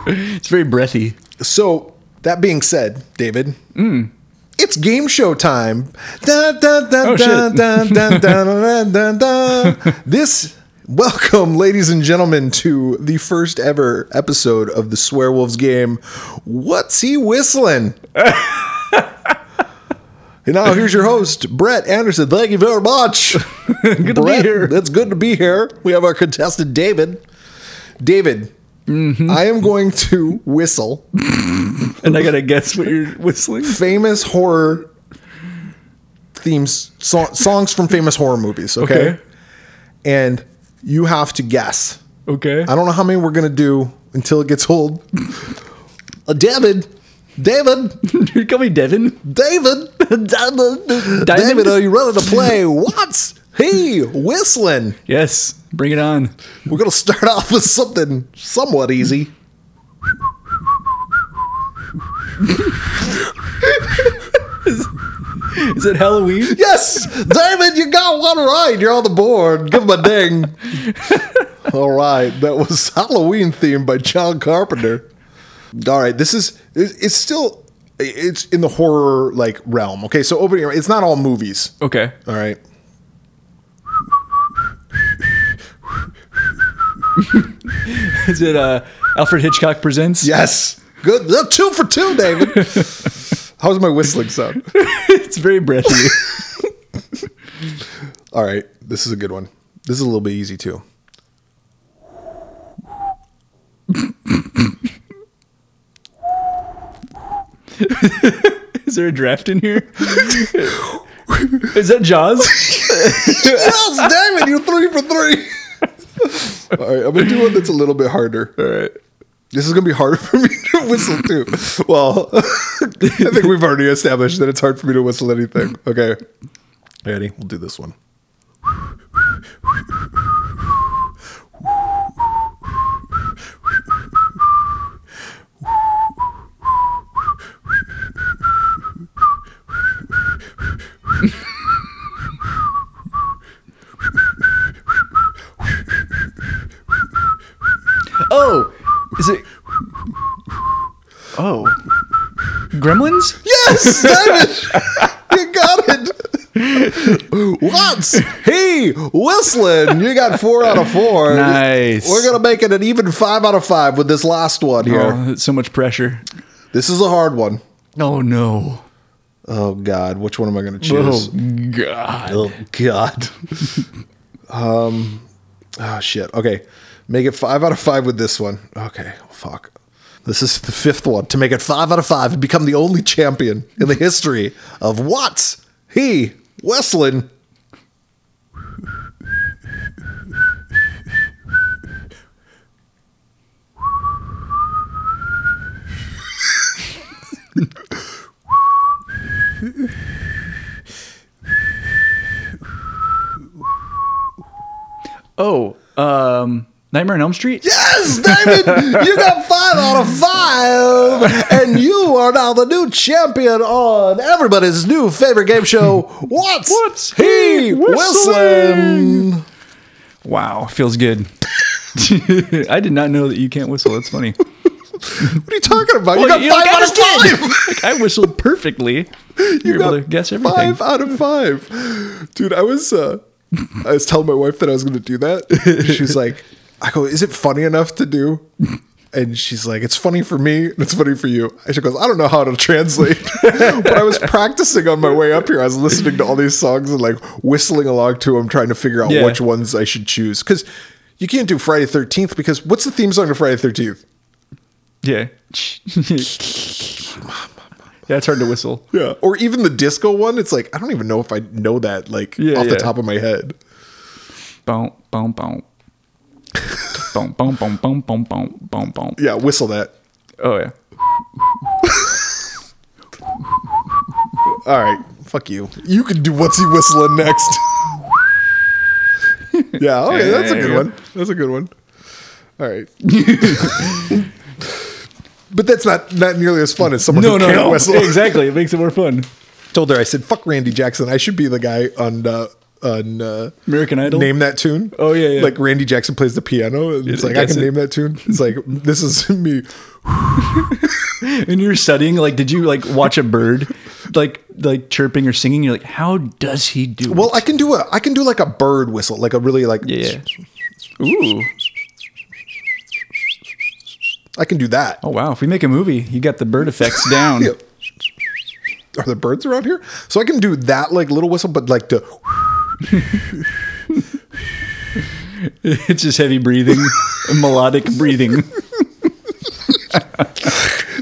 Speaker 1: It's very breathy.
Speaker 2: So that being said, David,
Speaker 1: Hmm.
Speaker 2: it's game show time. Da, da, da,
Speaker 1: Oh,
Speaker 2: da,
Speaker 1: shit.
Speaker 2: da, da, da, da, da, da, da. This welcome, ladies and gentlemen, to the first ever episode of the Swearwolves game. What's he whistling? And now here's your host, Brett Anderson. Thank you very much.
Speaker 1: Good to be here.
Speaker 2: It's good to be here. We have our contestant, David. David,
Speaker 1: Mm-hmm.
Speaker 2: I am going to whistle
Speaker 1: And I gotta guess what you're whistling.
Speaker 2: famous horror themes so- songs from famous horror movies okay?
Speaker 1: Okay.
Speaker 2: and you have to guess
Speaker 1: Okay.
Speaker 2: i don't know how many we're gonna do until it gets old uh, david david
Speaker 1: you call me Devin.
Speaker 2: david
Speaker 1: Diamond.
Speaker 2: David, are you ready to play? What's he whistling?
Speaker 1: Yes, bring it on.
Speaker 2: We're gonna start off with something somewhat easy.
Speaker 1: Is it Halloween?
Speaker 2: Yes, David, you got one right. You're on the board. Give him a ding. All right, that was Halloween themed by John Carpenter. All right, this is it- it's still it's in the horror like realm. Okay, so opening it's not all movies.
Speaker 1: Okay.
Speaker 2: All right.
Speaker 1: Is it uh, Alfred Hitchcock Presents?
Speaker 2: Yes. Good. Uh, Two for two, David. How's my whistling sound?
Speaker 1: it's very breathy.
Speaker 2: All right, this is a good one. This is a little bit easy too.
Speaker 1: Is there a draft in here? Is that Jaws?
Speaker 2: yes, David, you're three for three. All right, I'm gonna do one that's a little bit harder.
Speaker 1: All right.
Speaker 2: This is gonna be harder for me to whistle too. Well, I think we've already established that it's hard for me to whistle anything. Okay, Eddie, we'll do this one.
Speaker 1: Oh, is it? Oh, Gremlins.
Speaker 2: Yes, David, you got it. What's he whistling? You got four out of four.
Speaker 1: Nice.
Speaker 2: We're gonna make it an even five out of five with this last one here.
Speaker 1: Oh, that's so much pressure.
Speaker 2: This is a hard one.
Speaker 1: Oh no.
Speaker 2: Oh God, which one am I going to
Speaker 1: Oh,
Speaker 2: choose?
Speaker 1: God.
Speaker 2: Oh, God. um. Oh shit. Okay, make it five out of five with this one. Okay. Fuck. This is the fifth one to make it five out of five and become the only champion in the history of Watts he Wesleyan.
Speaker 1: Oh, um, Nightmare on Elm Street.
Speaker 2: Yes, David, you got five out of five, and you are now the new champion on everybody's new favorite game show. What's,
Speaker 1: What's
Speaker 2: he
Speaker 1: he whistling?
Speaker 2: whistling?
Speaker 1: Wow, feels good. I did not know that you can't whistle. That's funny.
Speaker 2: What are you talking about? You
Speaker 1: Well,
Speaker 2: got
Speaker 1: you don't
Speaker 2: five out of
Speaker 1: understand.
Speaker 2: five.
Speaker 1: Like, I whistled perfectly. You're
Speaker 2: got
Speaker 1: able to guess everything.
Speaker 2: Five out of five, dude. I was uh, I was telling my wife that I was going to do that. She's like, I go, is it funny enough to do? And she's like, it's funny for me, and it's funny for you. And she goes, I don't know how to translate, but I was practicing on my way up here. I was listening to all these songs and like whistling along to them, trying to figure out
Speaker 1: Yeah.
Speaker 2: which ones I should choose because you can't do Friday Thirteenth because what's the theme song to Friday Thirteenth?
Speaker 1: Yeah. yeah, it's hard to whistle.
Speaker 2: Yeah. Or even the disco one. It's like, I don't even know if I know that, like,
Speaker 1: Yeah,
Speaker 2: off
Speaker 1: yeah.
Speaker 2: the top of my head.
Speaker 1: Boom, boom, boom. boom, boom, boom, boom, boom, boom, boom, boom.
Speaker 2: Yeah, whistle that.
Speaker 1: Oh, yeah.
Speaker 2: All right. Fuck you. You can do what's he whistling next. yeah. Okay.
Speaker 1: Yeah,
Speaker 2: that's a
Speaker 1: there
Speaker 2: good
Speaker 1: you go.
Speaker 2: one. That's a good one. All right. but that's not, not nearly as fun as someone
Speaker 1: No,
Speaker 2: who
Speaker 1: no,
Speaker 2: can't
Speaker 1: no.
Speaker 2: whistle.
Speaker 1: Exactly. It makes it more fun.
Speaker 2: told her, I said, fuck Randy Jackson. I should be the guy on, uh, on, uh,
Speaker 1: American Idol.
Speaker 2: Name that tune.
Speaker 1: Oh, yeah, yeah.
Speaker 2: Like Randy Jackson plays the piano. And it's
Speaker 1: Yeah,
Speaker 2: like I
Speaker 1: that's
Speaker 2: can
Speaker 1: it.
Speaker 2: name that tune. It's like this is me
Speaker 1: And you're studying, like, did you, like, watch a bird, like, like chirping or singing? You're like, how does he do
Speaker 2: Well, I can do a I can do like a bird whistle, like a really like
Speaker 1: it? Yeah. Ooh.
Speaker 2: I can do that.
Speaker 1: Oh, wow. If we make a movie, you got the bird effects down.
Speaker 2: Yeah. Are there birds around here? So I can do that like little whistle, but like to
Speaker 1: It's just heavy breathing, melodic breathing.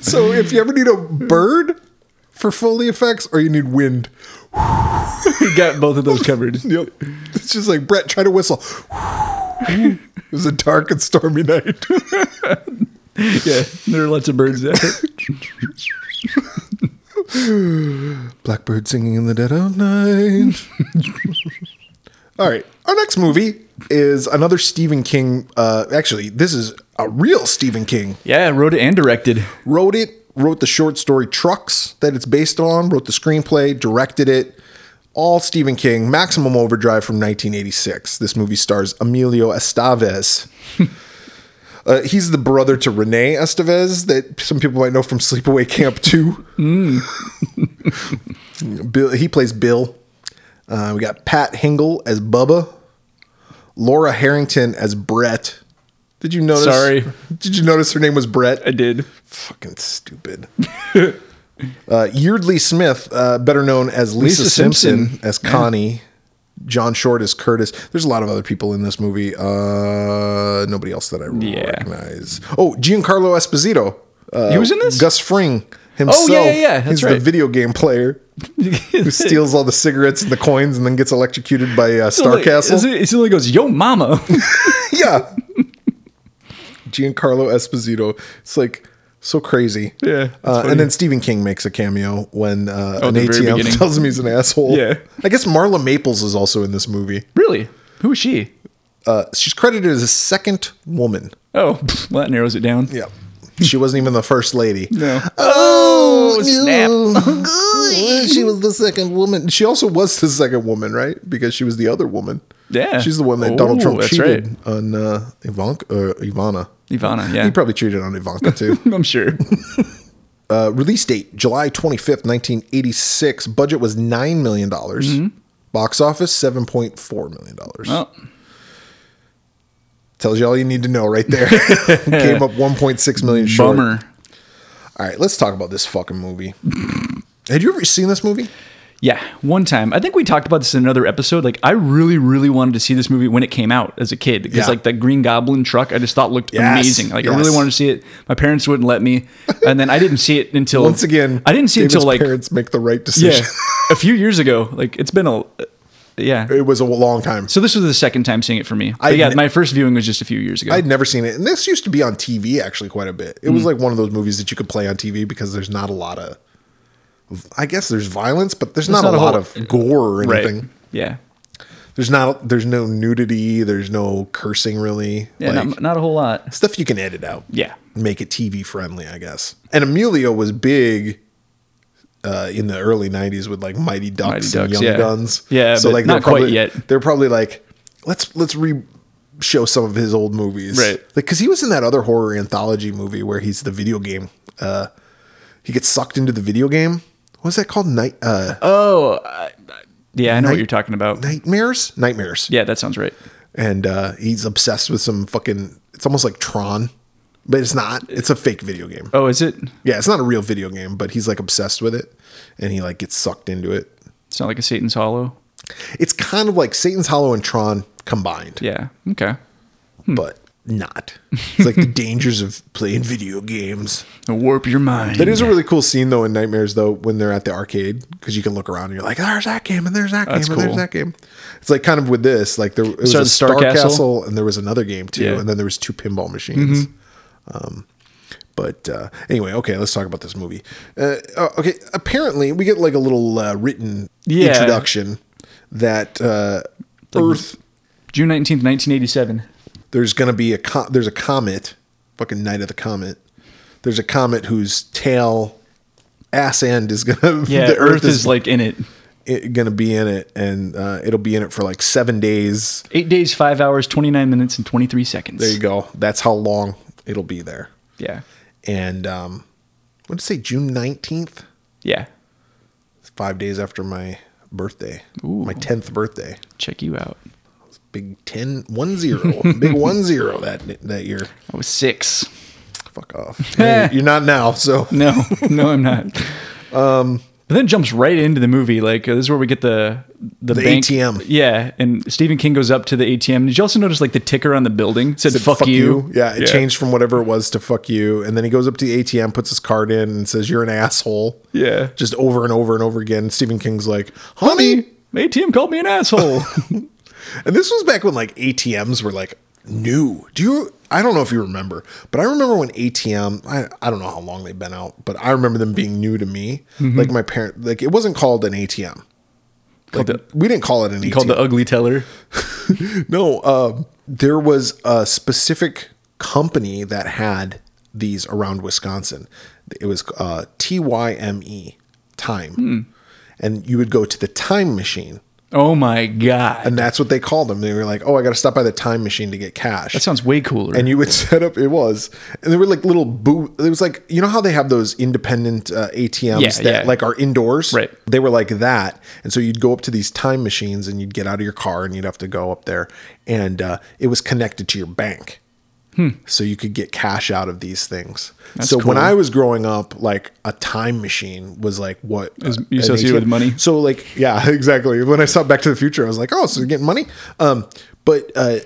Speaker 2: so if you ever need a bird for Foley effects or you need wind.
Speaker 1: You got both of those covered.
Speaker 2: Yep. It's just like Brett, try to whistle. It was a dark and stormy night.
Speaker 1: Yeah, there are lots of birds there.
Speaker 2: Blackbird singing in the dead of night. All right. Our next movie is another Stephen King. Uh, actually, this is a real Stephen King.
Speaker 1: Yeah, wrote it and directed.
Speaker 2: Wrote it, wrote the short story Trucks that it's based on, wrote the screenplay, directed it. All Stephen King, Maximum Overdrive from 1986. This movie stars Emilio Estevez. Uh, he's the brother to Renee Estevez that some people might know from Sleepaway Camp 2. Bill, he plays Bill. Uh, we got Pat Hingle as Bubba, Laura Harrington as Brett. Did you notice?
Speaker 1: Sorry.
Speaker 2: Did you notice her name was Brett?
Speaker 1: I did.
Speaker 2: Fucking stupid. uh, Yeardley Smith, uh, better known as Lisa,
Speaker 1: Lisa
Speaker 2: Simpson,
Speaker 1: Simpson.
Speaker 2: as Connie. John Short as Curtis. There's a lot of other people in this movie. Uh, nobody else that I
Speaker 1: Yeah.
Speaker 2: recognize. Oh, Giancarlo Esposito. Uh,
Speaker 1: He was in this? Oh,
Speaker 2: Gus Fring himself.
Speaker 1: yeah, yeah, that's
Speaker 2: He's the
Speaker 1: right.
Speaker 2: video game player who steals all the cigarettes and the coins and then gets electrocuted by uh, Star Castle.
Speaker 1: He suddenly goes, "Yo, mama."
Speaker 2: yeah. Giancarlo Esposito. It's like so crazy.
Speaker 1: Yeah, that's
Speaker 2: Uh,
Speaker 1: funny. Oh,
Speaker 2: and then Stephen King makes a cameo when uh, an
Speaker 1: the very
Speaker 2: ATM
Speaker 1: beginning.
Speaker 2: tells him he's an asshole.
Speaker 1: Yeah.
Speaker 2: I guess Marla Maples is also in this movie.
Speaker 1: really? Who is she?
Speaker 2: Uh, she's credited as a second woman.
Speaker 1: Oh, pff, well, that narrows it down.
Speaker 2: Yeah. She wasn't even the first lady.
Speaker 1: No.
Speaker 2: Oh,
Speaker 1: snap.
Speaker 2: snap. she was the second woman. She also was the second woman, right? Because she was the other woman.
Speaker 1: Yeah.
Speaker 2: She's the one that Donald
Speaker 1: Oh,
Speaker 2: Trump
Speaker 1: that's
Speaker 2: cheated on uh, Ivanka, uh, Ivana.
Speaker 1: Ivana.
Speaker 2: He
Speaker 1: Yeah,
Speaker 2: probably cheated on Ivanka too.
Speaker 1: I'm sure.
Speaker 2: Uh, release date July 25th, 1986. Budget was $9 million.
Speaker 1: Mm-hmm.
Speaker 2: Box office $7.4 million.
Speaker 1: Well,
Speaker 2: Tells you all you need to know right there. Came up 1.6 million short.
Speaker 1: bummer.
Speaker 2: All right, let's talk about this fucking movie. Had you ever seen this movie?
Speaker 1: Yeah, one time. I think we talked about this in another episode. Like, I really, really wanted to see this movie when it came out as a kid because,
Speaker 2: Yeah.
Speaker 1: like, that Green Goblin truck I just thought looked
Speaker 2: Yes,
Speaker 1: amazing. Like, I
Speaker 2: yes.
Speaker 1: really wanted to see it. My parents wouldn't let me, and then I didn't see it until
Speaker 2: Once again,
Speaker 1: I didn't see
Speaker 2: David's
Speaker 1: it until like
Speaker 2: parents make the right
Speaker 1: yeah,
Speaker 2: decision.
Speaker 1: a few years ago. Like, it's been a yeah.
Speaker 2: it was a long time.
Speaker 1: So this was the second time seeing it for me. But
Speaker 2: I'd
Speaker 1: yeah,
Speaker 2: ne-
Speaker 1: my first viewing was just a few years ago.
Speaker 2: I'd never seen it, and this used to be on TV actually quite a bit.
Speaker 1: Mm.
Speaker 2: It was like one of those movies that you could play on TV because there's not a lot of. I guess there's violence, but there's not,
Speaker 1: not
Speaker 2: a
Speaker 1: a
Speaker 2: lot
Speaker 1: whole-
Speaker 2: of gore or
Speaker 1: right?
Speaker 2: anything.
Speaker 1: Yeah,
Speaker 2: There's not there's no nudity, there's no cursing really.
Speaker 1: yeah,
Speaker 2: like,
Speaker 1: not, not a whole lot.
Speaker 2: stuff you can edit out.
Speaker 1: Yeah,
Speaker 2: Make it TV friendly, I guess. And Emilio was big uh, in the early '90s with like Mighty Ducks,
Speaker 1: Mighty
Speaker 2: and
Speaker 1: Ducks,
Speaker 2: Young
Speaker 1: yeah.
Speaker 2: Guns.
Speaker 1: Yeah, but
Speaker 2: they're
Speaker 1: not quite
Speaker 2: probably-
Speaker 1: yet.
Speaker 2: They're probably like, let's let's re show some of his old movies,
Speaker 1: Right.
Speaker 2: Like because he was in that other horror anthology movie where he's the video game. Uh, he gets sucked into the video game. What's that called? Night uh,
Speaker 1: Oh. yeah, I know what you're talking about.
Speaker 2: nightmares. Nightmares.
Speaker 1: Yeah, that sounds right.
Speaker 2: and uh, he's obsessed with some fucking. It's almost like Tron, but it's not. It's a fake video game.
Speaker 1: Oh, is it?
Speaker 2: Yeah, it's not a real video game, but he's like obsessed with it, and he like gets sucked into it.
Speaker 1: It's not like a Satan's Hollow.
Speaker 2: It's kind of like Satan's Hollow and Tron combined,
Speaker 1: Yeah. Okay.
Speaker 2: but not. It's like the dangers of playing video games.
Speaker 1: warp your mind.
Speaker 2: That is a really cool scene though in Nightmares though when they're at the arcade because you can look around and you're like, "Oh, there's that game and there's that
Speaker 1: That's
Speaker 2: game and
Speaker 1: cool.
Speaker 2: there's that game. It's like kind of with this like there it was
Speaker 1: So
Speaker 2: a
Speaker 1: the
Speaker 2: Star,
Speaker 1: Star
Speaker 2: Castle.
Speaker 1: Castle?
Speaker 2: and there was another game too
Speaker 1: Yeah. Mm-hmm.
Speaker 2: and then there was two pinball machines. Um, but uh, anyway, okay, let's talk about this movie. Uh, oh, okay, apparently we get like a little uh, written
Speaker 1: Yeah.
Speaker 2: introduction that uh, Earth
Speaker 1: June nineteenth, nineteen eighty-seven.
Speaker 2: there's going to be a co- there's a comet, fucking night of the comet. There's a comet whose tail ass end is going to
Speaker 1: Yeah, Earth, is, like in it.
Speaker 2: going to be in it, and uh, it'll be in it for like seven days.
Speaker 1: Eight days, five hours, twenty-nine minutes, and twenty-three seconds.
Speaker 2: There you go. That's how long it'll be there.
Speaker 1: Yeah,
Speaker 2: And um, what did it say? June nineteenth.
Speaker 1: yeah.
Speaker 2: Five days after my birthday, my tenth birthday.
Speaker 1: Check you out.
Speaker 2: Big ten one zero, big one zero that that year.
Speaker 1: I was six.
Speaker 2: Fuck off. You're- you're not now, so
Speaker 1: No, no, I'm not. Um, but then jumps right into the movie. Like uh, this is where we get the the,
Speaker 2: The
Speaker 1: bank.
Speaker 2: ATM.
Speaker 1: Yeah, and Stephen King goes up to the ATM. Did you also notice like the ticker on the building said,
Speaker 2: said,
Speaker 1: "fuck, you.
Speaker 2: Yeah, it changed from whatever it was to fuck you. And then he goes up to the ATM, puts his card in, and says, You're an asshole.
Speaker 1: Yeah.
Speaker 2: Just over and over and over again. Stephen King's like, Honey.
Speaker 1: Honey, ATM called me an asshole.
Speaker 2: And this was back when like ATMs were like new. Do you? I don't know if you remember, but I remember when ATM. I, I don't know how long they've been out, but I remember them being new to me.
Speaker 1: Mm-hmm.
Speaker 2: Like my parent, like it wasn't called an ATM. Like,
Speaker 1: Called the-
Speaker 2: we didn't call it an ATM.
Speaker 1: Called the ugly teller.
Speaker 2: No, uh, there was a specific company that had these around Wisconsin. It was uh, T Y M E, Time, and you would go to the time machine,
Speaker 1: Oh my god,
Speaker 2: and that's what they called them. They were like, "Oh, I got to stop by the time machine to get cash."
Speaker 1: that sounds way cooler.
Speaker 2: and you would set up. It was, and there were like little booth. It was like you know how they have those independent uh, ATMs
Speaker 1: Yeah,
Speaker 2: that
Speaker 1: yeah.
Speaker 2: like are indoors.
Speaker 1: Right.
Speaker 2: They were like that, and so you'd go up to these time machines, and you'd get out of your car, and you'd have to go up there, and uh, it was connected to your bank. So you could get cash out of these things. so
Speaker 1: cool.
Speaker 2: when I was growing up, like a time machine was like what
Speaker 1: was
Speaker 2: uh,
Speaker 1: you
Speaker 2: an
Speaker 1: associated with
Speaker 2: ATM.
Speaker 1: money?
Speaker 2: So like, yeah, exactly. When I saw Back to the Future, I was like, oh, so you're getting money. Um, but uh,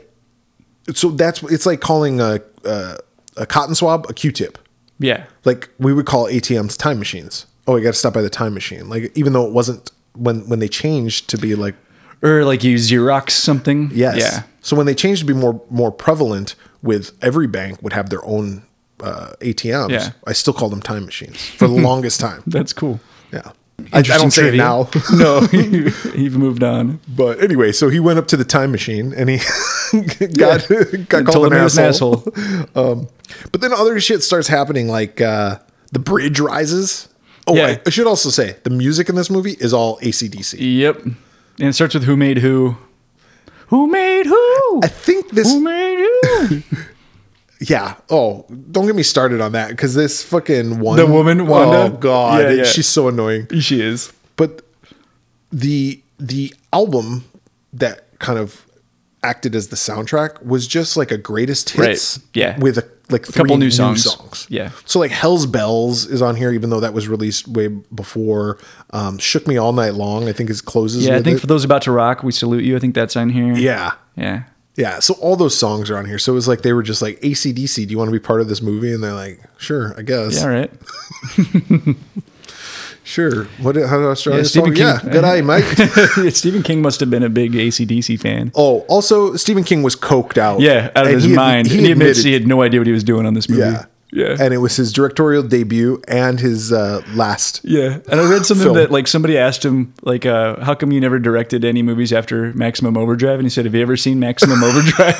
Speaker 2: so that's it's like calling a, a a cotton swab a Q-tip.
Speaker 1: yeah,
Speaker 2: Like we would call ATMs time machines. Oh, you got to stop by the time machine. Like even though it wasn't when when they changed to be like
Speaker 1: or like you Xerox something.
Speaker 2: yes.
Speaker 1: Yeah.
Speaker 2: So when they changed to be more more prevalent, with every bank would have their own uh, ATMs.
Speaker 1: Yeah.
Speaker 2: I still call them time machines for the longest time.
Speaker 1: That's cool.
Speaker 2: Yeah. I, I don't say it now.
Speaker 1: no, you've moved on.
Speaker 2: But anyway, so he went up to the time machine and he got got
Speaker 1: And
Speaker 2: called
Speaker 1: told
Speaker 2: an
Speaker 1: him he was an
Speaker 2: asshole. um, but then other shit starts happening, like uh, the bridge rises. Oh,
Speaker 1: Yeah.
Speaker 2: I, I should also say the music in this movie is all ACDC.
Speaker 1: Yep. And it starts with who made who. Who made who?
Speaker 2: I think this,
Speaker 1: who made who?
Speaker 2: yeah. Oh, don't get me started on that because this fucking one,
Speaker 1: The woman, Wanda?
Speaker 2: Oh god,
Speaker 1: Yeah, yeah.
Speaker 2: she's so annoying.
Speaker 1: she is.
Speaker 2: but the the album that kind of acted as the soundtrack was just like a greatest hits
Speaker 1: Right. Yeah.
Speaker 2: with a like three
Speaker 1: couple new songs. Yeah.
Speaker 2: so like hell's bells is on here even though that was released way before um shook me all night long i think is closes
Speaker 1: Yeah, I
Speaker 2: with
Speaker 1: think
Speaker 2: it.
Speaker 1: for those about to rock, we salute you. I think that's on here.
Speaker 2: yeah
Speaker 1: Yeah.
Speaker 2: yeah so all those songs are on here so it was like they were just like acdc do you want to be part of this movie and they're like sure i guess
Speaker 1: Yeah, all right.
Speaker 2: sure what how did australia
Speaker 1: Yeah,
Speaker 2: song?
Speaker 1: Stephen
Speaker 2: yeah
Speaker 1: King.
Speaker 2: good eye mike
Speaker 1: Stephen King must have been a big ACDC fan.
Speaker 2: Oh, also Stephen King was coked out.
Speaker 1: Yeah, out of
Speaker 2: And
Speaker 1: his
Speaker 2: he-
Speaker 1: mind.
Speaker 2: He,
Speaker 1: and he admits
Speaker 2: admitted,
Speaker 1: he had no idea what he was doing on this movie.
Speaker 2: yeah,
Speaker 1: Yeah.
Speaker 2: And it was his directorial debut and his uh, last.
Speaker 1: yeah. And I read something
Speaker 2: Film.
Speaker 1: that like somebody asked him, like, uh, how come you never directed any movies after Maximum Overdrive? And he said, Have you ever seen Maximum Overdrive?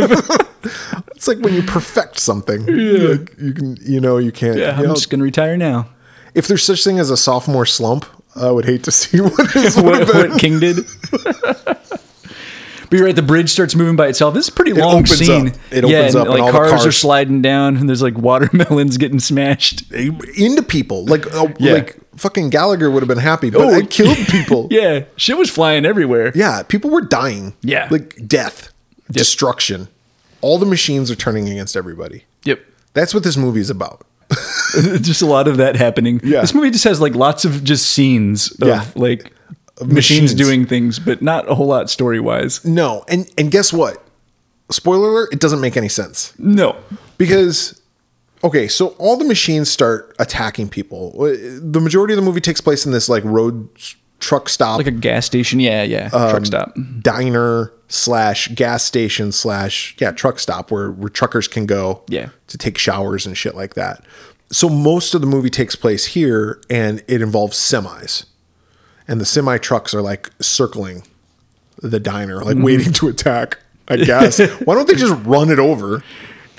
Speaker 2: It's like when you perfect something. Like, you can, you know, you can't.
Speaker 1: yeah,
Speaker 2: you
Speaker 1: I'm
Speaker 2: know,
Speaker 1: just gonna retire now.
Speaker 2: if there's such thing as a sophomore slump, I would hate to see what his would
Speaker 1: what,
Speaker 2: have been.
Speaker 1: what King did. but you're right. The bridge starts moving by itself. This is a pretty long
Speaker 2: opens
Speaker 1: scene.
Speaker 2: up. It opens up and
Speaker 1: like
Speaker 2: all the
Speaker 1: cars, are
Speaker 2: cars-
Speaker 1: sliding down, and there's like watermelons getting smashed.
Speaker 2: Into people, like uh,
Speaker 1: Yeah.
Speaker 2: like fucking Gallagher would have been happy, but
Speaker 1: Oh.
Speaker 2: I killed people.
Speaker 1: Yeah, shit was flying everywhere.
Speaker 2: Yeah, people were dying.
Speaker 1: Yeah.
Speaker 2: like death, destruction. All the machines are turning against everybody.
Speaker 1: Yep.
Speaker 2: That's what this movie is about.
Speaker 1: just a lot of that happening.
Speaker 2: Yeah.
Speaker 1: This movie just has like lots of just scenes of
Speaker 2: Yeah.
Speaker 1: like
Speaker 2: machines.
Speaker 1: machines doing things, but not a whole lot story wise.
Speaker 2: No, and and guess what? Spoiler alert, it doesn't make any sense.
Speaker 1: No.
Speaker 2: Because okay, so all the machines start attacking people. Uh, The majority of the movie takes place in this like road s- truck stop
Speaker 1: Like a gas station. Yeah, yeah.
Speaker 2: Um,
Speaker 1: Truck stop.
Speaker 2: diner slash gas station slash yeah truck stop where where truckers can go
Speaker 1: Yeah.
Speaker 2: to take showers and shit like that. So most of the movie takes place here, and it involves semis, and the semi trucks are like circling the diner, like
Speaker 1: Mm-hmm.
Speaker 2: waiting to attack. I guess why don't they just run it over?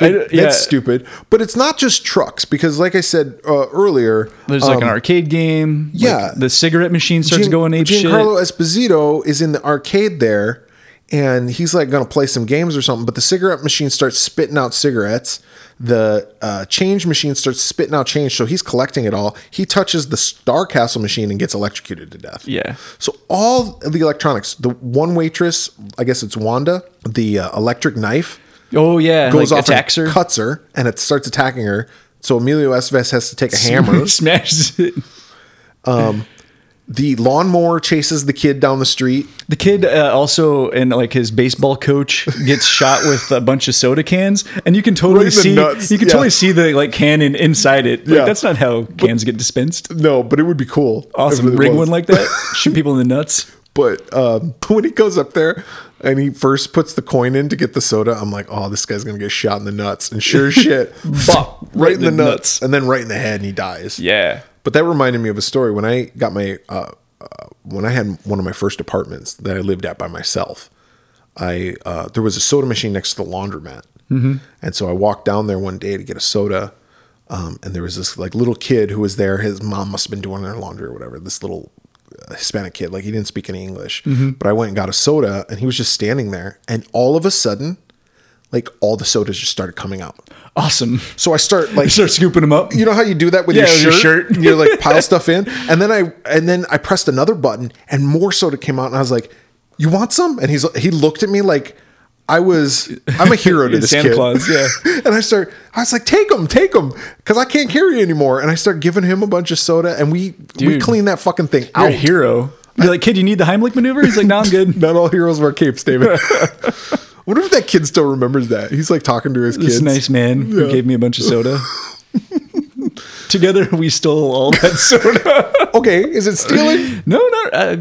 Speaker 1: I d- yeah.
Speaker 2: That's stupid. But it's not just trucks because, like I said uh, earlier, um,
Speaker 1: There's like an arcade game. Like,
Speaker 2: yeah.
Speaker 1: the cigarette machine starts
Speaker 2: Gian-
Speaker 1: going ape shit.
Speaker 2: Giancarlo Esposito is in the arcade there, and he's like going to play some games or something. But the cigarette machine starts spitting out cigarettes. The uh, change machine starts spitting out change, so he's collecting it all. He touches the Star Castle machine and gets electrocuted to death.
Speaker 1: Yeah.
Speaker 2: So all of the electronics, the one waitress, I guess it's Wanda, the uh, electric knife
Speaker 1: Oh yeah.
Speaker 2: goes
Speaker 1: like
Speaker 2: off,
Speaker 1: attacks
Speaker 2: and
Speaker 1: her.
Speaker 2: cuts her, and it starts attacking her. So Emilio Estevez has to take a hammer.
Speaker 1: smashes it.
Speaker 2: the lawnmower chases the kid down the street.
Speaker 1: The kid uh, also, and like his baseball coach, gets shot with a bunch of soda cans, and you can totally
Speaker 2: Right in the
Speaker 1: see
Speaker 2: nuts,
Speaker 1: you can
Speaker 2: yeah.
Speaker 1: totally see the like cannon inside it. Like
Speaker 2: Yeah.
Speaker 1: that's not how cans get dispensed.
Speaker 2: No, but it would be cool.
Speaker 1: Awesome,
Speaker 2: If it
Speaker 1: rig
Speaker 2: was.
Speaker 1: one like that, shoot people in the nuts.
Speaker 2: But um, when he goes up there, and he first puts the coin in to get the soda. I'm like, oh, this guy's gonna get shot in the nuts, and sure as shit,
Speaker 1: Bop,
Speaker 2: right in the nuts, and then right in the head, and he dies.
Speaker 1: Yeah.
Speaker 2: But that reminded me of a story when I got my uh, uh, when I had one of my first apartments that I lived at by myself. I uh, there was a soda machine next to the laundromat, and so I walked down there one day to get a soda. Um, and there was this like little kid who was there. His mom must have been doing their laundry or whatever. This little uh, Hispanic kid, like he didn't speak any English, but I went and got a soda, and he was just standing there. And all of a sudden, like all the sodas just started coming out.
Speaker 1: Awesome.
Speaker 2: So I start like
Speaker 1: Start scooping them up.
Speaker 2: you know how you do that with
Speaker 1: Yeah,
Speaker 2: your,
Speaker 1: with
Speaker 2: shirt?
Speaker 1: your shirt.
Speaker 2: and you like pile stuff in, and then I and then I pressed another button, and more soda came out, and I was like, "You want some?" And he's he looked at me like I was I'm a hero to this
Speaker 1: Santa
Speaker 2: kid.
Speaker 1: Claus, yeah.
Speaker 2: and I start I was like, "Take them, take them," because I can't carry anymore. And I start giving him a bunch of soda, and we we
Speaker 1: Dude.
Speaker 2: clean that fucking thing
Speaker 1: You're
Speaker 2: out.
Speaker 1: a hero. You're like, kid, you need the Heimlich maneuver? He's like, no, I'm good.
Speaker 2: Not all heroes wear capes, David. Wonder if that kid still remembers that. He's like talking to his
Speaker 1: This
Speaker 2: kids.
Speaker 1: nice man who
Speaker 2: Yeah.
Speaker 1: gave me a bunch of soda. Together we stole all that soda.
Speaker 2: Okay, is it stealing?
Speaker 1: no, not. Uh,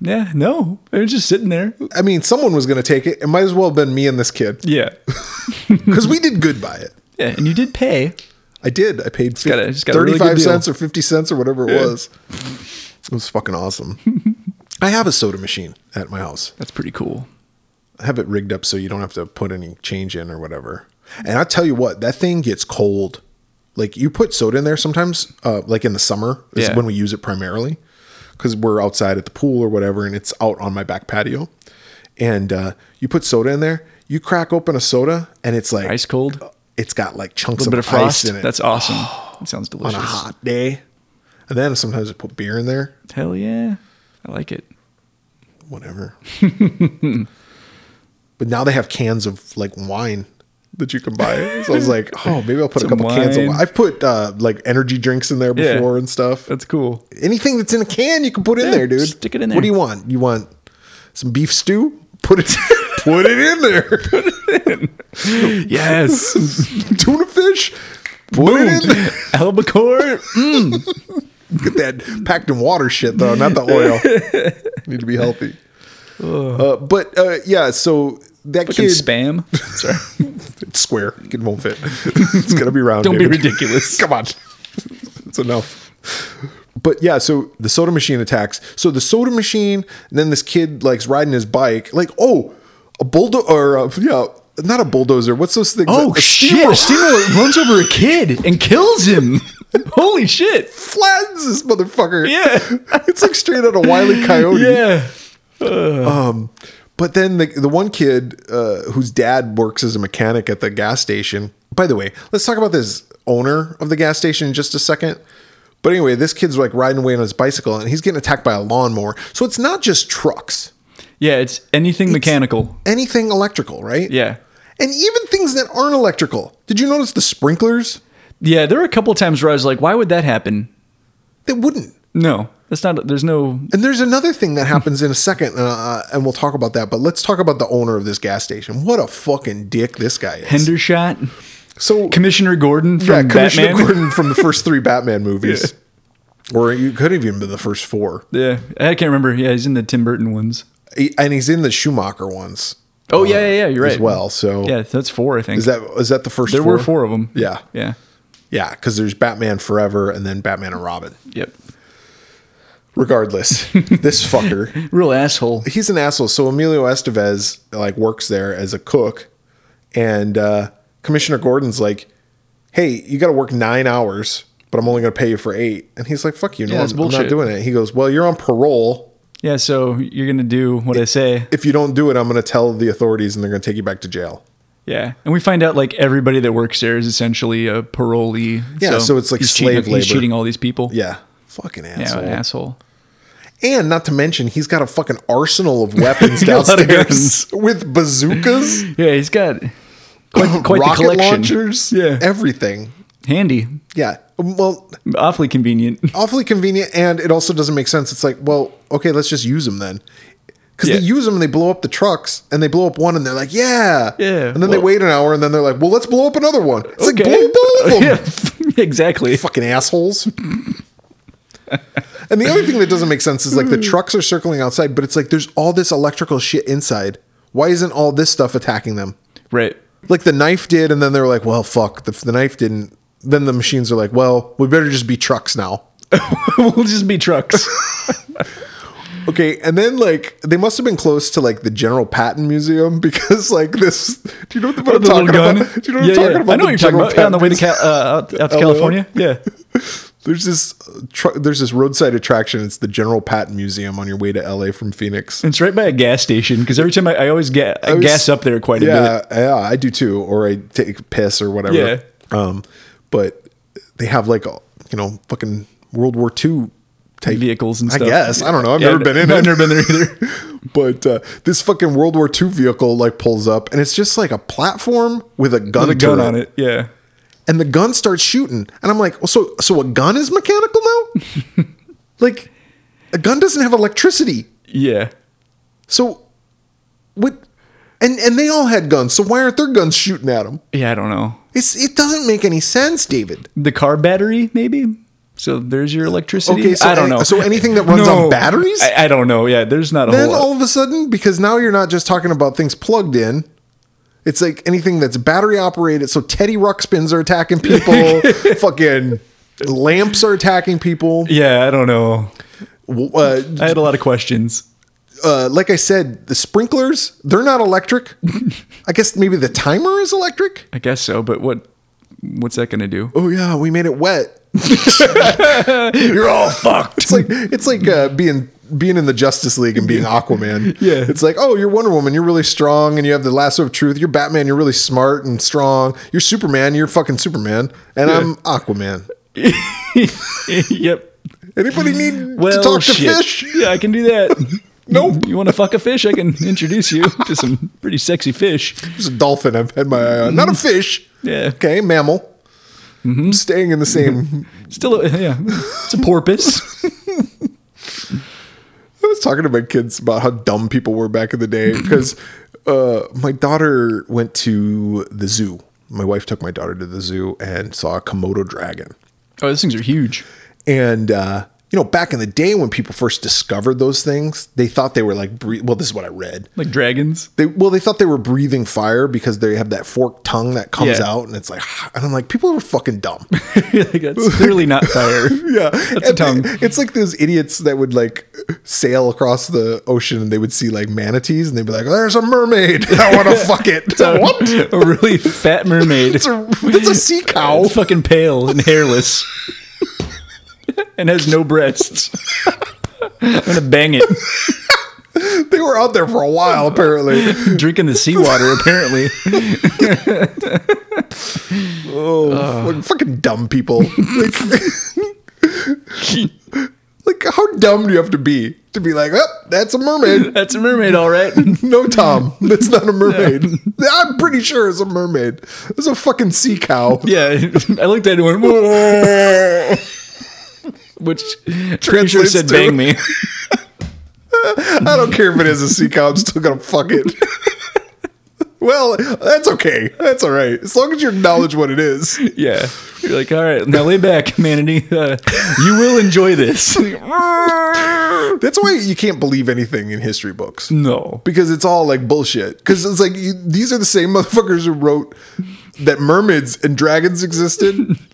Speaker 1: yeah, no. They were just sitting there.
Speaker 2: I mean, someone was going to take it. It might as well have been me and this kid.
Speaker 1: Yeah.
Speaker 2: because we did good by it.
Speaker 1: Yeah, and you did pay.
Speaker 2: I did. I paid
Speaker 1: got a-
Speaker 2: fif-
Speaker 1: just got a really
Speaker 2: thirty-five
Speaker 1: good deal.
Speaker 2: cents or fifty cents or whatever it was. It was fucking awesome. I have a soda machine at my house.
Speaker 1: That's pretty cool.
Speaker 2: I have it rigged up so you don't have to put any change in or whatever. And I tell you what, that thing gets cold. Like you put soda in there sometimes, uh, like in the summer is
Speaker 1: Yeah.
Speaker 2: when we use it primarily, because we're outside at the pool or whatever, and it's out on my back patio. And uh, you put soda in there, you crack open a soda, and it's like
Speaker 1: Ice cold. A
Speaker 2: It's got like chunks
Speaker 1: little
Speaker 2: of,
Speaker 1: bit of
Speaker 2: ice
Speaker 1: frost.
Speaker 2: in it.
Speaker 1: That's awesome. That sounds delicious.
Speaker 2: on a hot day. And then sometimes I put beer in there,
Speaker 1: Hell yeah. I like it.
Speaker 2: whatever. but now they have cans of like wine that you can buy. So I was like, oh, maybe I'll put
Speaker 1: Some
Speaker 2: a couple cans of
Speaker 1: wine.
Speaker 2: wine. I've put uh, like energy drinks in there
Speaker 1: Yeah.
Speaker 2: before and stuff.
Speaker 1: That's cool.
Speaker 2: Anything that's in a can, you can put in
Speaker 1: Yeah,
Speaker 2: there, dude.
Speaker 1: stick it in there.
Speaker 2: What do you want? You want some beef stew? Put it, put it in there.
Speaker 1: Yes.
Speaker 2: Tuna fish? Put it in there.
Speaker 1: Albacore.
Speaker 2: Get that packed in water shit though, not the oil. Need to be healthy. Uh, but uh, yeah, so that
Speaker 1: Fucking
Speaker 2: kid
Speaker 1: spam. Sorry.
Speaker 2: it's square. It won't fit. it's gonna be round.
Speaker 1: Don't be
Speaker 2: David.
Speaker 1: ridiculous.
Speaker 2: Come on, it's enough. But yeah, so the soda machine attacks. So the soda machine, and then this kid likes riding his bike. Like, oh, a bulldozer or uh, yeah, not a bulldozer. What's those things?
Speaker 1: Oh
Speaker 2: a
Speaker 1: shit!
Speaker 2: steamroller
Speaker 1: Steamroller runs over a kid and kills him. Holy shit!
Speaker 2: flattens this motherfucker.
Speaker 1: Yeah.
Speaker 2: it's like straight out of Wiley Coyote.
Speaker 1: Yeah.
Speaker 2: Um, but then the the one kid uh, whose dad works as a mechanic at the gas station. By the way, let's talk about this owner of the gas station in just a second. But anyway, this kid's like riding away on his bicycle, and he's getting attacked by a lawnmower. So it's not just trucks,
Speaker 1: Yeah, it's anything mechanical.
Speaker 2: anything electrical, right?
Speaker 1: Yeah.
Speaker 2: and even things that aren't electrical. Did you notice the sprinklers?
Speaker 1: Yeah, there were a couple times where I was like, why would that happen?
Speaker 2: They wouldn't.
Speaker 1: No. That's not there's no
Speaker 2: And there's another thing that happens in a second, uh, and we'll talk about that. But let's talk about the owner of this gas station. What a fucking dick this guy is.
Speaker 1: Hendershot.
Speaker 2: so
Speaker 1: Commissioner Gordon from
Speaker 2: yeah, Commissioner
Speaker 1: Batman.
Speaker 2: Gordon from the first three Batman movies, or you could have even been the first four.
Speaker 1: Yeah. I can't remember. Yeah, he's in the Tim Burton ones.
Speaker 2: He- and he's in the Schumacher ones
Speaker 1: Oh yeah, yeah, yeah. You're right.
Speaker 2: as well. So
Speaker 1: Yeah, that's four, I think.
Speaker 2: is that is that the first?
Speaker 1: there were four of them.
Speaker 2: Yeah,
Speaker 1: Yeah.
Speaker 2: yeah, because there's Batman Forever and then Batman and Robin.
Speaker 1: Yep.
Speaker 2: Regardless, this fucker.
Speaker 1: Real asshole.
Speaker 2: he's an asshole. So Emilio Estevez like works there as a cook, and uh, Commissioner Gordon's like, "Hey, you got to work nine hours, but I'm only going to pay you for eight. And he's like, "Fuck you, no,
Speaker 1: Yeah, that's
Speaker 2: I'm, I'm not
Speaker 1: bullshit.
Speaker 2: doing it." He goes, "Well, you're on parole.
Speaker 1: Yeah, so you're gonna do what I say.
Speaker 2: If you don't do it, I'm going to tell the authorities, and they're going to take you back to jail."
Speaker 1: Yeah, and we find out like everybody that works there is essentially a parolee.
Speaker 2: Yeah, so it's like
Speaker 1: he's
Speaker 2: slave
Speaker 1: cheating, He's
Speaker 2: labor.
Speaker 1: cheating all these people.
Speaker 2: Yeah, fucking
Speaker 1: yeah,
Speaker 2: asshole.
Speaker 1: an asshole.
Speaker 2: And not to mention, he's got a fucking arsenal of weapons
Speaker 1: He's got a lot of
Speaker 2: downstairs with bazookas,
Speaker 1: Yeah, he's got quite, quite the
Speaker 2: rocket
Speaker 1: collection.
Speaker 2: launchers,
Speaker 1: Yeah,
Speaker 2: everything.
Speaker 1: handy,
Speaker 2: Yeah. Well,
Speaker 1: awfully convenient.
Speaker 2: awfully convenient and it also doesn't make sense it's like well okay let's just use them then because
Speaker 1: Yeah.
Speaker 2: they use them and they blow up the trucks and they blow up one and they're like yeah
Speaker 1: Yeah,
Speaker 2: and then they
Speaker 1: well-
Speaker 2: wait an hour and then they're like well let's blow up another one it's like blow
Speaker 1: Okay.
Speaker 2: up all of them
Speaker 1: yeah, exactly.
Speaker 2: fucking assholes and the other thing that doesn't make sense is like the trucks are circling outside but it's like there's all this electrical shit inside Why isn't all this stuff attacking them?
Speaker 1: Right.
Speaker 2: Like the knife did, and then they're like, well, fuck, if the knife didn't, then the machines are like, well, we better just be trucks now.
Speaker 1: we'll just be trucks.
Speaker 2: Okay, and then like they must have been close to like the General Patton Museum because like this. Do you know what I'm
Speaker 1: The little
Speaker 2: talking
Speaker 1: gun.
Speaker 2: about? Do you know what
Speaker 1: yeah,
Speaker 2: I'm
Speaker 1: yeah.
Speaker 2: talking about?
Speaker 1: I know
Speaker 2: The
Speaker 1: what you're talking
Speaker 2: General
Speaker 1: about. Yeah, on the way to
Speaker 2: Patton
Speaker 1: Cal- uh, out, out to
Speaker 2: LOL.
Speaker 1: California. Yeah.
Speaker 2: There's this uh, tr- there's this roadside attraction. It's the General Patton Museum on your way to LA from Phoenix.
Speaker 1: It's right by a gas station because every time I, I always get I
Speaker 2: was-
Speaker 1: gas up there quite a bit.
Speaker 2: Yeah, yeah, I do too. Or I take a piss or whatever.
Speaker 1: Yeah.
Speaker 2: Um, but they have like a, you know fucking World War II type
Speaker 1: Vehicles and
Speaker 2: I
Speaker 1: stuff.
Speaker 2: guess I don't know. I've
Speaker 1: Yeah,
Speaker 2: never been in
Speaker 1: I've
Speaker 2: it.
Speaker 1: never been there either.
Speaker 2: But uh, this fucking World War II vehicle like pulls up, and it's just like a platform with a gun,
Speaker 1: Put a gun
Speaker 2: turret.
Speaker 1: on it. Yeah.
Speaker 2: and the gun starts shooting, and I'm like, well, so so a gun is mechanical now? like, a gun doesn't have electricity,
Speaker 1: Yeah.
Speaker 2: so what? And and they all had guns, so why aren't their guns shooting at them?
Speaker 1: Yeah, I don't know.
Speaker 2: It's it doesn't make any sense, David.
Speaker 1: The car battery, maybe? So there's your electricity.
Speaker 2: Okay, so
Speaker 1: I don't
Speaker 2: any-
Speaker 1: know.
Speaker 2: so anything that runs on batteries?
Speaker 1: I, I don't know. Yeah, there's not a
Speaker 2: Then
Speaker 1: whole lot.
Speaker 2: all of a sudden, because now you're not just talking about things plugged in. It's like anything that's battery operated. So Teddy Ruxpins are attacking people. fucking lamps are attacking people.
Speaker 1: yeah, I don't know.
Speaker 2: W- Uh,
Speaker 1: I had a lot of questions.
Speaker 2: uh, like I said, the sprinklers, they're not electric. I guess maybe the timer is electric.
Speaker 1: I guess so, but what what's that going to do?
Speaker 2: Oh yeah, we made it wet.
Speaker 1: You're all fucked.
Speaker 2: It's like it's like uh, being being in the Justice League and being Aquaman.
Speaker 1: Yeah.
Speaker 2: It's like, oh, you're Wonder Woman, you're really strong and you have the lasso of truth. You're Batman, you're really smart and strong. You're Superman, you're fucking Superman. And I'm Aquaman.
Speaker 1: yep.
Speaker 2: Anybody need
Speaker 1: Well,
Speaker 2: to talk to
Speaker 1: shit.
Speaker 2: fish?
Speaker 1: Yeah, I can do that. nope. You want to fuck a fish? I can introduce you to some pretty sexy fish.
Speaker 2: There's a dolphin I've had my eye on. Not a fish.
Speaker 1: Mm-hmm. Yeah. Mm-hmm.
Speaker 2: Okay, mammal. Staying in the same
Speaker 1: Still, a, yeah, it's a porpoise.
Speaker 2: I was talking to my kids about how dumb people were back in the day because uh, my daughter went to the zoo. My wife took my daughter to the zoo and saw a Komodo dragon.
Speaker 1: Oh, those things are huge.
Speaker 2: And, uh, you know, back in the day when people first discovered those things, they thought they were like, bre- well, this is what I read.
Speaker 1: Like dragons.
Speaker 2: They, well, they thought they were breathing fire because they have that forked tongue that comes
Speaker 1: Yeah.
Speaker 2: out and it's like, and I'm like, people are fucking dumb.
Speaker 1: like that's clearly not fire.
Speaker 2: Yeah,
Speaker 1: That's a
Speaker 2: And
Speaker 1: tongue.
Speaker 2: they- it's like those idiots that would like sail across the ocean and they would see like manatees and they'd be like, "There's a mermaid. I want to fuck it." what?
Speaker 1: A really fat mermaid.
Speaker 2: It's a, that's a sea cow.
Speaker 1: It's fucking pale and hairless, and has no breasts. I'm gonna bang it.
Speaker 2: They were out there for a while, apparently.
Speaker 1: Drinking the seawater, apparently.
Speaker 2: Oh,
Speaker 1: Uh.
Speaker 2: fuck- fucking dumb people! Like, like, how dumb do you have to be to be like, "Oh, that's a mermaid."
Speaker 1: That's a mermaid, all right.
Speaker 2: No, Tom, that's not a mermaid. I'm pretty sure it's a mermaid. It's a fucking sea cow.
Speaker 1: Yeah, I looked at it and went, "Whoa." which pretty sure
Speaker 2: Translates
Speaker 1: said
Speaker 2: to-
Speaker 1: bang me.
Speaker 2: I don't care if it is a sea cow. I'm still gonna fuck it. well, that's okay. That's all right. As long as you acknowledge what it is.
Speaker 1: Yeah, you're like, all right, now lay back, manatee. Uh, you will enjoy this.
Speaker 2: That's why you can't believe anything in history books
Speaker 1: no,
Speaker 2: because it's all like bullshit. Because it's like you, these are the same motherfuckers who wrote that mermaids and dragons existed.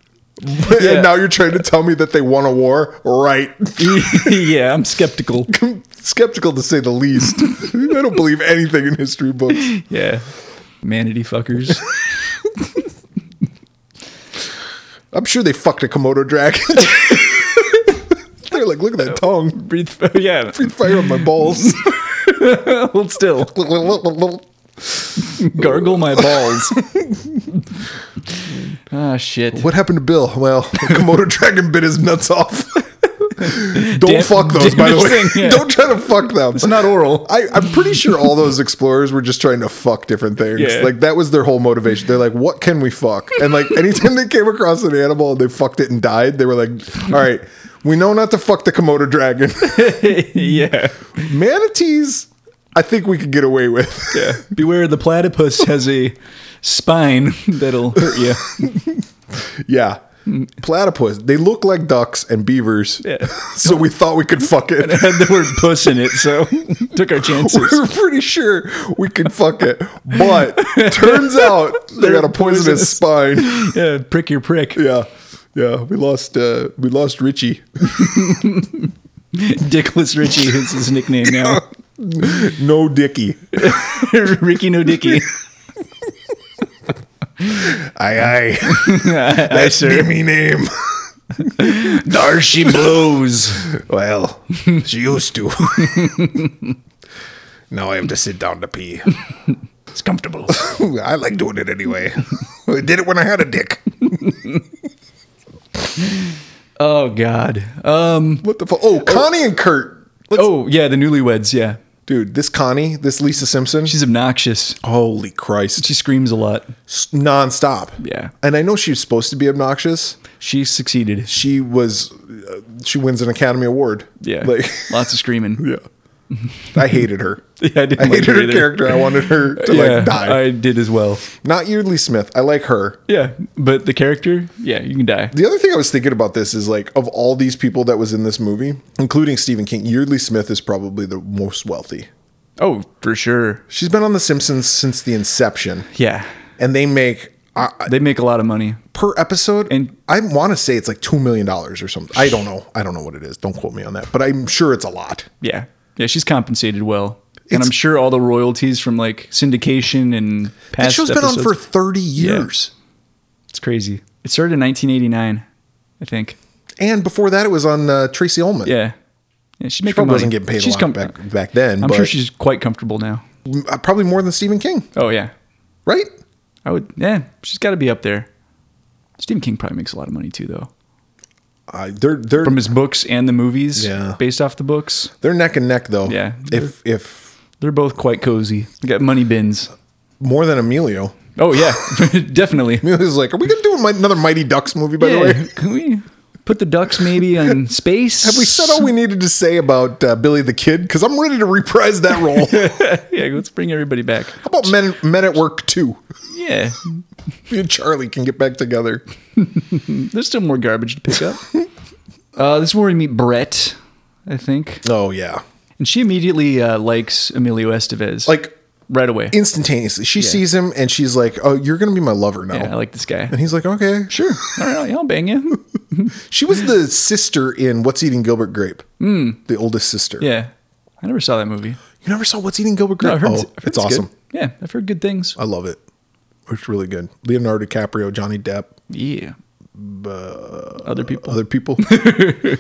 Speaker 1: Yeah.
Speaker 2: And now you're trying to tell me that they won a war, right?
Speaker 1: yeah, I'm skeptical.
Speaker 2: Skeptical to say the least. I don't believe anything in history books.
Speaker 1: Yeah, manatee fuckers.
Speaker 2: I'm sure they fucked a Komodo dragon. They're like, look at that tongue.
Speaker 1: Breathe. Yeah,
Speaker 2: fire on my balls.
Speaker 1: hold still.
Speaker 2: what
Speaker 1: Gargle my balls. ah, shit.
Speaker 2: happened to Bill? Well, Komodo dragon bit his nuts off. Don't
Speaker 1: Dam-
Speaker 2: fuck those, by the way.
Speaker 1: damaged thing, yeah.
Speaker 2: Don't try to fuck them.
Speaker 1: It's not oral.
Speaker 2: I, I'm pretty sure all those explorers were just trying to fuck different things.
Speaker 1: Yeah.
Speaker 2: Like that was their whole motivation. They're like, "What can we fuck?" And like anytime they came across an animal and they fucked it and died, they were like, "All right, we know not to fuck the Komodo dragon.
Speaker 1: yeah,
Speaker 2: Manatees, I think we could get away with."
Speaker 1: yeah. Beware the platypus has a spine that'll hurt you.
Speaker 2: Yeah. Platypus. They look like ducks and beavers.
Speaker 1: Yeah.
Speaker 2: so we thought we could fuck it.
Speaker 1: had the word puss in it, so took our
Speaker 2: We
Speaker 1: chances.
Speaker 2: were pretty sure we could fuck it. But turns out they got a poisonous spine.
Speaker 1: Yeah, prick your prick.
Speaker 2: Yeah. Yeah. We lost uh we lost Richie.
Speaker 1: Dickless Richie is his nickname now.
Speaker 2: No Dicky.
Speaker 1: Ricky No Dicky.
Speaker 2: Aye aye. That's
Speaker 1: sir.
Speaker 2: me name.
Speaker 1: There she blows.
Speaker 2: Well, she used to. now I have to sit down to pee.
Speaker 1: It's comfortable.
Speaker 2: I like doing it anyway. I did it when I had a dick.
Speaker 1: Oh God. Um.
Speaker 2: What the fuck? Oh, Connie and Kurt.
Speaker 1: Oh yeah, the newlyweds. Yeah,
Speaker 2: Dude, this Connie, this Lisa Simpson.
Speaker 1: she's obnoxious.
Speaker 2: holy Christ.
Speaker 1: She screams a lot.
Speaker 2: S- nonstop.
Speaker 1: Yeah.
Speaker 2: And I know she was supposed to be obnoxious.
Speaker 1: She succeeded.
Speaker 2: She was. Uh, she wins an Academy Award.
Speaker 1: Yeah.
Speaker 2: Like.
Speaker 1: Lots of screaming.
Speaker 2: Yeah. I hated her.
Speaker 1: Yeah, I didn't
Speaker 2: I
Speaker 1: like
Speaker 2: hated
Speaker 1: her
Speaker 2: her
Speaker 1: either.
Speaker 2: character. I wanted her to
Speaker 1: yeah,
Speaker 2: like die.
Speaker 1: I did as well.
Speaker 2: Not Yeardley Smith. I like her.
Speaker 1: Yeah, but the character, yeah, you can die.
Speaker 2: The other thing I was thinking about this is like of all these people that was in this movie, including Stephen King, Yeardley Smith is probably the most wealthy.
Speaker 1: Oh, for sure.
Speaker 2: She's been on The Simpsons since the inception,
Speaker 1: Yeah,
Speaker 2: and they make I I-
Speaker 1: they make a lot of money.
Speaker 2: per episode.
Speaker 1: And-
Speaker 2: And I want to say it's like two million dollars or something. I don't know. I don't know what it is. Don't quote me on that. But I'm sure it's a lot.
Speaker 1: Yeah, yeah, she's compensated well, and
Speaker 2: It's-
Speaker 1: I'm sure all the royalties from like syndication and past
Speaker 2: That show's been on
Speaker 1: episodes-
Speaker 2: for thirty years,
Speaker 1: It's crazy. It started in 1989, I think.
Speaker 2: and before that, it was on uh, Tracy Ullman.
Speaker 1: Yeah, yeah, she's making
Speaker 2: Probably
Speaker 1: money.
Speaker 2: wasn't getting paid
Speaker 1: she's
Speaker 2: a lot
Speaker 1: com-
Speaker 2: back back then.
Speaker 1: I'm
Speaker 2: but
Speaker 1: sure she's quite comfortable now.
Speaker 2: uh, probably more than Stephen King,
Speaker 1: Oh yeah,
Speaker 2: right?
Speaker 1: I would. Yeah, she's got to be up there. Stephen King probably makes a lot of money too, though,
Speaker 2: Uh, they're they're
Speaker 1: from his books and the movies.
Speaker 2: Yeah.
Speaker 1: based off the books,
Speaker 2: they're neck and neck though.
Speaker 1: Yeah.
Speaker 2: If if
Speaker 1: they're both quite cozy. They got money bins.
Speaker 2: more than Emilio,
Speaker 1: Oh yeah, definitely.
Speaker 2: Emilio's like, are we gonna do a mi- another Mighty Ducks movie? By the
Speaker 1: Yeah,
Speaker 2: way,
Speaker 1: can we put the ducks maybe on space?
Speaker 2: have we said all we needed to say about uh, Billy the Kid? Because I'm ready to reprise that role. How
Speaker 1: Yeah, let's bring everybody back.
Speaker 2: about Men Men at Work Two?
Speaker 1: Yeah,
Speaker 2: Me and Charlie can get back together.
Speaker 1: there's still more garbage to pick up. Uh, this is where we meet Brett, I think,
Speaker 2: Oh yeah,
Speaker 1: and she immediately uh, likes Emilio Estevez
Speaker 2: like
Speaker 1: right away.
Speaker 2: instantaneously, she sees him and she's like, "Oh, you're gonna be my lover now."
Speaker 1: yeah, I like this guy.
Speaker 2: and he's like, "Okay,
Speaker 1: Sure, all right, I'll bang you.
Speaker 2: She was the sister in What's Eating Gilbert Grape, mm. the oldest sister.
Speaker 1: Hmm. Yeah, I never saw that movie.
Speaker 2: You never saw What's Eating Gilbert
Speaker 1: No, I
Speaker 2: Grape?
Speaker 1: heard
Speaker 2: oh,
Speaker 1: it's- I heard
Speaker 2: it's, awesome.
Speaker 1: good. Yeah, I've heard good things.
Speaker 2: I love it. It's really good. Leonardo DiCaprio, Johnny Depp,
Speaker 1: Yeah. Other people.
Speaker 2: other people. I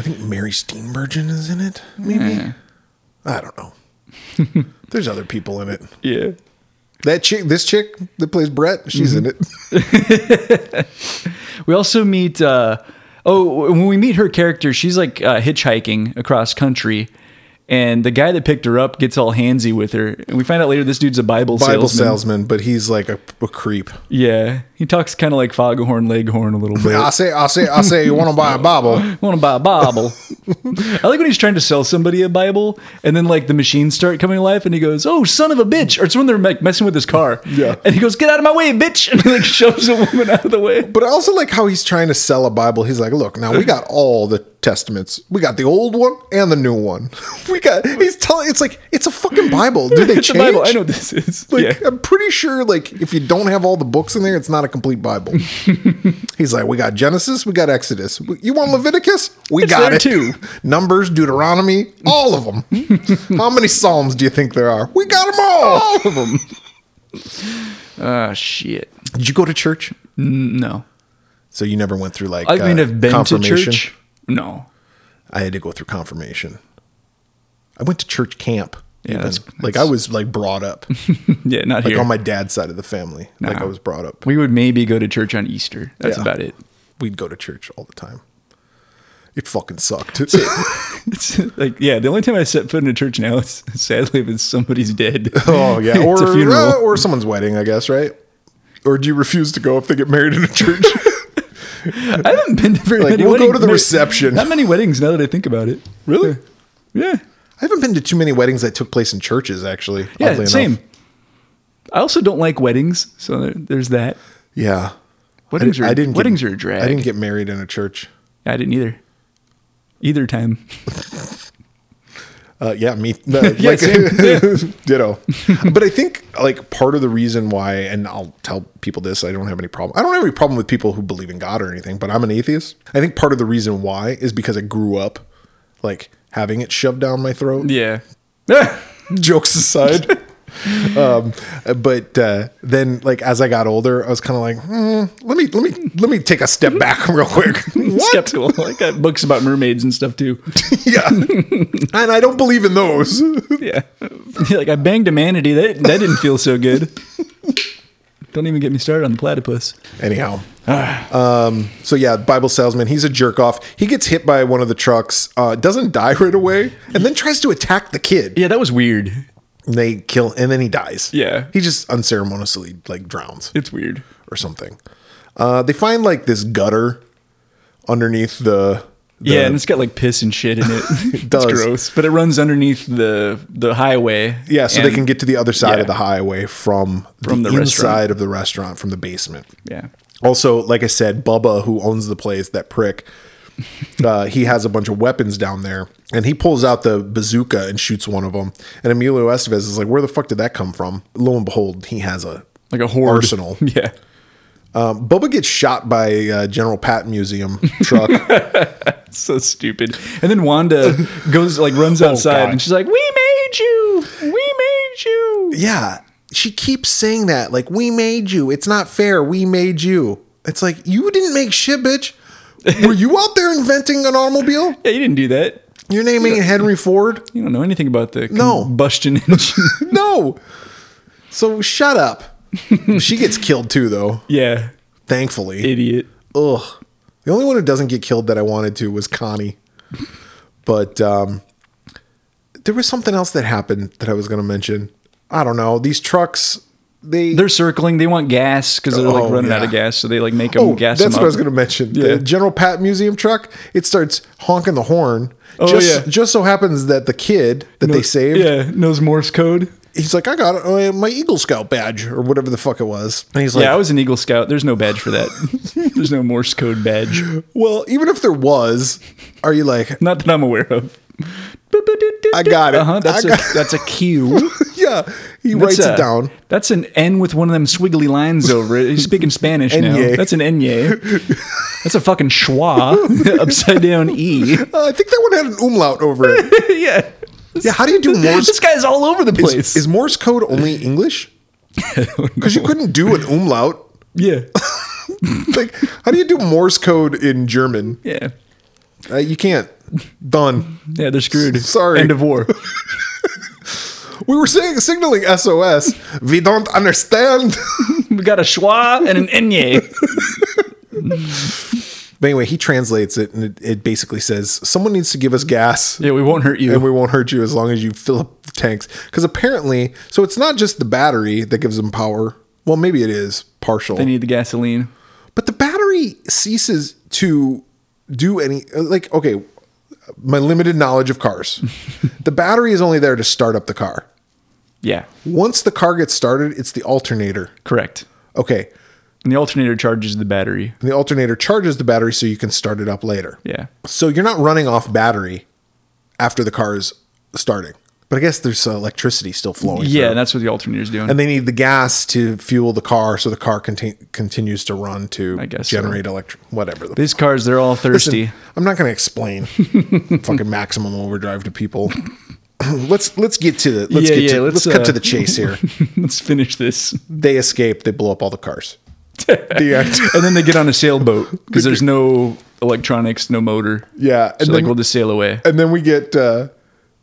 Speaker 2: think Mary Steenburgen is in it. Maybe
Speaker 1: Yeah.
Speaker 2: I don't know. There's other people in it.
Speaker 1: yeah.
Speaker 2: That chick, this chick that plays Brett, she's in it.
Speaker 1: We also meet. Uh, oh, when we meet her character, she's like uh, hitchhiking across country, and the guy that picked her up gets all handsy with her. And we find out later this dude's a Bible,
Speaker 2: Bible
Speaker 1: salesman.
Speaker 2: salesman, but he's like a, a creep.
Speaker 1: Yeah, he talks kind of like Foghorn Leghorn a little bit.
Speaker 2: I say, I say, I say, you want to buy a Bible?
Speaker 1: Want to buy a Bible? I like when he's trying to sell somebody a Bible, and then like the machines start coming to life, and he goes, "Oh, son of a bitch!" Or it's when they're like messing with his car.
Speaker 2: Yeah.
Speaker 1: and he goes, "Get out of my way, bitch!" and like shoves a woman out of the way.
Speaker 2: But I also like how he's trying to sell a Bible. He's like, look, now we got all the testaments. We got the old one and the new one. We got. He's telling. It's like it's a fucking Bible. Do they
Speaker 1: It's a
Speaker 2: change?
Speaker 1: Bible. I know what this is.
Speaker 2: Like
Speaker 1: yeah.
Speaker 2: I'm pretty sure, like if you don't have all the books in there, it's not a complete Bible. He's like, we got Genesis, we got Exodus. You want Leviticus? We
Speaker 1: It's
Speaker 2: got
Speaker 1: there
Speaker 2: it
Speaker 1: too.
Speaker 2: Numbers, Deuteronomy, all of them. How many Psalms do you think there are? We got them all.
Speaker 1: all of them. Ah, shit.
Speaker 2: Did you go to church?
Speaker 1: No.
Speaker 2: So you never went through like
Speaker 1: I mean,
Speaker 2: uh,
Speaker 1: I've been to
Speaker 2: confirmation?
Speaker 1: church. No.
Speaker 2: I had to go through confirmation. I went to church camp.
Speaker 1: Yeah,
Speaker 2: even.
Speaker 1: that's-
Speaker 2: like I
Speaker 1: that's-
Speaker 2: was like brought up,
Speaker 1: Yeah, Uh-huh. not
Speaker 2: like
Speaker 1: here.
Speaker 2: on my dad's side of the family. Like
Speaker 1: Nah.
Speaker 2: I was brought up.
Speaker 1: we would maybe go to church on Easter. That's
Speaker 2: Yeah.
Speaker 1: about it.
Speaker 2: We'd go to church all the time. It fucking sucked.
Speaker 1: It's like, yeah, the only time I set foot in a church now is sadly if it's somebody's dead.
Speaker 2: oh yeah,
Speaker 1: it's
Speaker 2: or
Speaker 1: a funeral.
Speaker 2: uh, or someone's wedding, I guess, right? Or do you refuse to go if they get married in a church?
Speaker 1: I haven't been to very
Speaker 2: Like,
Speaker 1: many
Speaker 2: we'll go
Speaker 1: weddings-
Speaker 2: to the
Speaker 1: no-
Speaker 2: reception.
Speaker 1: Not many weddings now that I think about it.
Speaker 2: Really?
Speaker 1: Yeah.
Speaker 2: I haven't been to too many weddings that took place in churches, actually.
Speaker 1: Yeah,
Speaker 2: oddly enough.
Speaker 1: same. I also don't like weddings, so there, there's that.
Speaker 2: Yeah.
Speaker 1: Weddings
Speaker 2: I
Speaker 1: are
Speaker 2: didn't
Speaker 1: weddings
Speaker 2: get,
Speaker 1: are a drag.
Speaker 2: I didn't get married in a church.
Speaker 1: I didn't either. Either time.
Speaker 2: Uh, yeah, me. No,
Speaker 1: Yeah,
Speaker 2: like,
Speaker 1: same.
Speaker 2: ditto. but I think like part of the reason why, and I'll tell people this, I don't have any problem. I don't have any problem with people who believe in God or anything, but I'm an atheist. I think part of the reason why is because I grew up like having it shoved down my throat.
Speaker 1: Yeah.
Speaker 2: Jokes aside. um, but uh, then like as I got older, I was kind of like, hmm, let me let me let me take a step back real quick. what?
Speaker 1: Skeptical. I got books about mermaids and stuff too.
Speaker 2: yeah, and I don't believe in those.
Speaker 1: Yeah. like I banged a manatee. That that didn't feel so good. Don't even get me started on the platypus.
Speaker 2: Anyhow, um, so yeah, Bible salesman. He's a jerk off. He gets hit by one of the trucks, uh, doesn't die right away, and then tries to attack the kid.
Speaker 1: Yeah, that was weird.
Speaker 2: And they kill, and then he dies.
Speaker 1: Yeah.
Speaker 2: he just unceremoniously like drowns
Speaker 1: It's weird.
Speaker 2: or something. Uh, they find like this gutter underneath the. the
Speaker 1: yeah, and it's got like piss and shit in it. it
Speaker 2: does.
Speaker 1: It's gross. But it runs underneath the the highway.
Speaker 2: Yeah, so they
Speaker 1: and-
Speaker 2: can get to the other side
Speaker 1: yeah.
Speaker 2: of the highway from,
Speaker 1: From
Speaker 2: the,
Speaker 1: the
Speaker 2: inside
Speaker 1: restaurant.
Speaker 2: of the restaurant, from the basement.
Speaker 1: Yeah.
Speaker 2: Also, like I said, Bubba, who owns the place, that prick, uh, he has a bunch of weapons down there, and he pulls out the bazooka and shoots one of them. And Emilio Estevez is like, "Where the fuck did that come from?" Lo and behold, he has a.
Speaker 1: Like a horde.
Speaker 2: Arsenal.
Speaker 1: Yeah.
Speaker 2: Um, Bubba gets shot by uh, General Pat Museum truck.
Speaker 1: So stupid. And then Wanda goes like runs outside
Speaker 2: Oh, God.
Speaker 1: and she's like, "We made you. We made you."
Speaker 2: yeah, she keeps saying that, like, "We made you. It's not fair. We made you." It's like you didn't make shit, bitch. Were you out there inventing an automobile?
Speaker 1: Yeah, you didn't do that.
Speaker 2: Your name ain't Henry Ford.
Speaker 1: You don't know anything about the
Speaker 2: No.
Speaker 1: combustion engine.
Speaker 2: No. So shut up. she gets killed too, though.
Speaker 1: yeah.
Speaker 2: Thankfully.
Speaker 1: Idiot.
Speaker 2: Ugh. The only one who doesn't get killed that I wanted to was Connie. But um, there was something else that happened that I was going to mention. I don't know. These trucks, they.
Speaker 1: They're circling. They want gas because they're
Speaker 2: Oh,
Speaker 1: like running out of
Speaker 2: yeah.
Speaker 1: gas, so they like make them
Speaker 2: Oh,
Speaker 1: gas.
Speaker 2: that's
Speaker 1: them
Speaker 2: what I
Speaker 1: up.
Speaker 2: was going to mention.
Speaker 1: Yeah.
Speaker 2: The General Pat Museum truck, it starts honking the horn.
Speaker 1: Oh,
Speaker 2: just,
Speaker 1: yeah.
Speaker 2: just so happens that the kid that they saved,
Speaker 1: Yeah, knows Morse code.
Speaker 2: he's like, I got uh, my Eagle Scout badge or whatever the fuck it was. And he's like,
Speaker 1: yeah, I was an Eagle Scout. There's no badge for that. There's no Morse code badge.
Speaker 2: Well, even if there was, are you like,
Speaker 1: Not that I'm aware of.
Speaker 2: I got it.
Speaker 1: Uh-huh, that's,
Speaker 2: I
Speaker 1: a, that's a cue.
Speaker 2: yeah, he
Speaker 1: That's
Speaker 2: writes
Speaker 1: a-
Speaker 2: it down.
Speaker 1: That's an N with one of them swiggly lines over it. He's speaking Spanish now.
Speaker 2: Enye.
Speaker 1: That's an Enye. That's a fucking schwa. upside down E.
Speaker 2: Uh, I think that one had an umlaut over it.
Speaker 1: yeah.
Speaker 2: yeah, how do you do
Speaker 1: This
Speaker 2: Morse?
Speaker 1: guy's all over the place.
Speaker 2: Is, is Morse code only English? Because you couldn't do an umlaut.
Speaker 1: yeah.
Speaker 2: Like, how do you do Morse code in German?
Speaker 1: Yeah.
Speaker 2: Uh, you can't. Done.
Speaker 1: Yeah, they're screwed.
Speaker 2: Sorry.
Speaker 1: End of war.
Speaker 2: We were saying, signaling SOS. We don't understand.
Speaker 1: We got a schwa and an enye.
Speaker 2: but anyway, he translates it, and it, it basically says, "Someone needs to give us gas."
Speaker 1: Yeah, we won't hurt you.
Speaker 2: and we won't hurt you as long as you fill up the tanks. Because apparently, so it's not just the battery that gives them power. Well, maybe it is partial,
Speaker 1: they need the gasoline.
Speaker 2: but the battery ceases to do any. Like, okay, my limited knowledge of cars, the battery is only there to start up the car.
Speaker 1: Yeah,
Speaker 2: Once the car gets started, it's the alternator.
Speaker 1: correct.
Speaker 2: Okay,
Speaker 1: And the alternator charges the battery.
Speaker 2: and the alternator charges the battery so you can start it up later.
Speaker 1: Yeah.
Speaker 2: So you're not running off battery after the car is starting. But I guess there's uh, electricity still flowing.
Speaker 1: Yeah,
Speaker 2: through.
Speaker 1: and that's what the alternator's doing.
Speaker 2: and they need the gas to fuel the car so the car conti- continues to run to
Speaker 1: I guess so.
Speaker 2: generate electric whatever the
Speaker 1: These cars, they're all thirsty.
Speaker 2: i'm not going to explain fucking maximum overdrive to people let's let's get to the let's
Speaker 1: Yeah,
Speaker 2: get
Speaker 1: yeah,
Speaker 2: to, let's,
Speaker 1: let's,
Speaker 2: cut
Speaker 1: uh,
Speaker 2: to the chase here
Speaker 1: Let's finish this.
Speaker 2: they escape they blow up all the cars the end.
Speaker 1: And then they get on a sailboat because there's no electronics, no motor.
Speaker 2: yeah and
Speaker 1: So, like,
Speaker 2: then
Speaker 1: we'll just sail away.
Speaker 2: and then we get uh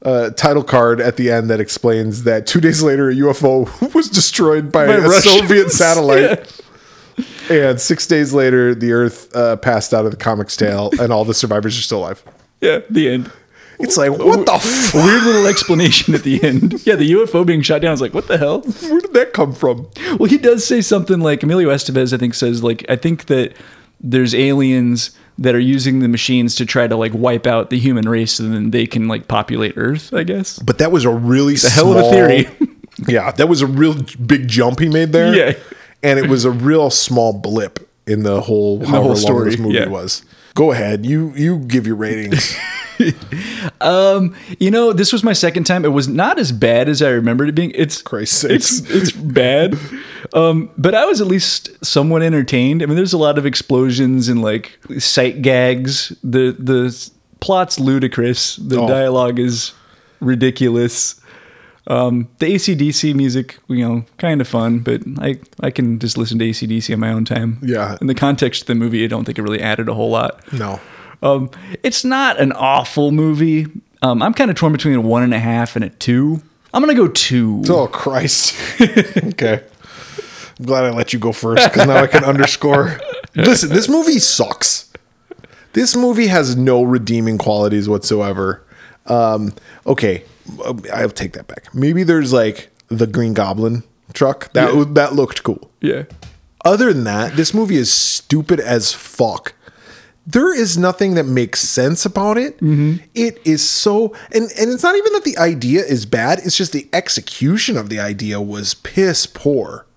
Speaker 2: uh, title card at the end that explains that two days later a UFO was destroyed by,
Speaker 1: By
Speaker 2: a
Speaker 1: Russians.
Speaker 2: Soviet satellite. And six days later, the Earth uh, passed out of the comic's tail, and all the survivors are still alive.
Speaker 1: Yeah, the end.
Speaker 2: It's like, what the f?
Speaker 1: Weird little explanation at the end. Yeah, the UFO being shot down. I was like, what the hell?
Speaker 2: Where did that come from?
Speaker 1: Well, he does say something like Emilio Estevez, I think, says like I think that there's aliens that are using the machines to try to like wipe out the human race, and then they can like populate Earth. I guess.
Speaker 2: But that was a really the
Speaker 1: hell of a theory.
Speaker 2: yeah, that was a real big jump he made there.
Speaker 1: Yeah.
Speaker 2: and it was a real small blip in the whole however
Speaker 1: whole
Speaker 2: long
Speaker 1: story,
Speaker 2: this movie
Speaker 1: yeah.
Speaker 2: was. Go ahead, you you give your ratings.
Speaker 1: Um, You know, this was my second time. It was not as bad as I remembered it being. It's
Speaker 2: Christ's
Speaker 1: it's it's bad, um, but I was at least somewhat entertained. I mean, there's a lot of explosions and like sight gags. The the s- plot's ludicrous. The
Speaker 2: Oh.
Speaker 1: dialogue is ridiculous. Um, the ACDC music, you know, kind of fun, but I I can just listen to ACDC on my own time.
Speaker 2: Yeah.
Speaker 1: In the context of the movie, I don't think it really added a whole lot.
Speaker 2: no,
Speaker 1: Um, it's not an awful movie. Um, I'm kind of torn between a one and a half and a two. I'm gonna go two.
Speaker 2: oh Christ. okay, I'm glad I let you go first because now I can underscore. Listen, this movie sucks. This movie has no redeeming qualities whatsoever. Um, okay, uh, I'll take that back. Maybe there's like the Green Goblin truck that
Speaker 1: Yeah.
Speaker 2: that looked cool.
Speaker 1: yeah,
Speaker 2: other than that, this movie is stupid as fuck. There is nothing that makes sense about it. It is so, and and it's not even that the idea is bad. It's just the execution of the idea was piss poor.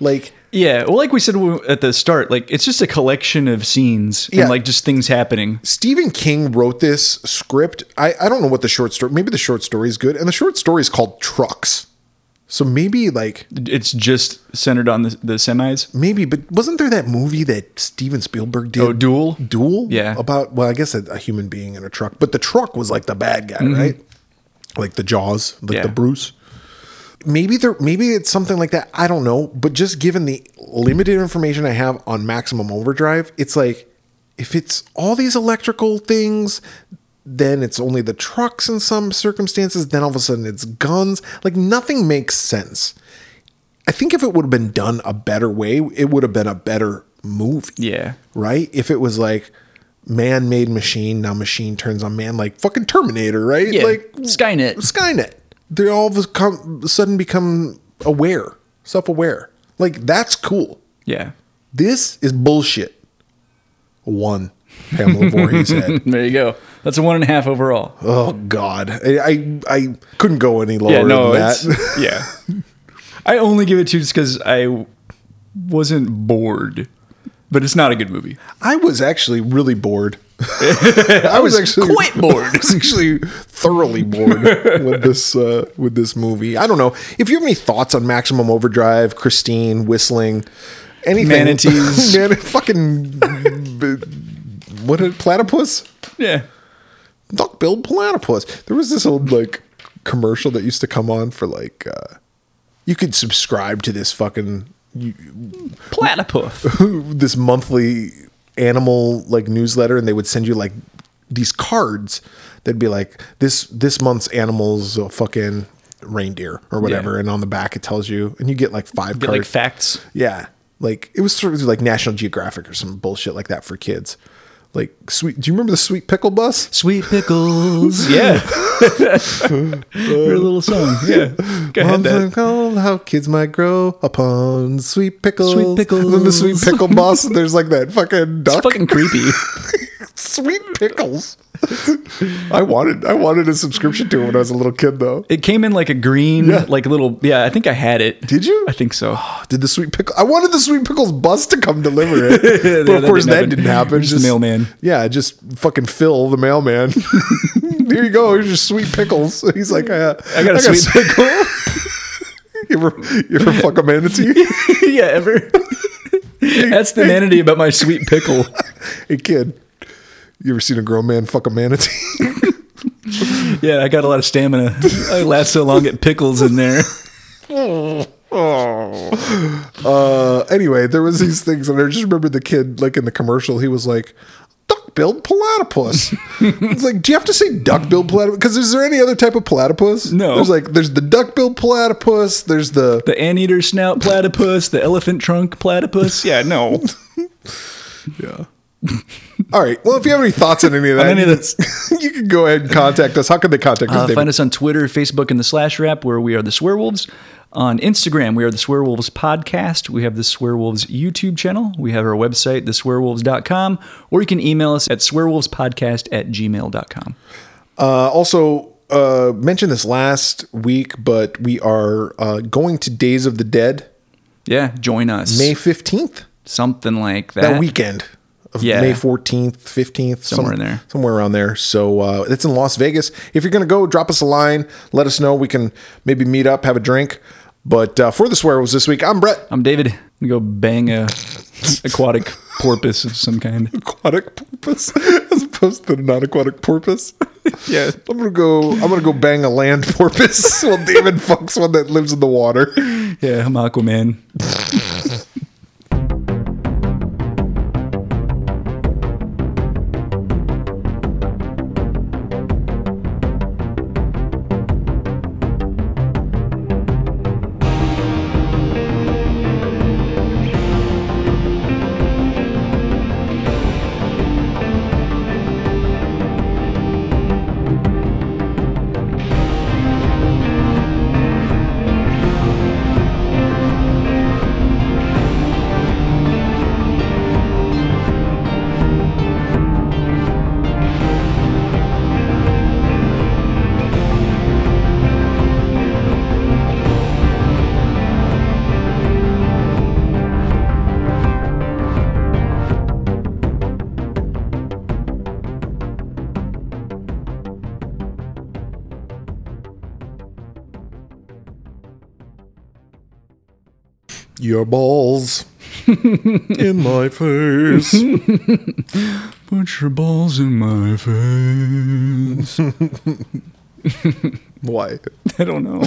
Speaker 2: Like
Speaker 1: yeah. Well, like we said w- at the start, like it's just a collection of scenes
Speaker 2: Yeah.
Speaker 1: and like just things happening.
Speaker 2: Stephen King wrote this script. I I don't know what the short story. Maybe the short story is good, and the short story is called Trucks. So maybe like
Speaker 1: It's just centered on the, the semis.
Speaker 2: maybe, but wasn't there that movie that Steven Spielberg did?
Speaker 1: Oh, Duel?
Speaker 2: Duel?
Speaker 1: Yeah.
Speaker 2: About, well, I guess a, a human being in a truck, but the truck was like the bad guy, right? Like the Jaws, like
Speaker 1: Mm-hmm. Yeah.
Speaker 2: the Bruce. Maybe there, maybe it's something like that. I don't know. But just given the limited information I have on Maximum Overdrive, it's like if it's all these electrical things, then it's only the trucks in some circumstances. Then all of a sudden it's guns. Like nothing makes sense. I think if it would have been done a better way, it would have been a better movie.
Speaker 1: Yeah.
Speaker 2: Right? If it was like man made machine, now machine turns on man, like fucking Terminator, right?
Speaker 1: Yeah.
Speaker 2: Like
Speaker 1: Skynet.
Speaker 2: Skynet. They all of a com- sudden become aware, self aware. Like that's cool.
Speaker 1: Yeah.
Speaker 2: This is bullshit. One, Pamela Voorhees head.
Speaker 1: There you go. That's a one and a half overall.
Speaker 2: Oh God, I, I I couldn't go any lower
Speaker 1: yeah. No.
Speaker 2: than
Speaker 1: It's,
Speaker 2: that.
Speaker 1: yeah. I only give it two just because I wasn't bored, but it's not a good movie.
Speaker 2: I was actually really bored. I was actually
Speaker 1: quite bored.
Speaker 2: I was actually thoroughly bored with this uh, with this movie. I don't know if you have any thoughts on Maximum Overdrive, Christine, whistling, anything,
Speaker 1: Manatees.
Speaker 2: man, fucking what a platypus,
Speaker 1: Yeah.
Speaker 2: duck billed platypus. There was this old like commercial that used to come on for like uh, you could subscribe to this fucking
Speaker 1: Platypus.
Speaker 2: this monthly animal like newsletter and they would send you like these cards that'd be like this this month's animals a fucking reindeer or whatever
Speaker 1: Yeah.
Speaker 2: and on the back it tells you and you get like five
Speaker 1: Get like
Speaker 2: cards
Speaker 1: facts.
Speaker 2: yeah like it was sort of like national geographic or some bullshit like that for kids like sweet do you remember the sweet pickle bus
Speaker 1: Sweet pickles. Yeah. Your little song. Yeah. Go ahead.
Speaker 2: Moms
Speaker 1: Dad.
Speaker 2: and call how kids might grow upon sweet pickles.
Speaker 1: Sweet pickles.
Speaker 2: And then the sweet pickle bus, there's like that fucking duck.
Speaker 1: It's fucking creepy.
Speaker 2: sweet pickles. I wanted I wanted a subscription to it when I was a little kid though.
Speaker 1: It came in like a green,
Speaker 2: Yeah.
Speaker 1: like little. Yeah, I think I had it.
Speaker 2: Did you?
Speaker 1: I think so.
Speaker 2: Did the sweet pickle? I wanted the sweet pickles bus to come deliver it,
Speaker 1: Yeah,
Speaker 2: but of
Speaker 1: that
Speaker 2: course
Speaker 1: didn't
Speaker 2: that
Speaker 1: happen.
Speaker 2: didn't happen.
Speaker 1: Just the mailman.
Speaker 2: Yeah, just fucking Phil the mailman. Here you go. Here's your sweet pickles. He's like, uh,
Speaker 1: I got a sweet
Speaker 2: pickle. you ever you ever fuck a manatee?
Speaker 1: yeah, ever. That's the vanity about my sweet pickle.
Speaker 2: hey kid, you ever seen a grown man fuck a manatee?
Speaker 1: Yeah, I got a lot of stamina. I last so long at pickles in there.
Speaker 2: Uh, anyway, there was these things, and I just remember the kid, like in the commercial, he was like, "Duck-billed platypus." it's like, do you have to say duck-billed platypus? Because is there any other type of platypus?
Speaker 1: No.
Speaker 2: There's like, there's the duck-billed platypus. There's the
Speaker 1: The anteater snout platypus, the elephant trunk platypus. Yeah, no.
Speaker 2: yeah. All right. Well, if you have any thoughts on any of that,
Speaker 1: any of
Speaker 2: you can go ahead and contact us. How can they contact us?
Speaker 1: Uh,
Speaker 2: David?
Speaker 1: find us on Twitter, Facebook, and the Slash Rap, where we are the Swearwolves. On Instagram, we are the Swearwolves Podcast. We have the Swearwolves YouTube channel. We have our website, theswearwolves.com, or you can email us at swearwolvespodcast at gmail.com.
Speaker 2: Uh, also, uh, mentioned this last week, but we are uh, going to Days of the Dead,
Speaker 1: Yeah, join us.
Speaker 2: May fifteenth.
Speaker 1: something like that.
Speaker 2: that weekend of
Speaker 1: Yeah.
Speaker 2: May 14th, 15th,
Speaker 1: Somewhere in there.
Speaker 2: somewhere around there. So uh, it's in Las Vegas. If you're going to go, drop us a line. Let us know. We can maybe meet up, have a drink. But uh, for the swear was this week, I'm Brett.
Speaker 1: I'm David. I'm gonna go bang a aquatic porpoise of some kind.
Speaker 2: Aquatic porpoise, as opposed to the non-aquatic porpoise.
Speaker 1: Yeah.
Speaker 2: I'm gonna go. I'm gonna go bang a land porpoise. well, David fucks one that lives in the water.
Speaker 1: Yeah, I'm Aquaman.
Speaker 2: Your balls in my face.
Speaker 1: Put your balls in my face.
Speaker 2: Why?
Speaker 1: I don't know.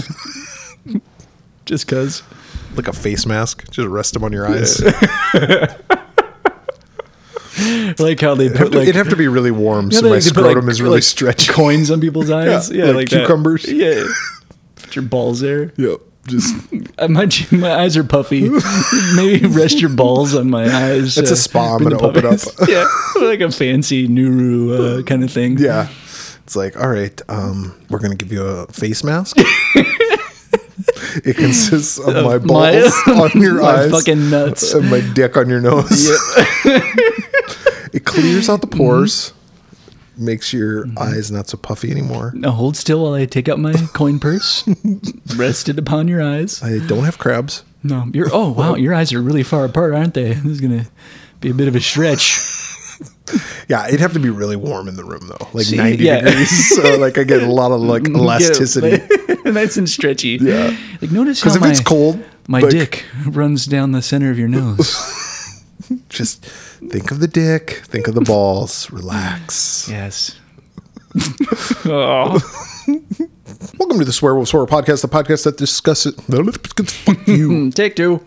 Speaker 1: Just cause.
Speaker 2: Like a face mask. Just rest them on your eyes.
Speaker 1: Like how they put
Speaker 2: It'd have to-
Speaker 1: like
Speaker 2: it'd have to be really warm,
Speaker 1: you
Speaker 2: so
Speaker 1: know,
Speaker 2: my
Speaker 1: they could put, like,
Speaker 2: scrotum is really
Speaker 1: like,
Speaker 2: stretchy.
Speaker 1: Coins on people's eyes. Yeah,
Speaker 2: like
Speaker 1: like that.
Speaker 2: cucumbers.
Speaker 1: Yeah. Put your balls there.
Speaker 2: Yep. Just
Speaker 1: Uh, My my eyes are puffy. Maybe rest your balls on my eyes.
Speaker 2: It's a
Speaker 1: uh,
Speaker 2: spa. I'm
Speaker 1: with the
Speaker 2: gonna open up.
Speaker 1: puffies. yeah, like a fancy Nuru uh, kind of thing.
Speaker 2: yeah. It's like, all right, um, we're gonna give you a face mask. it consists of my balls on your
Speaker 1: my
Speaker 2: eyes, Uh,
Speaker 1: fucking nuts.
Speaker 2: and my dick on your nose. it clears out the pores, makes your eyes not so puffy anymore.
Speaker 1: Now hold still while I take out my coin purse. rest it upon your eyes.
Speaker 2: I don't have crabs.
Speaker 1: No, you're. Oh wow, your eyes are really far apart, aren't they? This is gonna be a bit of a stretch.
Speaker 2: Yeah, it'd have to be really warm in the room though, like
Speaker 1: See,
Speaker 2: 90
Speaker 1: yeah.
Speaker 2: degrees. So like I get a lot of like oh, elasticity.
Speaker 1: nice and stretchy.
Speaker 2: Yeah.
Speaker 1: Like notice how
Speaker 2: Because if
Speaker 1: my,
Speaker 2: it's cold,
Speaker 1: my
Speaker 2: like-
Speaker 1: dick runs down the center of your nose.
Speaker 2: Just think of the dick, think of the balls, relax.
Speaker 1: yes. oh.
Speaker 2: Welcome to the Swear Wolves Horror Podcast, the podcast that discusses. Fuck you.
Speaker 1: Take two.